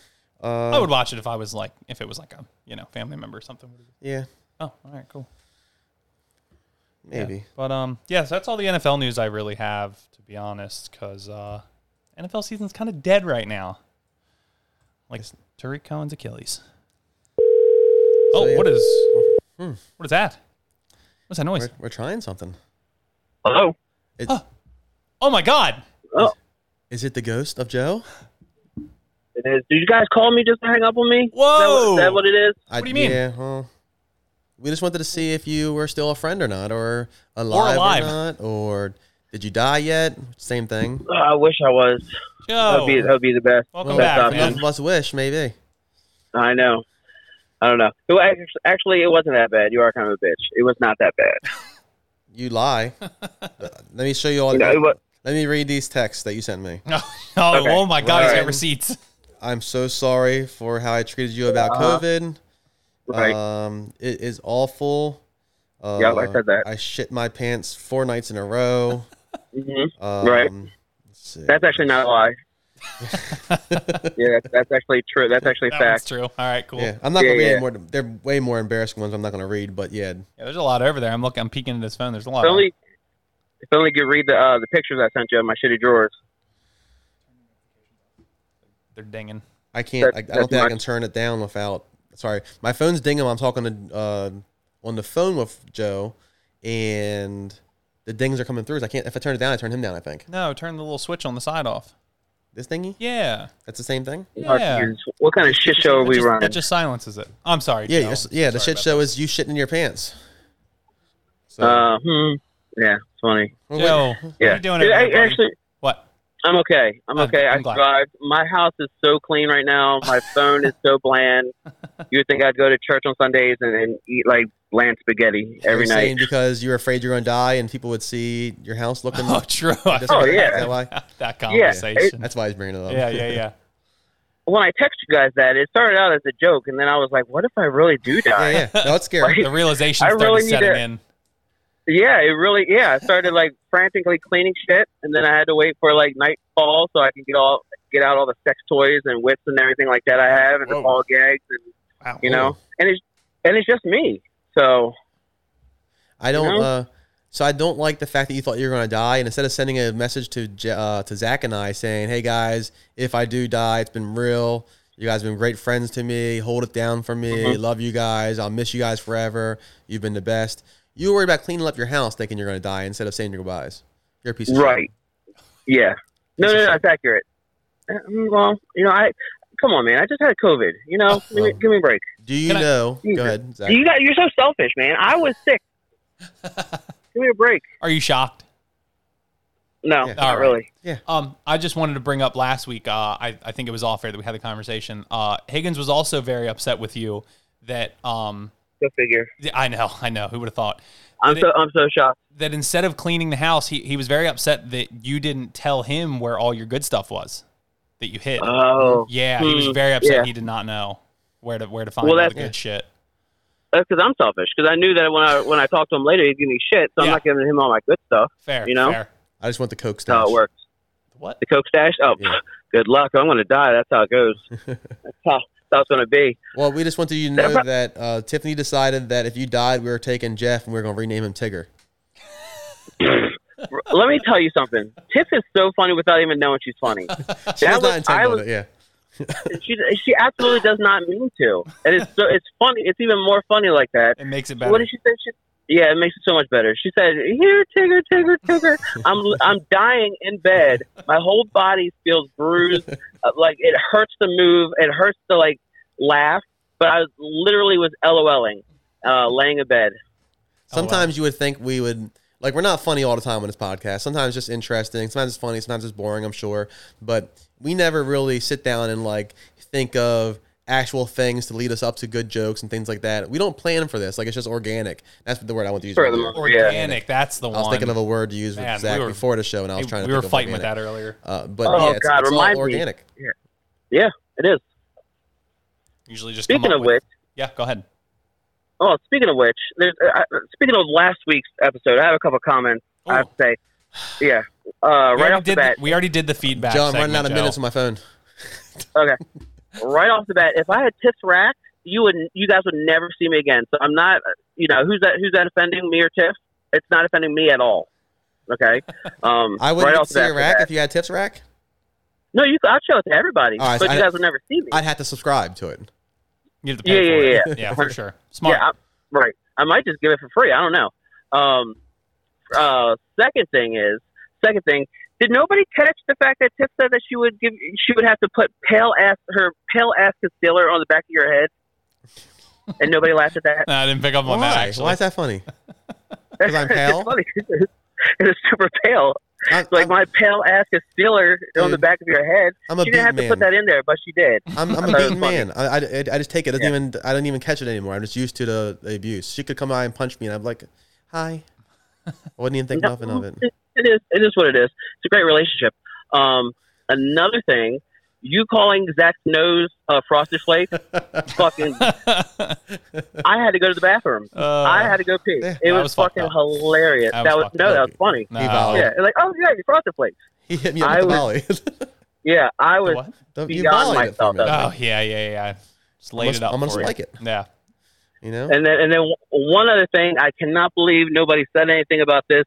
Speaker 2: uh,
Speaker 3: I would watch it if I was like if it was like a you know family member or something.
Speaker 2: yeah,
Speaker 3: Oh, all right, cool.
Speaker 2: maybe.
Speaker 3: But um, yeah, so that's all the NFL news I really have, to be honest, because uh, NFL season's kind of dead right now. Like Tariq Cohen's Achilles. oh,
Speaker 2: yeah.
Speaker 3: what is what is that? What's that noise?
Speaker 2: We're, we're trying something.
Speaker 4: Hello.
Speaker 2: It,
Speaker 3: Huh. Oh my God!
Speaker 4: Oh,
Speaker 2: Is it the ghost of Joe?
Speaker 4: it is. Did you guys call me just to hang up on me? Is that
Speaker 3: Whoa.
Speaker 4: what, is that what it is?
Speaker 2: I,
Speaker 3: do you mean?
Speaker 2: Yeah, well, we just wanted to see if you were still a friend or not, or alive or,
Speaker 3: alive.
Speaker 2: not, or did you die yet? Same thing.
Speaker 4: Oh, I wish I was.
Speaker 3: Joe,
Speaker 4: That'd
Speaker 3: Oh.
Speaker 4: be that'd be the best.
Speaker 3: welcome
Speaker 4: Well,
Speaker 3: back,
Speaker 4: that's
Speaker 2: enough
Speaker 3: man.
Speaker 2: of us wish, maybe.
Speaker 4: I know. I don't know. It wa- act- actually, it wasn't that bad. You are kind of a bitch. It was not that bad.
Speaker 2: You lie. Uh, Let me show you all.
Speaker 4: You know, it
Speaker 3: Uh,
Speaker 4: wa-
Speaker 2: Let me read these texts that you sent me.
Speaker 3: No, oh,
Speaker 4: Okay.
Speaker 3: oh my God, he's got
Speaker 2: Alright.
Speaker 3: receipts.
Speaker 2: I'm so sorry for how I treated you about
Speaker 4: Uh-huh.
Speaker 2: COVID.
Speaker 4: Right.
Speaker 2: Um, it is awful. Uh,
Speaker 4: Yeah, I said that.
Speaker 2: I shit my pants four nights in a row.
Speaker 4: Mhm.
Speaker 2: Um,
Speaker 4: Right.
Speaker 2: let's see.
Speaker 4: That's actually not a lie. yeah, that's, that's actually true. That's actually
Speaker 3: That one's
Speaker 4: fact.
Speaker 3: true. All right, cool.
Speaker 2: Yeah,
Speaker 3: Yeah.
Speaker 2: I'm not
Speaker 4: Yeah,
Speaker 2: gonna read
Speaker 4: yeah.
Speaker 2: any more. They're way more embarrassing ones. I'm not gonna read, but yeah,
Speaker 3: there's a lot over there. I'm looking. I'm peeking at his phone. There's a lot.
Speaker 4: If only, if only you could read the uh, the pictures I sent you of my shitty drawers.
Speaker 3: They're dinging.
Speaker 2: I can't.
Speaker 4: That-
Speaker 2: I, I
Speaker 4: that's
Speaker 2: don't think I
Speaker 4: my-
Speaker 2: can turn it down without. Sorry, my phone's dinging. while I'm talking to uh, on the phone with Joe, and the dings are coming through. So I can't. If I turn it down, I turn him down. I think
Speaker 3: No, turn the little switch on the side off.
Speaker 2: this dingy.
Speaker 3: Yeah.
Speaker 2: That's the same thing.
Speaker 4: Oh,
Speaker 3: Yeah.
Speaker 4: Jesus. What kind of shit show are
Speaker 3: That
Speaker 4: we
Speaker 3: just,
Speaker 4: running?
Speaker 3: That just silences it. I'm sorry.
Speaker 2: Yeah,
Speaker 3: Joe.
Speaker 2: you're- yeah. The
Speaker 3: Sorry
Speaker 2: shit
Speaker 3: about
Speaker 2: show is you shitting in your pants. So
Speaker 4: uh, hmm. Yeah, it's funny.
Speaker 2: we're waiting-
Speaker 3: Joe, what
Speaker 4: Yeah.
Speaker 3: are you doing?
Speaker 4: Yeah,
Speaker 3: over
Speaker 4: I-
Speaker 3: there, buddy?
Speaker 4: actually,
Speaker 3: what?
Speaker 4: I'm okay. I'm
Speaker 3: I'm-
Speaker 4: okay. i
Speaker 3: Oh, I'm glad.
Speaker 4: survived. My house is so clean right now. My phone is so bland. You would think I'd go to church on Sundays and, and eat like bland spaghetti every
Speaker 2: you're saying
Speaker 4: night.
Speaker 2: because you're afraid you're gonna die, and people would see your house looking.
Speaker 3: Oh, true. I
Speaker 2: this
Speaker 4: Oh,
Speaker 2: way?
Speaker 4: yeah.
Speaker 2: Is that why?
Speaker 3: forgot that conversation.
Speaker 2: That's why he's bringing it up.
Speaker 3: Yeah, yeah, yeah.
Speaker 4: When I text you guys that, it started out as a joke, and then I was like, "What if I really do die?"
Speaker 2: yeah, yeah. No, it's scary.
Speaker 4: Like-
Speaker 3: The realization
Speaker 4: I
Speaker 3: started
Speaker 4: really need
Speaker 3: setting
Speaker 4: to-
Speaker 3: in.
Speaker 4: yeah, it really, yeah. I started like frantically cleaning shit, and then I had to wait for like nightfall so I can get all get out all the sex toys and whips and everything like that I have, and the
Speaker 3: Whoa.
Speaker 4: ball gags, and
Speaker 3: Wow.
Speaker 4: you know, and it's and it's just me. So
Speaker 2: I don't.
Speaker 4: know?
Speaker 2: Uh, so I don't like the fact that you thought you were going to die, and instead of sending a message to J- uh, to Zach and I saying, "Hey guys, if I do die, it's been real. You guys have been great friends to me. Hold it down for me.
Speaker 4: Mm-hmm.
Speaker 2: Love you guys. I'll miss you guys forever. You've been the best." You worry about cleaning up your house, thinking you're going to die, instead of saying your goodbyes. You're a piece of shit.
Speaker 4: right, yeah, no, no, no, that's accurate. Uh, mm, Well, you know, I come on, man. I just had COVID. You know, give, me,
Speaker 2: Oh.
Speaker 4: give me a break.
Speaker 2: Do you
Speaker 3: Can I-
Speaker 2: know?
Speaker 4: Jesus.
Speaker 2: Go ahead, Zach.
Speaker 4: You got you're so selfish, man. I was sick. give me a break.
Speaker 3: Are you shocked?
Speaker 4: No,
Speaker 2: Yeah.
Speaker 4: not
Speaker 3: All right.
Speaker 4: really.
Speaker 3: Um, I just wanted to bring up last week. Uh, I, I think it was off air that we had the conversation. Uh, Higgins was also very upset with you that um,
Speaker 4: Go figure.
Speaker 3: th- I know, I know. Who would have thought
Speaker 4: I'm
Speaker 3: Did
Speaker 4: so
Speaker 3: it-
Speaker 4: I'm so shocked.
Speaker 3: that instead of cleaning the house, he, he was very upset that you didn't tell him where all your good stuff was that you hid.
Speaker 2: Mm-hmm.
Speaker 4: Oh,
Speaker 3: yeah, he was
Speaker 4: hmm,
Speaker 3: very upset.
Speaker 4: yeah.
Speaker 3: He did not know where to where to find
Speaker 4: Well,
Speaker 3: all the
Speaker 4: that's-
Speaker 3: good shit.
Speaker 4: that's because I'm selfish. Because I knew that when I when I talked to him later, he'd give me shit. So I'm
Speaker 3: Yeah.
Speaker 4: not giving him all my good stuff.
Speaker 3: Fair,
Speaker 4: you know?
Speaker 3: fair.
Speaker 2: I just want the coke stash.
Speaker 4: That's how it works.
Speaker 3: What?
Speaker 4: The coke stash. Oh,
Speaker 2: Yeah.
Speaker 4: good luck. I'm going to die. That's how it goes. that's, how, that's how it's going to be.
Speaker 2: Well, we just wanted you to know that uh, Tiffany decided that if you died, we were taking Jeff and we were going to rename him Tigger.
Speaker 4: R- Let me tell you something. Tiff is so funny without even knowing she's funny.
Speaker 2: She
Speaker 4: That
Speaker 2: was not
Speaker 4: was- I
Speaker 2: intending on it.
Speaker 4: was-
Speaker 2: Yeah.
Speaker 4: she she absolutely does not mean to, and it's so it's funny. It's even more funny like that.
Speaker 3: It makes it
Speaker 4: What
Speaker 3: better.
Speaker 4: did she say? She, yeah, it makes it so much better. She said, "Here, Tigger, Tigger, Tigger." I'm I'm dying in bed. My whole body feels bruised. Uh, Like it hurts to move. It hurts to like laugh. But I was, literally was LOLing, uh, laying in bed.
Speaker 3: Oh, wow.
Speaker 2: Sometimes you would think we would like we're not funny all the time on this podcast. Sometimes it's just interesting. Sometimes it's funny. Sometimes it's boring. I'm sure, but we never really sit down and like think of actual things to lead us up to good jokes and things like that. We don't plan for this. Like it's just organic. That's the word I want to use.
Speaker 4: For the
Speaker 2: earlier.
Speaker 4: moment, yeah.
Speaker 3: Organic. That's the
Speaker 2: I
Speaker 3: one.
Speaker 2: was thinking of a word to use with
Speaker 3: Man,
Speaker 2: Zach
Speaker 3: we were-
Speaker 2: before the show, and I was
Speaker 3: Hey,
Speaker 2: trying to.
Speaker 3: we were
Speaker 2: think of
Speaker 3: fighting with
Speaker 2: organic.
Speaker 3: that earlier.
Speaker 2: Uh, but
Speaker 4: Oh,
Speaker 2: yeah, it's,
Speaker 4: God,
Speaker 2: it's all
Speaker 4: remind me.
Speaker 2: organic.
Speaker 4: It is.
Speaker 3: Usually just come
Speaker 4: Speaking
Speaker 3: up
Speaker 4: of
Speaker 3: with-
Speaker 4: which, uh,
Speaker 3: yeah. Go ahead.
Speaker 4: oh, speaking of which, there's, uh, uh, speaking of last week's episode, I have a couple comments. I have to say, yeah, uh,
Speaker 3: We
Speaker 4: right
Speaker 3: already
Speaker 4: off the
Speaker 3: did
Speaker 4: bat.
Speaker 3: The, we already did the feedback.
Speaker 2: Joe, I'm
Speaker 3: segment,
Speaker 2: running out of
Speaker 3: Joe.
Speaker 2: minutes on my phone.
Speaker 4: Okay. right off the bat, if I had Tiff's rack, you would you guys would never see me again. So I'm not you know, who's that who's that offending me or Tiff? It's not offending me at all. Okay. Um
Speaker 2: I
Speaker 4: right
Speaker 2: wouldn't
Speaker 4: off the
Speaker 2: see
Speaker 4: bat
Speaker 2: your
Speaker 4: for
Speaker 2: rack
Speaker 4: that.
Speaker 2: if you had tips rack.
Speaker 4: No, you I'd show it to everybody.
Speaker 2: All right,
Speaker 4: but
Speaker 2: so
Speaker 4: you
Speaker 2: I-
Speaker 4: guys would never see me.
Speaker 2: I'd have to subscribe to it.
Speaker 3: You have to
Speaker 4: Yeah,
Speaker 3: pay for
Speaker 4: yeah,
Speaker 3: it. Yeah, for sure. Smart.
Speaker 4: Yeah, I, right. I might just give it for free. I don't know. Um uh second thing is second thing, did nobody catch the fact that Tiff said that she would give she would have to put pale ass her pale ass concealer on the back of your head? And nobody laughed at that.
Speaker 3: Nah, I didn't pick up on that
Speaker 2: Why?
Speaker 3: actually.
Speaker 2: Why is that funny? Because I'm pale.
Speaker 4: it's funny. it's super pale.
Speaker 2: I'm,
Speaker 4: It's like
Speaker 2: I'm-
Speaker 4: my pale ass is stealer on the
Speaker 2: Dude.
Speaker 4: back of your head.
Speaker 2: I'm a
Speaker 4: she didn't have
Speaker 2: beat
Speaker 4: to
Speaker 2: man.
Speaker 4: put that in there, but she did.
Speaker 2: I'm, I'm
Speaker 4: I
Speaker 2: a
Speaker 4: thought it
Speaker 2: beaten
Speaker 4: was funny.
Speaker 2: man. I, I, I just take it. It Doesn't
Speaker 4: Yeah.
Speaker 2: even I don't even catch it anymore. I'm just used to the, the abuse. She could come by and punch me, and I'm like, "Hi." I wouldn't even think
Speaker 4: No,
Speaker 2: nothing of it.
Speaker 4: It is. It is what it is. It's a great relationship. Um, another thing, you calling Zach's nose uh, frosted flake, fucking. I had to go to the bathroom.
Speaker 3: Uh,
Speaker 4: I had to go pee.
Speaker 2: yeah,
Speaker 4: it
Speaker 3: that
Speaker 4: was,
Speaker 3: was fucked
Speaker 4: fucking
Speaker 3: up.
Speaker 4: hilarious.
Speaker 3: That
Speaker 4: That,
Speaker 3: was
Speaker 4: was,
Speaker 3: fucked
Speaker 4: no, that
Speaker 2: up.
Speaker 4: was funny.
Speaker 3: no.
Speaker 2: Evolve.
Speaker 4: Yeah, like oh yeah, you frosted flakes.
Speaker 2: He hit me up
Speaker 4: I
Speaker 2: with the
Speaker 4: was-
Speaker 2: volley.
Speaker 4: Yeah, I was.
Speaker 3: What?
Speaker 2: Don't- you
Speaker 4: beyond
Speaker 2: volleyed it for
Speaker 4: myself,
Speaker 2: me.
Speaker 4: though.
Speaker 3: Oh yeah, yeah, yeah. yeah. Just laid
Speaker 2: must-
Speaker 3: it up.
Speaker 2: I must
Speaker 3: for you.
Speaker 2: like it.
Speaker 3: Yeah.
Speaker 2: You know,
Speaker 4: And then, and then w- one other thing, I cannot believe nobody said anything about this.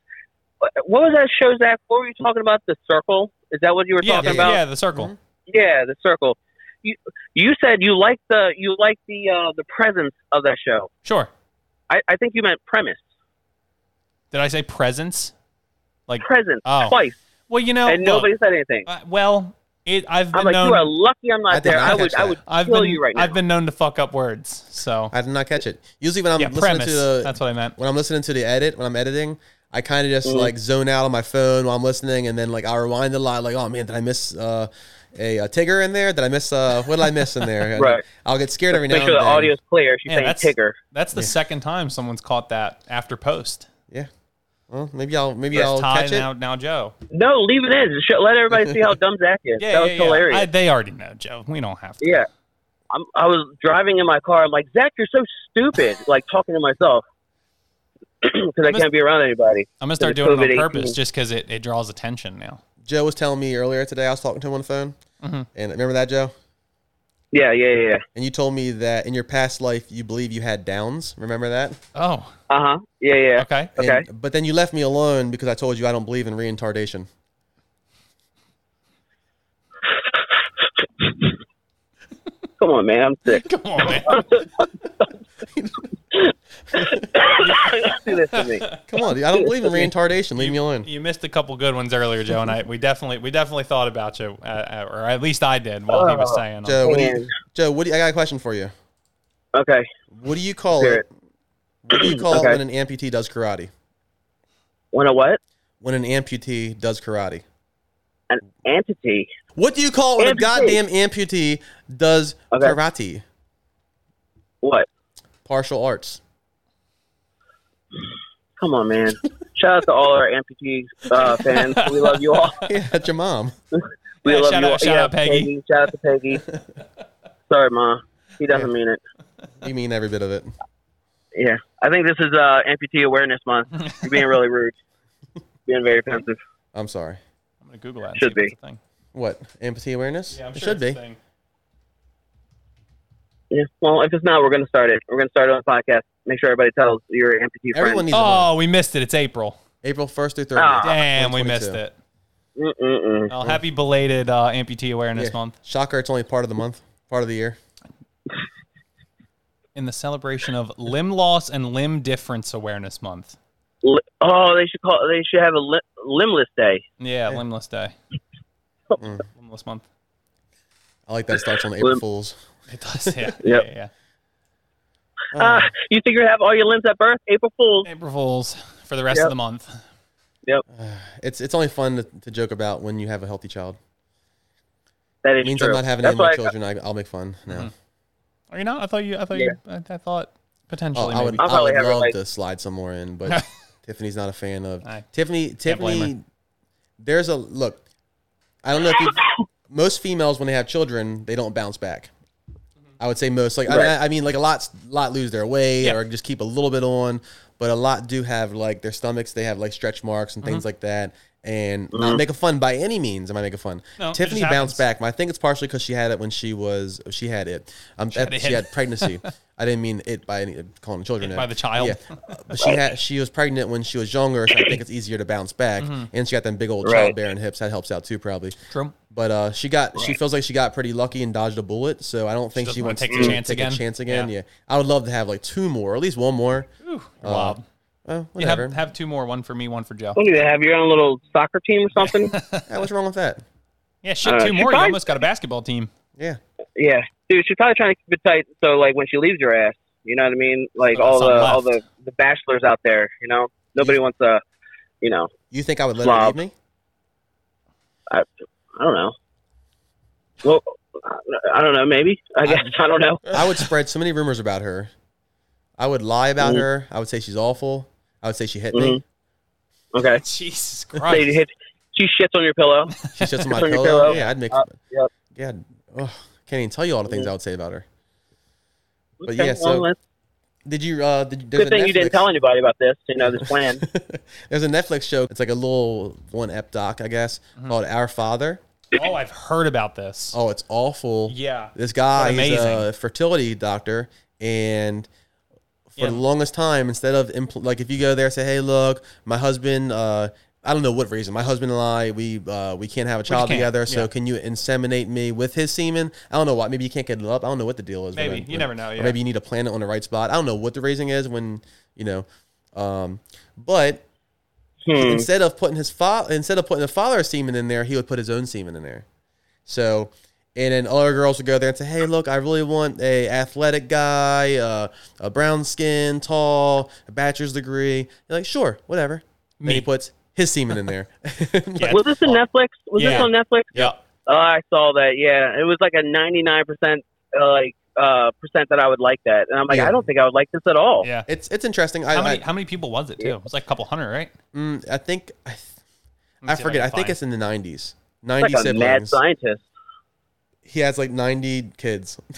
Speaker 4: What what was that show, Zach? What were you talking about? The circle? Is that what you were
Speaker 3: Yeah,
Speaker 4: talking
Speaker 3: the,
Speaker 4: about?
Speaker 3: yeah, the circle.
Speaker 2: Mm-hmm.
Speaker 4: Yeah. the circle. You you said you liked the you liked the uh, the presence of that show.
Speaker 3: Sure.
Speaker 4: I, I think you meant premise,
Speaker 3: Did I say presence? Like,
Speaker 4: presence
Speaker 3: Oh.
Speaker 4: twice,
Speaker 3: well, you know,
Speaker 4: and
Speaker 3: look,
Speaker 4: nobody said anything.
Speaker 3: uh, well, it. I've been
Speaker 4: I'm like,
Speaker 3: known.
Speaker 4: you are lucky I'm not
Speaker 2: I did
Speaker 4: there.
Speaker 2: not
Speaker 4: I
Speaker 2: catch
Speaker 4: would I
Speaker 2: that.
Speaker 4: would
Speaker 3: I've
Speaker 4: kill
Speaker 3: been.
Speaker 4: you right now.
Speaker 3: I've been known to fuck up words. So
Speaker 2: I did not catch it. Usually when I'm
Speaker 3: yeah,
Speaker 2: listening
Speaker 3: premise.
Speaker 2: to the
Speaker 3: That's what I meant.
Speaker 2: when I'm listening to the edit when I'm editing, I kind of
Speaker 4: Mm.
Speaker 2: just like zone out on my phone while I'm listening, and then like I rewind a lot. Like, oh man, did I miss uh, a, uh Tigger in there? Did I miss uh, what did I miss in there? And
Speaker 4: Right.
Speaker 2: I'll get scared every now
Speaker 4: Make sure the
Speaker 2: and then.
Speaker 4: audio's clear. She's
Speaker 3: Yeah,
Speaker 4: saying
Speaker 3: that's-
Speaker 4: Tigger.
Speaker 3: That's the second time someone's caught that after post.
Speaker 2: Yeah. Well, maybe I'll maybe
Speaker 3: First
Speaker 2: I'll
Speaker 3: Ty,
Speaker 2: catch it.
Speaker 3: now, now Joe.
Speaker 4: No, leave it in. Show- Let everybody see how dumb Zach is.
Speaker 3: Yeah,
Speaker 4: that
Speaker 3: yeah,
Speaker 4: was
Speaker 3: yeah.
Speaker 4: hilarious.
Speaker 3: I, they already know, Joe. We don't have to.
Speaker 4: Yeah. I'm, I was driving in my car. I'm like, Zach, you're so stupid. Like talking to myself. because I can't be around anybody.
Speaker 3: I'm gonna
Speaker 4: So
Speaker 3: start
Speaker 4: the
Speaker 3: doing it on
Speaker 4: COVID-19
Speaker 3: purpose just because it, it draws attention now.
Speaker 2: Joe was telling me earlier today. I was talking to him on the phone,
Speaker 3: Mm-hmm.
Speaker 2: and remember that Joe?
Speaker 4: Yeah, yeah, yeah.
Speaker 2: And you told me that in your past life you believe you had Downs. Remember that?
Speaker 3: Oh,
Speaker 4: Uh huh. Yeah, yeah.
Speaker 3: okay.
Speaker 2: And-
Speaker 4: Okay.
Speaker 2: but then you left me alone because I told you I don't believe in reintardation.
Speaker 4: Come on, man. I'm sick.
Speaker 3: Come on, man.
Speaker 4: Don't do this to me.
Speaker 2: Come on, dude. I don't believe in reintardation. Leave me alone.
Speaker 3: you missed a couple good ones earlier, Joe, and I we definitely we definitely thought about you, uh, uh, or at least I did while he was
Speaker 4: Oh,
Speaker 3: saying. them.
Speaker 2: Joe, what do you,
Speaker 4: Man.
Speaker 2: Joe, what do you, I got a question for you.
Speaker 4: Okay.
Speaker 2: What do you call
Speaker 4: Hear
Speaker 2: it? What do you call
Speaker 4: Okay.
Speaker 2: it when an amputee does karate?
Speaker 4: When a what?
Speaker 2: When an amputee does karate.
Speaker 4: An entity.
Speaker 2: What do you call it when
Speaker 4: Amputee.
Speaker 2: a goddamn amputee does
Speaker 4: Okay.
Speaker 2: karate?
Speaker 4: What?
Speaker 2: Partial arts.
Speaker 4: Come on, man. Shout out to all our amputees uh, fans. We love you all.
Speaker 2: Yeah, that's your mom.
Speaker 4: We
Speaker 3: Yeah,
Speaker 4: love
Speaker 3: shout
Speaker 4: you
Speaker 3: out-
Speaker 4: all.
Speaker 3: shout
Speaker 4: yeah,
Speaker 3: out Peggy.
Speaker 4: Shout out to Peggy. Sorry, Ma. He doesn't mean it.
Speaker 2: You mean every bit of it.
Speaker 4: Yeah. I think this is uh, Amputee Awareness Month. You're being really rude. Being very offensive.
Speaker 2: I'm sorry.
Speaker 3: I'm gonna Google that. and
Speaker 4: Should
Speaker 3: see if it's a
Speaker 4: be.
Speaker 3: thing.
Speaker 2: What? Amputee awareness?
Speaker 3: Yeah, I'm
Speaker 2: it
Speaker 3: sure
Speaker 2: should
Speaker 3: it's a
Speaker 2: be.
Speaker 3: thing.
Speaker 4: Yeah. Well, if it's not, we're going to start it. We're going to start it on the podcast. Make sure everybody tells your amputee
Speaker 2: Everyone
Speaker 4: friends.
Speaker 2: needs oh.
Speaker 3: Oh, we missed it. It's April.
Speaker 2: April 1st through 30th.
Speaker 4: Ah.
Speaker 3: Damn, we
Speaker 2: 2022.
Speaker 3: missed it.
Speaker 4: Mm-mm-mm.
Speaker 3: Well, happy belated uh, amputee awareness
Speaker 2: Yeah.
Speaker 3: month
Speaker 2: Shocker, it's only part of the month, part of the year.
Speaker 3: in the celebration of limb loss and limb difference awareness month.
Speaker 4: Li- Oh, they should call. They should have a li- limbless day.
Speaker 3: Yeah, limbless day.
Speaker 2: Mm.
Speaker 3: Limbless month.
Speaker 2: I like that it starts on April
Speaker 4: Lim-
Speaker 2: Fool's.
Speaker 3: It does. Yeah.
Speaker 4: Yep.
Speaker 3: yeah, yeah.
Speaker 4: Ah,
Speaker 2: Oh.
Speaker 4: you figure have all your limbs at birth? April Fools.
Speaker 3: April Fools for the rest
Speaker 4: Yep.
Speaker 3: of the month.
Speaker 2: It's it's only fun to, to joke about when you have a healthy child.
Speaker 4: That is
Speaker 2: It means
Speaker 4: true.
Speaker 2: I'm not having
Speaker 4: That's
Speaker 2: any more
Speaker 4: why I- Mm-hmm.
Speaker 2: children. I, I'll make fun. No,
Speaker 3: Are you not? I thought you. I thought you. I, I thought
Speaker 2: oh,
Speaker 3: potentially.
Speaker 2: I would.
Speaker 3: maybe.
Speaker 4: I'll
Speaker 2: I
Speaker 4: probably
Speaker 2: would
Speaker 4: have it,
Speaker 2: love
Speaker 4: like-
Speaker 2: to slide some more in, but Tiffany's not a fan of
Speaker 3: Aye.
Speaker 2: Tiffany.
Speaker 3: blame
Speaker 2: Tiffany, there's a look. I don't know if you, most females when they have children they don't bounce back. I would say most. Like
Speaker 4: Right.
Speaker 2: I, I mean, like a lot lot lose their weight
Speaker 3: Yeah.
Speaker 2: or just keep a little bit on, but a lot do have like their stomachs. They have like stretch marks and
Speaker 3: Mm-hmm.
Speaker 2: things like that. And
Speaker 4: Mm-hmm.
Speaker 2: not making fun by any means. Am I making fun?
Speaker 3: No, it
Speaker 2: Tiffany
Speaker 3: just
Speaker 2: bounced
Speaker 3: happens.
Speaker 2: back. I think it's partially because she had it when she was she had it. Um, she,
Speaker 3: had
Speaker 2: had, she
Speaker 3: it.
Speaker 2: had pregnancy. I didn't mean it by any, calling children
Speaker 3: It
Speaker 2: it.
Speaker 3: by the child.
Speaker 2: Yeah, but she had she was pregnant when she was younger, so I think it's easier to bounce back.
Speaker 3: Mm-hmm.
Speaker 2: And she got them big old
Speaker 4: Right.
Speaker 2: childbearing hips. That helps out too, probably.
Speaker 3: True.
Speaker 2: But uh, she got she feels like she got pretty lucky and dodged a bullet. So I don't think
Speaker 3: doesn't
Speaker 2: she,
Speaker 3: wanna
Speaker 2: wants
Speaker 3: take
Speaker 2: to
Speaker 3: the chance
Speaker 2: take
Speaker 3: again?
Speaker 2: a chance again.
Speaker 3: Yeah.
Speaker 2: Yeah. I would love to have like two more, or at least one more.
Speaker 3: Ooh, Rob.
Speaker 2: Oh,
Speaker 3: You have,
Speaker 2: whatever.
Speaker 3: have two more. One for me. One for Joe.
Speaker 4: What do you have? Your own little soccer team or something?
Speaker 2: Yeah, what's wrong with that?
Speaker 3: Yeah, shit.
Speaker 4: Uh,
Speaker 3: two more. You
Speaker 4: surprise.
Speaker 3: almost got a basketball team.
Speaker 2: Yeah,
Speaker 4: yeah, dude. She's probably trying to keep it tight. So like when she leaves your ass, you know what I mean? Like
Speaker 3: So
Speaker 4: all the
Speaker 3: something
Speaker 4: all the
Speaker 3: left.
Speaker 4: the bachelors out there, you know, nobody wants to, you know,
Speaker 2: you think I would let her
Speaker 4: Slob.
Speaker 2: leave me?
Speaker 4: I don't know. Well, I don't know. Maybe I guess I don't know.
Speaker 2: I would spread so many rumors about her. I would lie about
Speaker 4: Mm-hmm.
Speaker 2: her. I would say she's awful. I would say she hit me.
Speaker 4: Okay.
Speaker 3: Jesus
Speaker 4: So you
Speaker 3: Christ.
Speaker 4: hit, she shits on your pillow.
Speaker 2: She shits on my
Speaker 4: On
Speaker 2: pillow.
Speaker 4: your pillow.
Speaker 2: Yeah, I'd make.
Speaker 4: Uh, Mm-hmm. yep.
Speaker 2: Yeah, ugh, can't even tell you all the things I would say about her. But
Speaker 4: Okay,
Speaker 2: yeah, so-
Speaker 4: well, that's-
Speaker 2: Did you? Uh, did you? there's
Speaker 4: good
Speaker 2: a
Speaker 4: thing you didn't
Speaker 2: Netflix-
Speaker 4: tell anybody about this. You know this plan.
Speaker 2: There's a Netflix show. It's like a little one ep doc, I guess,
Speaker 4: Mm-hmm.
Speaker 2: called Our Father.
Speaker 3: oh, I've heard about this.
Speaker 2: Oh, it's awful.
Speaker 3: Yeah.
Speaker 2: This guy
Speaker 3: But
Speaker 2: is a
Speaker 3: amazing.
Speaker 2: fertility doctor, and for
Speaker 3: Yeah.
Speaker 2: the longest time, instead of impl- like if you go there and say, "Hey, look, my husband," uh, I don't know what reason, my husband and I, we uh, we can't have a child
Speaker 3: can't,
Speaker 2: together, so
Speaker 3: yeah.
Speaker 2: can you inseminate me with his semen? I don't know why. Maybe you can't get it up. I don't know what the deal is.
Speaker 3: Maybe. You never know,
Speaker 2: or
Speaker 3: yeah.
Speaker 2: maybe you need to plant it on the right spot. I don't know what the raising is when you know, um, but
Speaker 4: Hmm.
Speaker 2: instead of putting his father instead of putting the father's semen in there, he would put his own semen in there. So, and then other girls would go there and say, "Hey, look, I really want a athletic guy, uh, a brown skin, tall, a bachelor's degree." You're like, "Sure, whatever." And
Speaker 3: Me.
Speaker 2: he puts his semen in there.
Speaker 3: Yeah.
Speaker 4: Was this on Netflix? Was this
Speaker 3: Yeah.
Speaker 4: on Netflix?
Speaker 3: Yeah.
Speaker 4: Oh, I saw that. Yeah, it was like a ninety nine percent like uh percent that I would like that, and I'm like,
Speaker 2: Yeah.
Speaker 4: I don't think I would like this at all.
Speaker 3: Yeah.
Speaker 2: It's it's interesting. I
Speaker 3: How many,
Speaker 2: I,
Speaker 3: how many people was it too? It was like a couple hundred, right?
Speaker 2: mm, I think I, th-
Speaker 3: Let
Speaker 2: I
Speaker 3: me see if
Speaker 2: forget.
Speaker 3: can
Speaker 2: I think
Speaker 3: find-
Speaker 2: it's in the 90s.
Speaker 4: It's
Speaker 2: 90
Speaker 4: like a mad
Speaker 2: siblings.
Speaker 4: scientist.
Speaker 2: He has like 90 kids.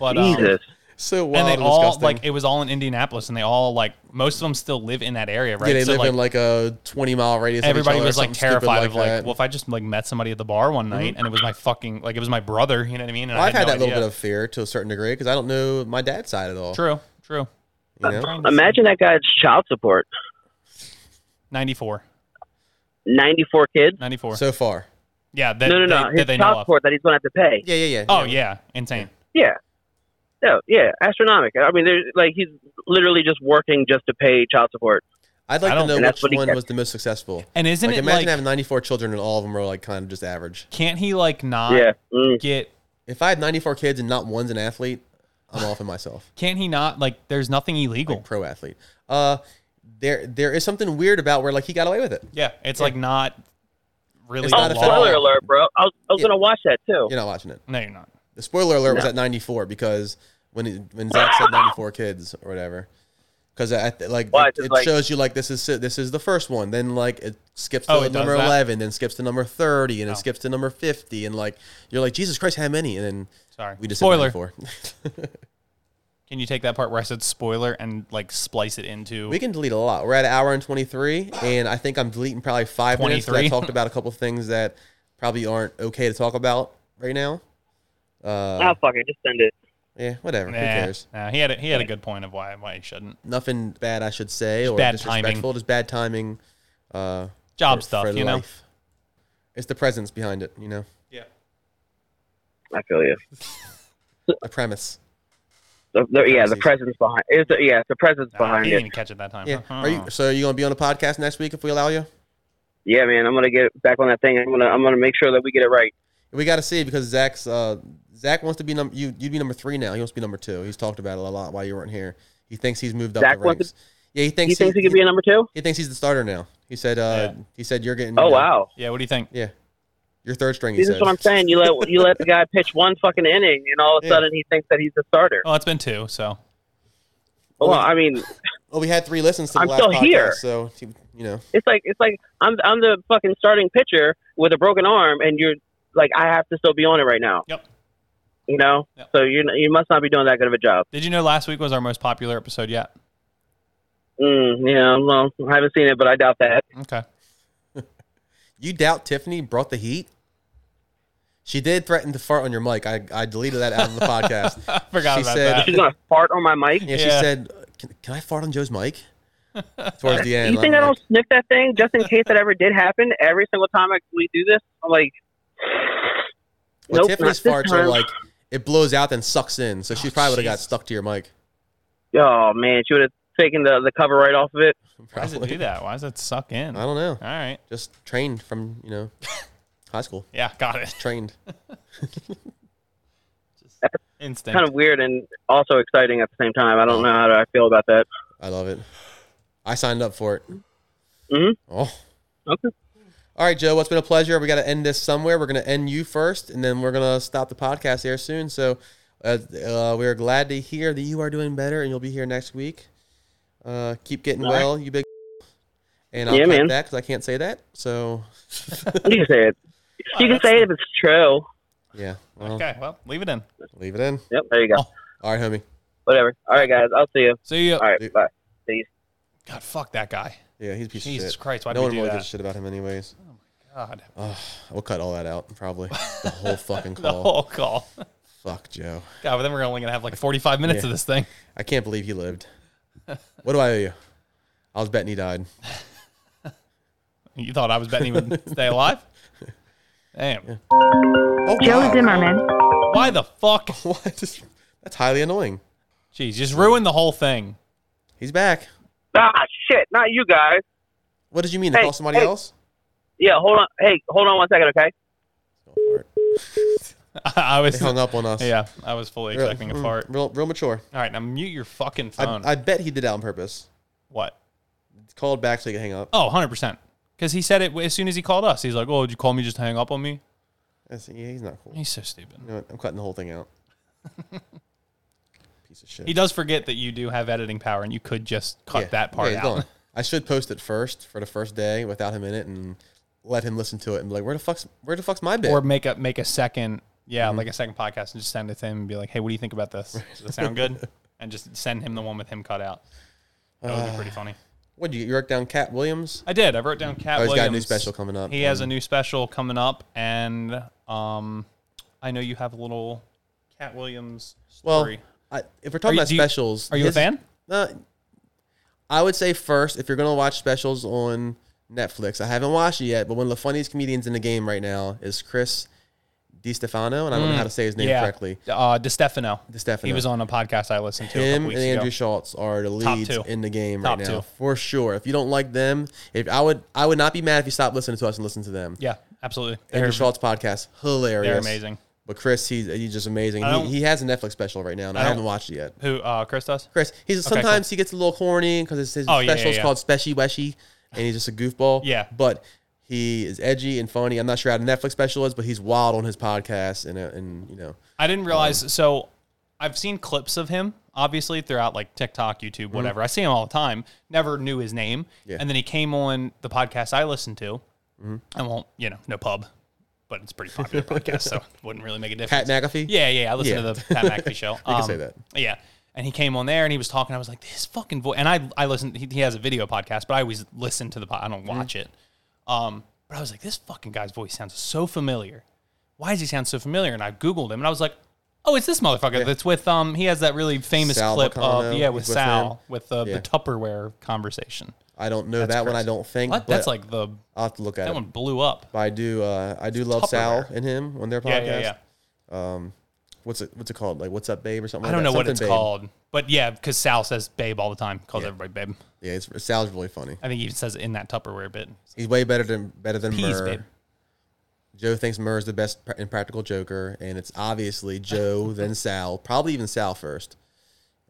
Speaker 3: But um,
Speaker 4: Jesus.
Speaker 2: so wild
Speaker 3: and
Speaker 2: and,
Speaker 3: they all
Speaker 2: disgusting.
Speaker 3: like it was all in Indianapolis, and they all like most of them still live in that area, right?
Speaker 2: yeah, they
Speaker 3: So,
Speaker 2: live
Speaker 3: like,
Speaker 2: in like a twenty mile radius. of each
Speaker 3: everybody
Speaker 2: other or
Speaker 3: was like
Speaker 2: something stupid
Speaker 3: terrified of like,
Speaker 2: that. Mm-hmm.
Speaker 3: well, if I just like met somebody at the bar one night and it was my fucking like it was my brother, you know what I mean? And
Speaker 2: Well,
Speaker 3: I
Speaker 2: I've had
Speaker 3: no
Speaker 2: that little
Speaker 3: idea.
Speaker 2: bit of fear to a certain degree because I don't know my dad's side at all.
Speaker 3: true, true.
Speaker 2: You know?
Speaker 4: Imagine that guy's child support.
Speaker 3: 94,
Speaker 4: 94 kids.
Speaker 3: 94.
Speaker 2: So far.
Speaker 3: yeah, that,
Speaker 4: no, no, no.
Speaker 3: They, that
Speaker 4: His
Speaker 3: they
Speaker 4: child
Speaker 3: know of.
Speaker 4: support that he's going to have to pay.
Speaker 2: Yeah, yeah, yeah.
Speaker 3: Oh yeah, insane.
Speaker 4: Yeah. No, yeah, astronomic. I mean, there's like he's literally just working just to pay child support.
Speaker 2: I'd like
Speaker 3: I
Speaker 2: to
Speaker 3: don't-
Speaker 2: know
Speaker 4: And that's
Speaker 2: which
Speaker 4: what he
Speaker 2: one
Speaker 4: gets.
Speaker 2: was the most successful.
Speaker 3: And isn't
Speaker 2: like,
Speaker 3: it
Speaker 2: imagine
Speaker 3: like
Speaker 2: having 94 children and all of them were like kind of just average.
Speaker 3: can't he like not
Speaker 4: yeah. Mm.
Speaker 3: get?
Speaker 2: If I had 94 kids and not one's an athlete, I'm off in myself.
Speaker 3: Can't he not like? There's nothing illegal.
Speaker 2: Like pro athlete. Uh, there there is something weird about where like he got away with it.
Speaker 3: yeah, it's like not really.
Speaker 2: It's not
Speaker 3: a
Speaker 2: a
Speaker 3: law.
Speaker 4: Oh, Spoiler alert, bro. I was, I was
Speaker 2: Yeah.
Speaker 4: going to watch that too.
Speaker 2: You're not watching it.
Speaker 3: No, you're not.
Speaker 2: The spoiler alert was
Speaker 4: No.
Speaker 2: at 94 because when he, when Zach said 94 kids or whatever. Because like
Speaker 4: Why?
Speaker 2: it,
Speaker 4: 'Cause,
Speaker 2: it
Speaker 4: like-
Speaker 2: shows you like this is this is the first one, then like it skips to
Speaker 3: Oh,
Speaker 2: like,
Speaker 3: it does
Speaker 2: number
Speaker 3: that?
Speaker 2: eleven, then skips to number thirty, and
Speaker 3: Oh.
Speaker 2: it skips to number fifty, and like you're like Jesus Christ, how many? And then
Speaker 3: Sorry.
Speaker 2: we just hit
Speaker 3: spoiler.
Speaker 2: 94.
Speaker 3: Can you take that part where I said spoiler and like splice it into?
Speaker 2: We can delete a lot. We're at an hour and 23, and I think I'm deleting probably five minutes. 'cause I
Speaker 3: 23?
Speaker 2: talked about a couple things that probably aren't okay to talk about right now.
Speaker 4: Oh,
Speaker 2: Uh,
Speaker 4: fuck it. Just send it.
Speaker 2: yeah, whatever.
Speaker 3: nah,
Speaker 2: Who cares?
Speaker 3: nah, he had a, he had a good point of why why he shouldn't.
Speaker 2: Nothing bad I should say or
Speaker 3: bad
Speaker 2: disrespectful. Just bad timing. Uh,
Speaker 3: Job
Speaker 2: for-
Speaker 3: stuff,
Speaker 2: for
Speaker 3: you know.
Speaker 2: life. It's the presence behind it, you know,
Speaker 3: Yeah.
Speaker 4: I feel you.
Speaker 2: the premise.
Speaker 4: The, the, yeah, the
Speaker 2: Preseason.
Speaker 4: presence behind. It's the, yeah, the presence
Speaker 3: Nah,
Speaker 4: behind
Speaker 3: he
Speaker 4: it.
Speaker 3: didn't even catch it that time.
Speaker 2: Yeah.
Speaker 3: Huh.
Speaker 2: Are you? So are you gonna be on the podcast next week if we allow you?
Speaker 4: Yeah, man. I'm gonna get back on that thing. I'm gonna I'm gonna make sure that we get it right.
Speaker 2: We got to see because Zach's uh, Zach wants to be number you. You'd be number three now. He wants to be number two. He's talked about it a lot while you weren't here. He thinks he's moved up
Speaker 4: Zach
Speaker 2: the
Speaker 4: wants
Speaker 2: ranks. yeah, he
Speaker 4: He
Speaker 2: thinks
Speaker 4: thinks he could be a number two.
Speaker 2: he thinks he's the starter now. He said uh,
Speaker 3: Yeah.
Speaker 2: he said you're getting.
Speaker 4: Oh
Speaker 2: you know,
Speaker 4: wow.
Speaker 3: Yeah. What do you think?
Speaker 2: Yeah, your third string. He
Speaker 4: This is
Speaker 2: said.
Speaker 4: what I'm saying. You let you let the guy pitch one fucking inning, and all of a
Speaker 2: Yeah.
Speaker 4: sudden he thinks that he's the starter.
Speaker 3: Well, it's been two, so
Speaker 2: Oh,
Speaker 4: Well, I mean,
Speaker 2: Well, we had three listens to the
Speaker 4: I'm
Speaker 2: last
Speaker 4: still
Speaker 2: podcast,
Speaker 4: here.
Speaker 2: so he- you know.
Speaker 4: it's like it's like I'm I'm the fucking starting pitcher with a broken arm, and you're like I have to still be on it right now.
Speaker 3: Yep.
Speaker 4: You know,
Speaker 3: Yep.
Speaker 4: so you you must not be doing that good of a job.
Speaker 3: did you know last week was our most popular episode yet?
Speaker 4: Mm, yeah, well, I haven't seen it, but I doubt that.
Speaker 3: Okay.
Speaker 2: You doubt Tiffany brought the heat? She did threaten to fart on your mic. I, I deleted that out of the podcast.
Speaker 3: I forgot
Speaker 2: She
Speaker 3: about
Speaker 2: said-
Speaker 3: that.
Speaker 4: She's gonna fart on my mic.
Speaker 2: Yeah, she
Speaker 3: Yeah.
Speaker 2: said, can, "Can I fart on Joe's mic?" Towards the end,
Speaker 4: you think
Speaker 2: I'm
Speaker 4: I
Speaker 2: like,
Speaker 4: don't sniff that thing just in case that ever did happen? Every single time I, we do this, I'm like,
Speaker 2: Well,
Speaker 4: nope,
Speaker 2: Tiffany's
Speaker 4: not
Speaker 2: farts
Speaker 4: this
Speaker 2: are
Speaker 4: time.
Speaker 2: like it blows out then sucks in, so she
Speaker 3: Oh,
Speaker 2: probably would have got
Speaker 3: Jesus.
Speaker 2: stuck to your mic.
Speaker 4: oh man, she would have taken the, the cover right off of it.
Speaker 3: Why does it
Speaker 2: Probably.
Speaker 3: do that? Why does it suck in?
Speaker 2: I
Speaker 3: All
Speaker 2: don't know.
Speaker 3: right.
Speaker 2: Just trained from you know high school.
Speaker 3: Yeah. Got it.
Speaker 2: Trained.
Speaker 3: Instant.
Speaker 4: Kind of weird and also exciting at the same time. I
Speaker 2: Oh.
Speaker 4: don't know how I feel about that.
Speaker 2: I love it. I signed up for it.
Speaker 4: Mhm.
Speaker 2: Oh.
Speaker 4: Okay.
Speaker 2: All right, Joe. Well, it's been a pleasure. We got to end this somewhere. We're going to end you first, and then we're going to stop the podcast here soon. So, uh, uh, we are glad to hear that you are doing better, and you'll be here next week. Uh, keep getting
Speaker 4: All right.
Speaker 2: well, you big. And I'll
Speaker 4: Yeah,
Speaker 2: cut
Speaker 4: man.
Speaker 2: that because I can't say that. So,
Speaker 4: You can say it. You can say it if it's true.
Speaker 2: yeah. Well,
Speaker 3: Okay. Well, leave it in.
Speaker 2: Leave it in.
Speaker 4: Yep, there you
Speaker 2: Oh.
Speaker 4: go.
Speaker 2: All right, homie.
Speaker 4: Whatever. All right, guys. I'll see you.
Speaker 3: See you.
Speaker 4: All
Speaker 2: Oh,
Speaker 4: right, bye. See you.
Speaker 3: God, fuck that guy.
Speaker 2: Yeah, he's a piece
Speaker 3: Jesus
Speaker 2: of shit.
Speaker 3: Christ, why'd
Speaker 2: no
Speaker 3: we
Speaker 2: one
Speaker 3: do
Speaker 2: really
Speaker 3: that?
Speaker 2: gives a shit about him, anyways.
Speaker 3: God.
Speaker 2: Ugh, we'll cut all that out, probably. The whole fucking
Speaker 3: The
Speaker 2: call.
Speaker 3: whole call. God,
Speaker 2: Fuck Joe.
Speaker 3: but then we're only gonna have like 45 minutes
Speaker 2: Yeah.
Speaker 3: of this thing.
Speaker 2: I can't believe he lived. What do I owe you? I was betting he died.
Speaker 3: You thought I was betting he would stay alive? Damn.
Speaker 2: Oh,
Speaker 5: Joe
Speaker 2: wow.
Speaker 5: Zimmerman.
Speaker 3: Why the fuck?
Speaker 2: What? That's highly annoying.
Speaker 3: Jeez, just ruin the whole thing.
Speaker 2: He's back.
Speaker 4: Ah, shit. Not you guys.
Speaker 2: What did you mean? To
Speaker 4: Hey,
Speaker 2: call somebody
Speaker 4: hey.
Speaker 2: else?
Speaker 4: Yeah, hold on. Hey, hold on one second, okay?
Speaker 2: Oh, fart.
Speaker 3: I
Speaker 2: They
Speaker 3: was.
Speaker 2: hung up on us.
Speaker 3: Yeah, I was fully
Speaker 2: Real-
Speaker 3: expecting a
Speaker 2: mm,
Speaker 3: fart.
Speaker 2: Real, real mature.
Speaker 3: All right, now mute your fucking phone.
Speaker 2: I, I bet he did that on purpose.
Speaker 3: what?
Speaker 2: Called back so he could hang up.
Speaker 3: Oh, 100%. Because he said it as soon as he called us. He's like, oh, did you call me just to hang up on me?
Speaker 2: I see, yeah, he's not cool.
Speaker 3: He's so stupid.
Speaker 2: You know what? I'm cutting the whole thing out. Piece of shit.
Speaker 3: He does forget that you do have editing power and you could just cut
Speaker 2: Yeah.
Speaker 3: that part
Speaker 2: Yeah, he's
Speaker 3: out.
Speaker 2: gone. I should post it first for the first day without him in it and let him listen to it and be like, where the fuck's where the fuck's my bit?
Speaker 3: Or make a make a second Yeah,
Speaker 2: Mm-hmm.
Speaker 3: like a second podcast and just send it to him and be like, hey, what do you think about this? Does it sound good? and just send him the one with him cut out. That would be pretty funny.
Speaker 2: What you, you wrote down? Cat Williams.
Speaker 3: I did. I wrote down
Speaker 2: Ah.
Speaker 3: Cat
Speaker 2: Oh, he's
Speaker 3: Williams.
Speaker 2: got a new special coming up.
Speaker 3: He has a
Speaker 2: Um,
Speaker 3: new special coming up, and um, I know you have a little Cat Williams
Speaker 2: Well,
Speaker 3: story.
Speaker 2: I, if we're
Speaker 3: Are
Speaker 2: talking
Speaker 3: you-
Speaker 2: about
Speaker 3: do you-
Speaker 2: specials,
Speaker 3: are you a
Speaker 2: his-
Speaker 3: fan?
Speaker 2: Uh, I would say first, if you're gonna watch specials on Netflix, I haven't watched it yet, but one of the funniest comedians in the game right now is Chris DiStefano, and I don't know how to say his name
Speaker 3: Mm. yeah,
Speaker 2: correctly.
Speaker 3: Uh, DeStefano.
Speaker 2: DiStefano.
Speaker 3: He was on a podcast I listened to a
Speaker 2: Him
Speaker 3: couple
Speaker 2: and
Speaker 3: weeks
Speaker 2: Andrew
Speaker 3: ago.
Speaker 2: Schultz are the
Speaker 3: Top
Speaker 2: leads
Speaker 3: two.
Speaker 2: in the game
Speaker 3: Top
Speaker 2: right now,
Speaker 3: two.
Speaker 2: for sure. If you don't like them, if I would, I would not be mad if you stopped listening to us and listened to them.
Speaker 3: yeah, absolutely.
Speaker 2: Andrew
Speaker 3: They're,
Speaker 2: Schultz podcast, hilarious.
Speaker 3: they're amazing.
Speaker 2: But Chris, he's he's just amazing.
Speaker 3: I
Speaker 2: He,
Speaker 3: don't-
Speaker 2: he has a Netflix special right now, and I,
Speaker 3: I don't-
Speaker 2: haven't watched it yet.
Speaker 3: Who? Uh, Chris does?
Speaker 2: Chris, he's
Speaker 3: cool.
Speaker 2: sometimes he gets a little corny because his, his
Speaker 3: Oh, yeah,
Speaker 2: special
Speaker 3: yeah,
Speaker 2: is
Speaker 3: yeah.
Speaker 2: called Speshy Weshy, and he's just a goofball.
Speaker 3: Yeah.
Speaker 2: but he is edgy and funny. I'm not sure how the Netflix special is, but he's wild on his podcast and uh, and you know
Speaker 3: I didn't realize. so I've seen clips of him, obviously, throughout like TikTok, YouTube, whatever. I see him all the time. Never knew his name.
Speaker 2: Yeah.
Speaker 3: And then he came on the podcast I listened to. I won't, you know, no pub, but it's a pretty popular podcast, so it wouldn't really make a difference.
Speaker 2: Pat McAfee.
Speaker 3: Yeah, yeah. I listened
Speaker 2: Yeah.
Speaker 3: to the Pat McAfee show. I
Speaker 2: can say that.
Speaker 3: Yeah. And he came on there and he was talking. I was like, this fucking voice. And I, I listened. He, he has a video podcast, but I always listen to the pod. I don't watch
Speaker 2: Mm-hmm.
Speaker 3: it. Um, but I was like, this fucking guy's voice sounds so familiar. Why does he sound so familiar? And I Googled him and I was like, oh, it's this motherfucker that's with, um, he has that really famous
Speaker 2: Sal
Speaker 3: clip
Speaker 2: Vacano
Speaker 3: of, yeah, with
Speaker 2: is with
Speaker 3: Sal,
Speaker 2: him.
Speaker 3: with uh, the,
Speaker 2: Yeah. Mm-hmm.
Speaker 3: the Tupperware conversation.
Speaker 2: I don't know that one. I
Speaker 3: crazy.
Speaker 2: don't think.
Speaker 3: What?
Speaker 2: but
Speaker 3: That's like the,
Speaker 2: I'll have to look at
Speaker 3: that
Speaker 2: it.
Speaker 3: one blew up.
Speaker 2: But I do uh, I do love Sal
Speaker 3: Tupperware.
Speaker 2: and him on their podcast.
Speaker 3: Yeah, yeah, yeah.
Speaker 2: What's it What's it called? Like What's Up Babe or something.
Speaker 3: I
Speaker 2: like
Speaker 3: don't know
Speaker 2: that.
Speaker 3: what
Speaker 2: Something
Speaker 3: it's
Speaker 2: Babe.
Speaker 3: called. But yeah, because Sal says babe all the time, calls
Speaker 2: Yeah.
Speaker 3: everybody babe.
Speaker 2: Yeah, it's, Sal's really funny.
Speaker 3: I think he even says it in that Tupperware bit.
Speaker 2: He's way better than better than
Speaker 3: Peas,
Speaker 2: Murr.
Speaker 3: babe.
Speaker 2: Joe thinks Murr is the best pra- impractical joker, and it's obviously Joe, then Sal, probably even Sal first,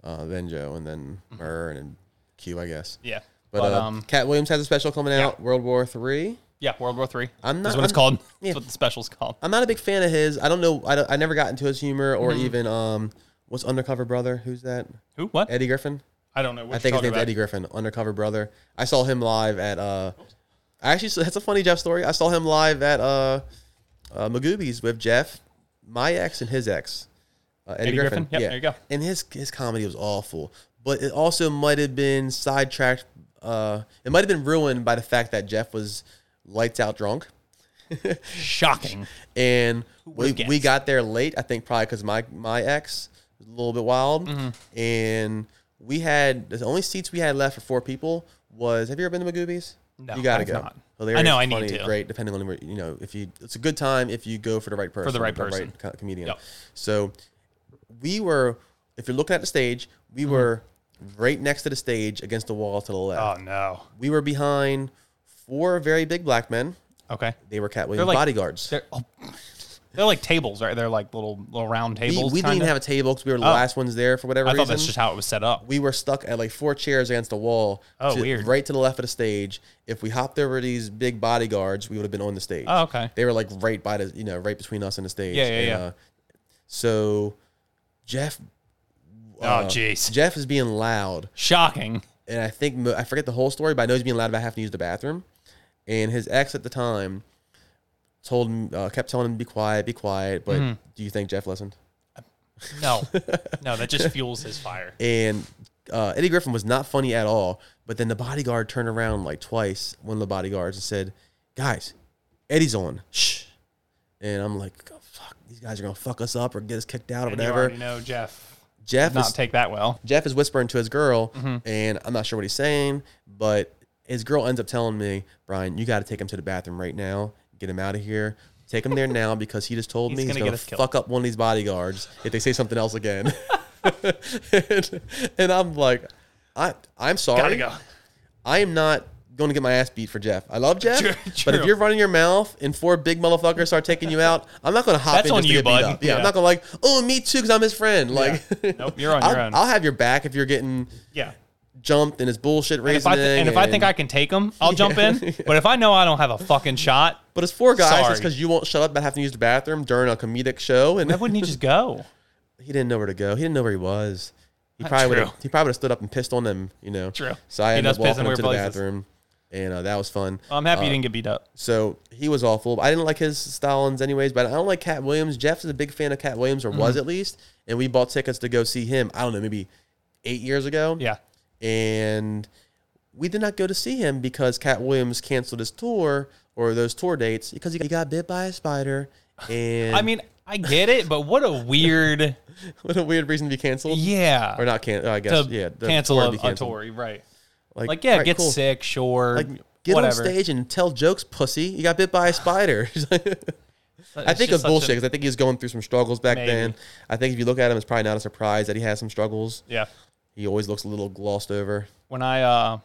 Speaker 2: uh, then Joe, and then Murr, and then Q, I guess.
Speaker 3: Mm-hmm. Yeah. um,
Speaker 2: But, uh, Cat Williams has a special coming out, World War Three.
Speaker 3: yeah, World War Three.
Speaker 2: I'm
Speaker 3: That's
Speaker 2: not-
Speaker 3: what it's
Speaker 2: I'm-
Speaker 3: called.
Speaker 2: yeah.
Speaker 3: That's what the special's called.
Speaker 2: I'm not a big fan of his. I don't know. I, don't, I never got into his humor or
Speaker 3: Mm-hmm.
Speaker 2: even um, what's Undercover Brother? Who's that?
Speaker 3: Who? What?
Speaker 2: Eddie Griffin.
Speaker 3: I don't know. What
Speaker 2: I think his
Speaker 3: you're talking
Speaker 2: name's
Speaker 3: about.
Speaker 2: Eddie Griffin, Undercover Brother. I saw him live at. uh I actually saw- that's a funny Jeff story. I saw him live at uh, uh Magoobies with Jeff, my ex and his ex, uh, Eddie,
Speaker 3: Eddie
Speaker 2: Griffin.
Speaker 3: Griffin? Yep, there you go.
Speaker 2: And his his comedy was awful, but it also might have been sidetracked. Uh, it might have been ruined by the fact that Jeff was lights out drunk
Speaker 3: Shocking.
Speaker 2: and we,
Speaker 3: would've
Speaker 2: we
Speaker 3: guessed?
Speaker 2: got there late. I think probably because my my ex was a little bit wild,
Speaker 3: Mm-hmm.
Speaker 2: and we had the only seats we had left for four people was. Have you ever been to Magoobies?
Speaker 3: No,
Speaker 2: you gotta
Speaker 3: I've
Speaker 2: go.
Speaker 3: not. I know, I need to.
Speaker 2: Great, depending on where you know if you. It's a good time if you go for the right person,
Speaker 3: right person.
Speaker 2: right co- comedian.
Speaker 3: Yep.
Speaker 2: So we were, if you're looking at the stage, we
Speaker 3: Mm-hmm.
Speaker 2: were right next to the stage against the wall to the left.
Speaker 3: Oh no.
Speaker 2: We were behind four very big black men.
Speaker 3: Okay.
Speaker 2: They were Cat Williams
Speaker 3: like-
Speaker 2: bodyguards.
Speaker 3: They're oh, they're like tables, right? They're like little little round
Speaker 2: we,
Speaker 3: tables.
Speaker 2: we didn't even
Speaker 3: kinda. Oh.
Speaker 2: have a table because we were the last ones there for whatever
Speaker 3: I
Speaker 2: reason.
Speaker 3: thought that's just how it was set up.
Speaker 2: we were stuck at like four chairs against the wall.
Speaker 3: Oh,
Speaker 2: to-
Speaker 3: weird.
Speaker 2: Right to the left of the stage. If we hopped over these big bodyguards, we would have been on the stage.
Speaker 3: Oh, okay.
Speaker 2: They were like right by the, you know, right between us and the stage.
Speaker 3: Yeah, yeah,
Speaker 2: And,
Speaker 3: yeah.
Speaker 2: uh, so Jeff.
Speaker 3: oh
Speaker 2: uh,
Speaker 3: jeez.
Speaker 2: Jeff is being loud,
Speaker 3: Shocking.
Speaker 2: and I think mo- I forget the whole story, but I know he's being loud about having to use the bathroom. And his ex at the time told him, uh, kept telling him, "Be quiet, be quiet." But
Speaker 3: Mm-hmm.
Speaker 2: do you think Jeff listened?
Speaker 3: No. No, that just fuels his fire.
Speaker 2: and uh, Eddie Griffin was not funny at all. But then the bodyguard turned around like twice, one of the bodyguards, and said, "Guys, Eddie's on." Shh. And I'm like, "Oh, "Fuck, these guys are gonna fuck us up or get us kicked out or
Speaker 3: And you
Speaker 2: whatever."
Speaker 3: already know Jeff
Speaker 2: Jeff
Speaker 3: did not
Speaker 2: is
Speaker 3: take that well.
Speaker 2: Jeff is whispering to his girl,
Speaker 3: Mm-hmm.
Speaker 2: and I'm not sure what he's saying, but his girl ends up telling me, "Brian, you got to take him to the bathroom right now. Get him out of here." Take him there now because he just told me he's
Speaker 3: gonna
Speaker 2: gonna,
Speaker 3: get us killed."
Speaker 2: fuck up one of these bodyguards if they say something else again. and, and I'm like, I I'm
Speaker 3: Gotta
Speaker 2: sorry.
Speaker 3: go.
Speaker 2: I am not going to get my ass beat for Jeff. I love Jeff,
Speaker 3: True,
Speaker 2: but if
Speaker 3: true.
Speaker 2: you're running your mouth and four big motherfuckers start taking you out, I'm not going to hop
Speaker 3: That's
Speaker 2: in
Speaker 3: on
Speaker 2: just
Speaker 3: you,
Speaker 2: to get beat
Speaker 3: bud.
Speaker 2: up. Yeah, I'm
Speaker 3: Yeah.
Speaker 2: not going to like, oh, me too, because I'm his friend. Like,
Speaker 3: Nope, you're on
Speaker 2: I'll,
Speaker 3: your own.
Speaker 2: I'll have your back if you're getting
Speaker 3: yeah.
Speaker 2: jumped and it's bullshit
Speaker 3: And if, I
Speaker 2: reasoning.
Speaker 3: th- and if I think I can take him, I'll jump in. But if I know I don't have a fucking shot,
Speaker 2: but it's four guys. It's
Speaker 3: Sorry.
Speaker 2: because you won't shut up about having to use the bathroom during a comedic show, and
Speaker 3: why wouldn't he just go?
Speaker 2: he didn't know where to go. He didn't know where he was. He probably would.
Speaker 3: true.
Speaker 2: He probably would have stood up and pissed on them. You know.
Speaker 3: True.
Speaker 2: So I
Speaker 3: He
Speaker 2: ended up
Speaker 3: does piss
Speaker 2: walking
Speaker 3: in
Speaker 2: him
Speaker 3: weird
Speaker 2: to the
Speaker 3: places.
Speaker 2: bathroom. and uh, that was fun.
Speaker 3: I'm happy you didn't get beat up.
Speaker 2: So he was awful. I didn't like his stylings anyways, but I don't like Cat Williams. Jeff is a big fan of Cat Williams, or
Speaker 3: Mm-hmm.
Speaker 2: was at least, and we bought tickets to go see him. I don't know, maybe eight years ago.
Speaker 3: Yeah.
Speaker 2: and we did not go to see him because Cat Williams canceled his tour or those tour dates because he got- he got bit by a spider. And
Speaker 3: I mean, I get it, but what a weird,
Speaker 2: what a weird reason to be canceled.
Speaker 3: yeah,
Speaker 2: Or not cancel? I guess
Speaker 3: to
Speaker 2: yeah. the
Speaker 3: cancel
Speaker 2: tour
Speaker 3: a,
Speaker 2: to be
Speaker 3: a
Speaker 2: canceled.
Speaker 3: tour, right?
Speaker 2: Like,
Speaker 3: Like, yeah,
Speaker 2: alright,
Speaker 3: get
Speaker 2: cool.
Speaker 3: sick, sure,
Speaker 2: Like, get
Speaker 3: whatever.
Speaker 2: on stage and tell jokes, pussy. You got bit by a spider. I
Speaker 3: It's
Speaker 2: think it was
Speaker 3: just such
Speaker 2: bullshit
Speaker 3: an-
Speaker 2: because I think he was going through some struggles back
Speaker 3: Maybe.
Speaker 2: then. I think if you look at him, it's probably not a surprise that he has some struggles.
Speaker 3: yeah,
Speaker 2: He always looks a little glossed over.
Speaker 3: when I uh,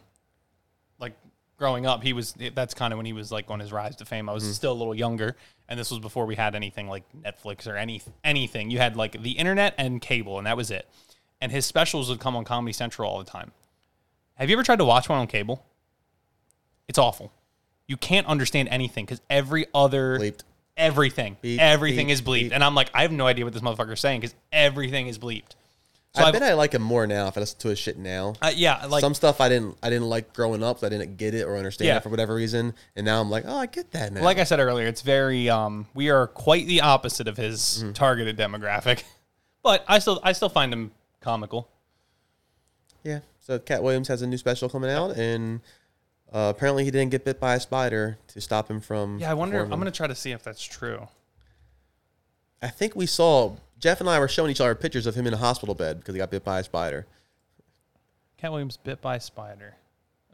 Speaker 3: like growing up, he was that's kind of when he was like on his rise to fame. I
Speaker 2: Mm-hmm.
Speaker 3: was still a little younger, and this was before we had anything like Netflix or any anything. You had like the internet and cable, and that was it. And his specials would come on Comedy Central all the time. Have you ever tried to watch one on cable? It's awful. You can't understand anything because every other
Speaker 2: Bleeped.
Speaker 3: everything,
Speaker 2: Beep,
Speaker 3: everything
Speaker 2: beep,
Speaker 3: is bleeped,
Speaker 2: beep.
Speaker 3: and I'm like, I have no idea what this motherfucker's saying because everything is bleeped. So
Speaker 2: I
Speaker 3: I've-
Speaker 2: bet I like him more now if I listen to his shit now.
Speaker 3: Uh, yeah, like
Speaker 2: some stuff I didn't I didn't like growing up. So I didn't get it or understand
Speaker 3: Yeah.
Speaker 2: it for whatever reason, and now I'm like, oh, I get that now.
Speaker 3: like I said earlier, it's very um we are quite the opposite of his targeted demographic. But I still I still find him comical.
Speaker 2: yeah. So Cat Williams has a new special coming out, and uh, apparently he didn't get bit by a spider to stop him from.
Speaker 3: Yeah, I wonder I'm
Speaker 2: performing.
Speaker 3: gonna try to see if that's true.
Speaker 2: I think we saw Jeff and I were showing each other pictures of him in a hospital bed because he got bit by a spider.
Speaker 3: Cat Williams bit by a spider.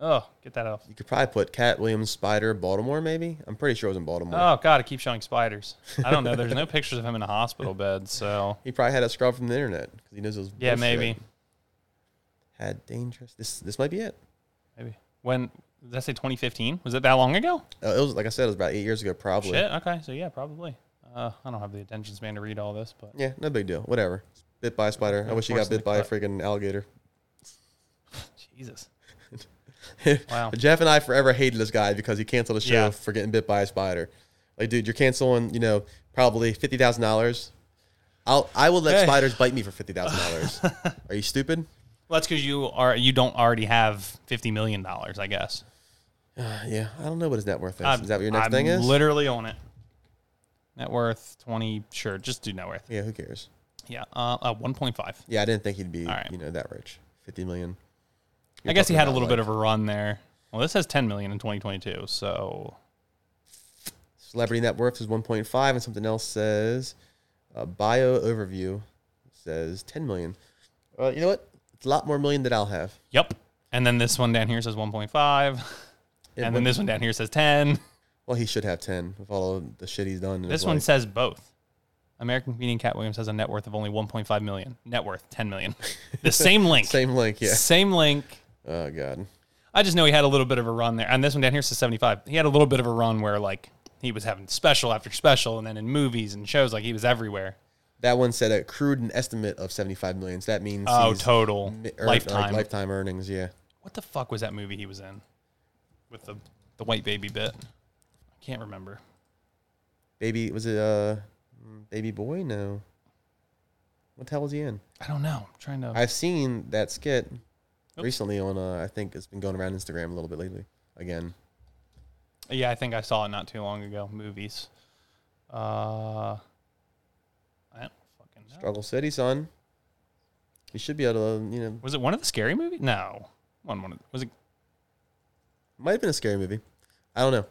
Speaker 3: Oh, get that off.
Speaker 2: You could probably put Cat Williams spider Baltimore. Maybe I'm pretty sure it was in Baltimore.
Speaker 3: Oh god, it keeps showing spiders. I don't know. There's no pictures of him in a hospital bed, so
Speaker 2: He probably had a scrub from the internet because he knows it was.
Speaker 3: yeah,
Speaker 2: bullshit.
Speaker 3: maybe.
Speaker 2: had dangerous. This this might be it.
Speaker 3: Maybe. When did I say twenty fifteen? Was it that long ago?
Speaker 2: Uh, it was like I said, it was about eight years ago, probably.
Speaker 3: Shit, okay. So yeah, probably. Uh, I don't have the attention span to read all this, but
Speaker 2: Yeah, no big deal. Whatever. Bit by a spider. I wish he got
Speaker 3: Unfortunately,
Speaker 2: bit by a freaking alligator.
Speaker 3: Jesus. Wow.
Speaker 2: wow. Jeff and I forever hated this guy because he canceled a show
Speaker 3: Yeah.
Speaker 2: for getting bit by a spider. Like, dude, you're canceling, you know, probably fifty thousand dollars. I'll I will let
Speaker 3: Hey.
Speaker 2: spiders bite me for fifty thousand dollars. Are you stupid?
Speaker 3: Well, that's because you are you don't already have fifty million dollars, I guess.
Speaker 2: Uh, Yeah, I don't know what his net worth is.
Speaker 3: I'm-
Speaker 2: is that what your next
Speaker 3: I'm
Speaker 2: thing is?
Speaker 3: Literally on it. Net worth twenty, sure. Just do net worth.
Speaker 2: yeah, who cares?
Speaker 3: Yeah, uh, uh one point five.
Speaker 2: Yeah, I didn't think he'd be
Speaker 3: All right.
Speaker 2: you know that rich. Fifty million.
Speaker 3: I guess he had a
Speaker 2: talking
Speaker 3: little
Speaker 2: about,
Speaker 3: bit of a run there. Well, this has ten million in twenty twenty two. So
Speaker 2: Celebrity net worth is 1.5, and something else says uh, bio overview says 10 million. Uh, you know what? It's a lot more million than I'll have.
Speaker 3: yep. And then this one down here says one point five,
Speaker 2: It
Speaker 3: and then
Speaker 2: would-
Speaker 3: this one down here says ten.
Speaker 2: Well, he should have 10 with all of the shit he's done. in his
Speaker 3: This one
Speaker 2: life.
Speaker 3: says both. American comedian Cat Williams has a net worth of only one point five million. Net worth ten million. The same link.
Speaker 2: same link. Yeah.
Speaker 3: Same link.
Speaker 2: Oh god.
Speaker 3: I just know he had a little bit of a run there. And this one down here says 75. He had a little bit of a run where like he was having special after special and then in movies and shows like he was everywhere.
Speaker 2: That one said a crude an estimate of 75 million. So that means
Speaker 3: Oh,
Speaker 2: he's
Speaker 3: total
Speaker 2: mi- earned, like,
Speaker 3: lifetime.
Speaker 2: lifetime earnings. Yeah.
Speaker 3: What the fuck was that movie he was in with the the white baby bit? I can't remember.
Speaker 2: Baby, was it uh, baby boy? No. What the hell was he in?
Speaker 3: I don't know. I'm trying to
Speaker 2: I've seen that skit recently on. Uh, I think it's been going around Instagram a little bit lately. Again.
Speaker 3: Yeah, I think I saw it not too long ago. Movies. Uh I don't fucking know.
Speaker 2: Struggle City, son. You should be able to, you know,
Speaker 3: Was it one of the scary movies? No. One one of, was it
Speaker 2: might have been a scary movie. I don't know.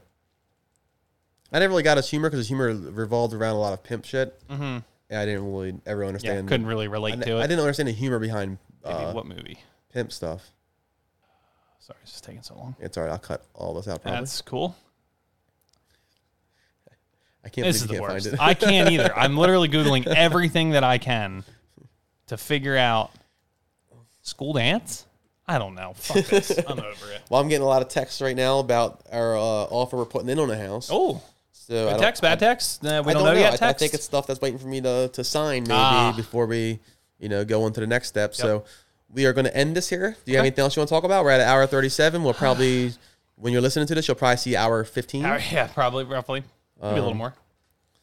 Speaker 2: I never really got his humor because his humor revolved around a lot of pimp shit. Mm-hmm. And I didn't really ever
Speaker 3: yeah,
Speaker 2: understand.
Speaker 3: couldn't really relate
Speaker 2: I,
Speaker 3: to it.
Speaker 2: I didn't understand the humor behind
Speaker 3: Maybe
Speaker 2: uh,
Speaker 3: what movie?
Speaker 2: pimp stuff.
Speaker 3: Sorry, it's just taking so long.
Speaker 2: It's all right. I'll cut all this out. Probably.
Speaker 3: That's cool.
Speaker 2: I can't believe
Speaker 3: This is
Speaker 2: you
Speaker 3: the
Speaker 2: can't
Speaker 3: worst.
Speaker 2: find it.
Speaker 3: I can't either. I'm literally googling everything that I can to figure out school dance. I don't know. Fuck this. I'm over it.
Speaker 2: well, I'm getting a lot of texts right now about our uh, offer we're putting in on a house.
Speaker 3: Oh,
Speaker 2: so I
Speaker 3: good
Speaker 2: don't-
Speaker 3: text, bad text. Uh, we
Speaker 2: I
Speaker 3: don't, know, yet.
Speaker 2: I, I
Speaker 3: Text.
Speaker 2: think it's stuff that's waiting for me to, to sign maybe
Speaker 3: Ah.
Speaker 2: before we, you know, go on to the next step. So we are going to end this here. Do you have anything else you want to talk about? We're at hour 37. We'll probably, when you're listening to this, you'll probably see hour 15.
Speaker 3: All right, yeah, probably roughly. Maybe a little more.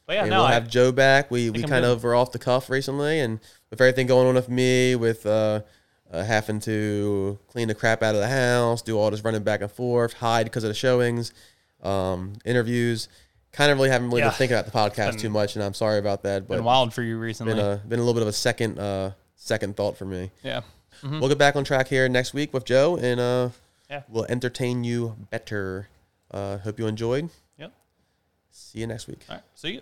Speaker 3: But yeah,
Speaker 2: And
Speaker 3: no,
Speaker 2: Um, we'll
Speaker 3: I,
Speaker 2: have Joe back. We, we
Speaker 3: I'm
Speaker 2: kind
Speaker 3: good.
Speaker 2: of were off the cuff recently. And with everything going on with me, with uh, uh, having to clean the crap out of the house, do all this running back and forth, hide because of the showings, um, interviews. Kind of really haven't really
Speaker 3: Yeah.
Speaker 2: been thinking about the podcast
Speaker 3: Been-
Speaker 2: too much, and I'm sorry about that. But
Speaker 3: Been wild for you recently.
Speaker 2: been a been a little bit of a second uh, second thought for me.
Speaker 3: yeah.
Speaker 2: We'll get back on track here next week with Joe, and uh,
Speaker 3: Yeah.
Speaker 2: we'll entertain you better. Uh, hope you enjoyed.
Speaker 3: Yep.
Speaker 2: See you next week.
Speaker 3: All right. See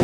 Speaker 3: you.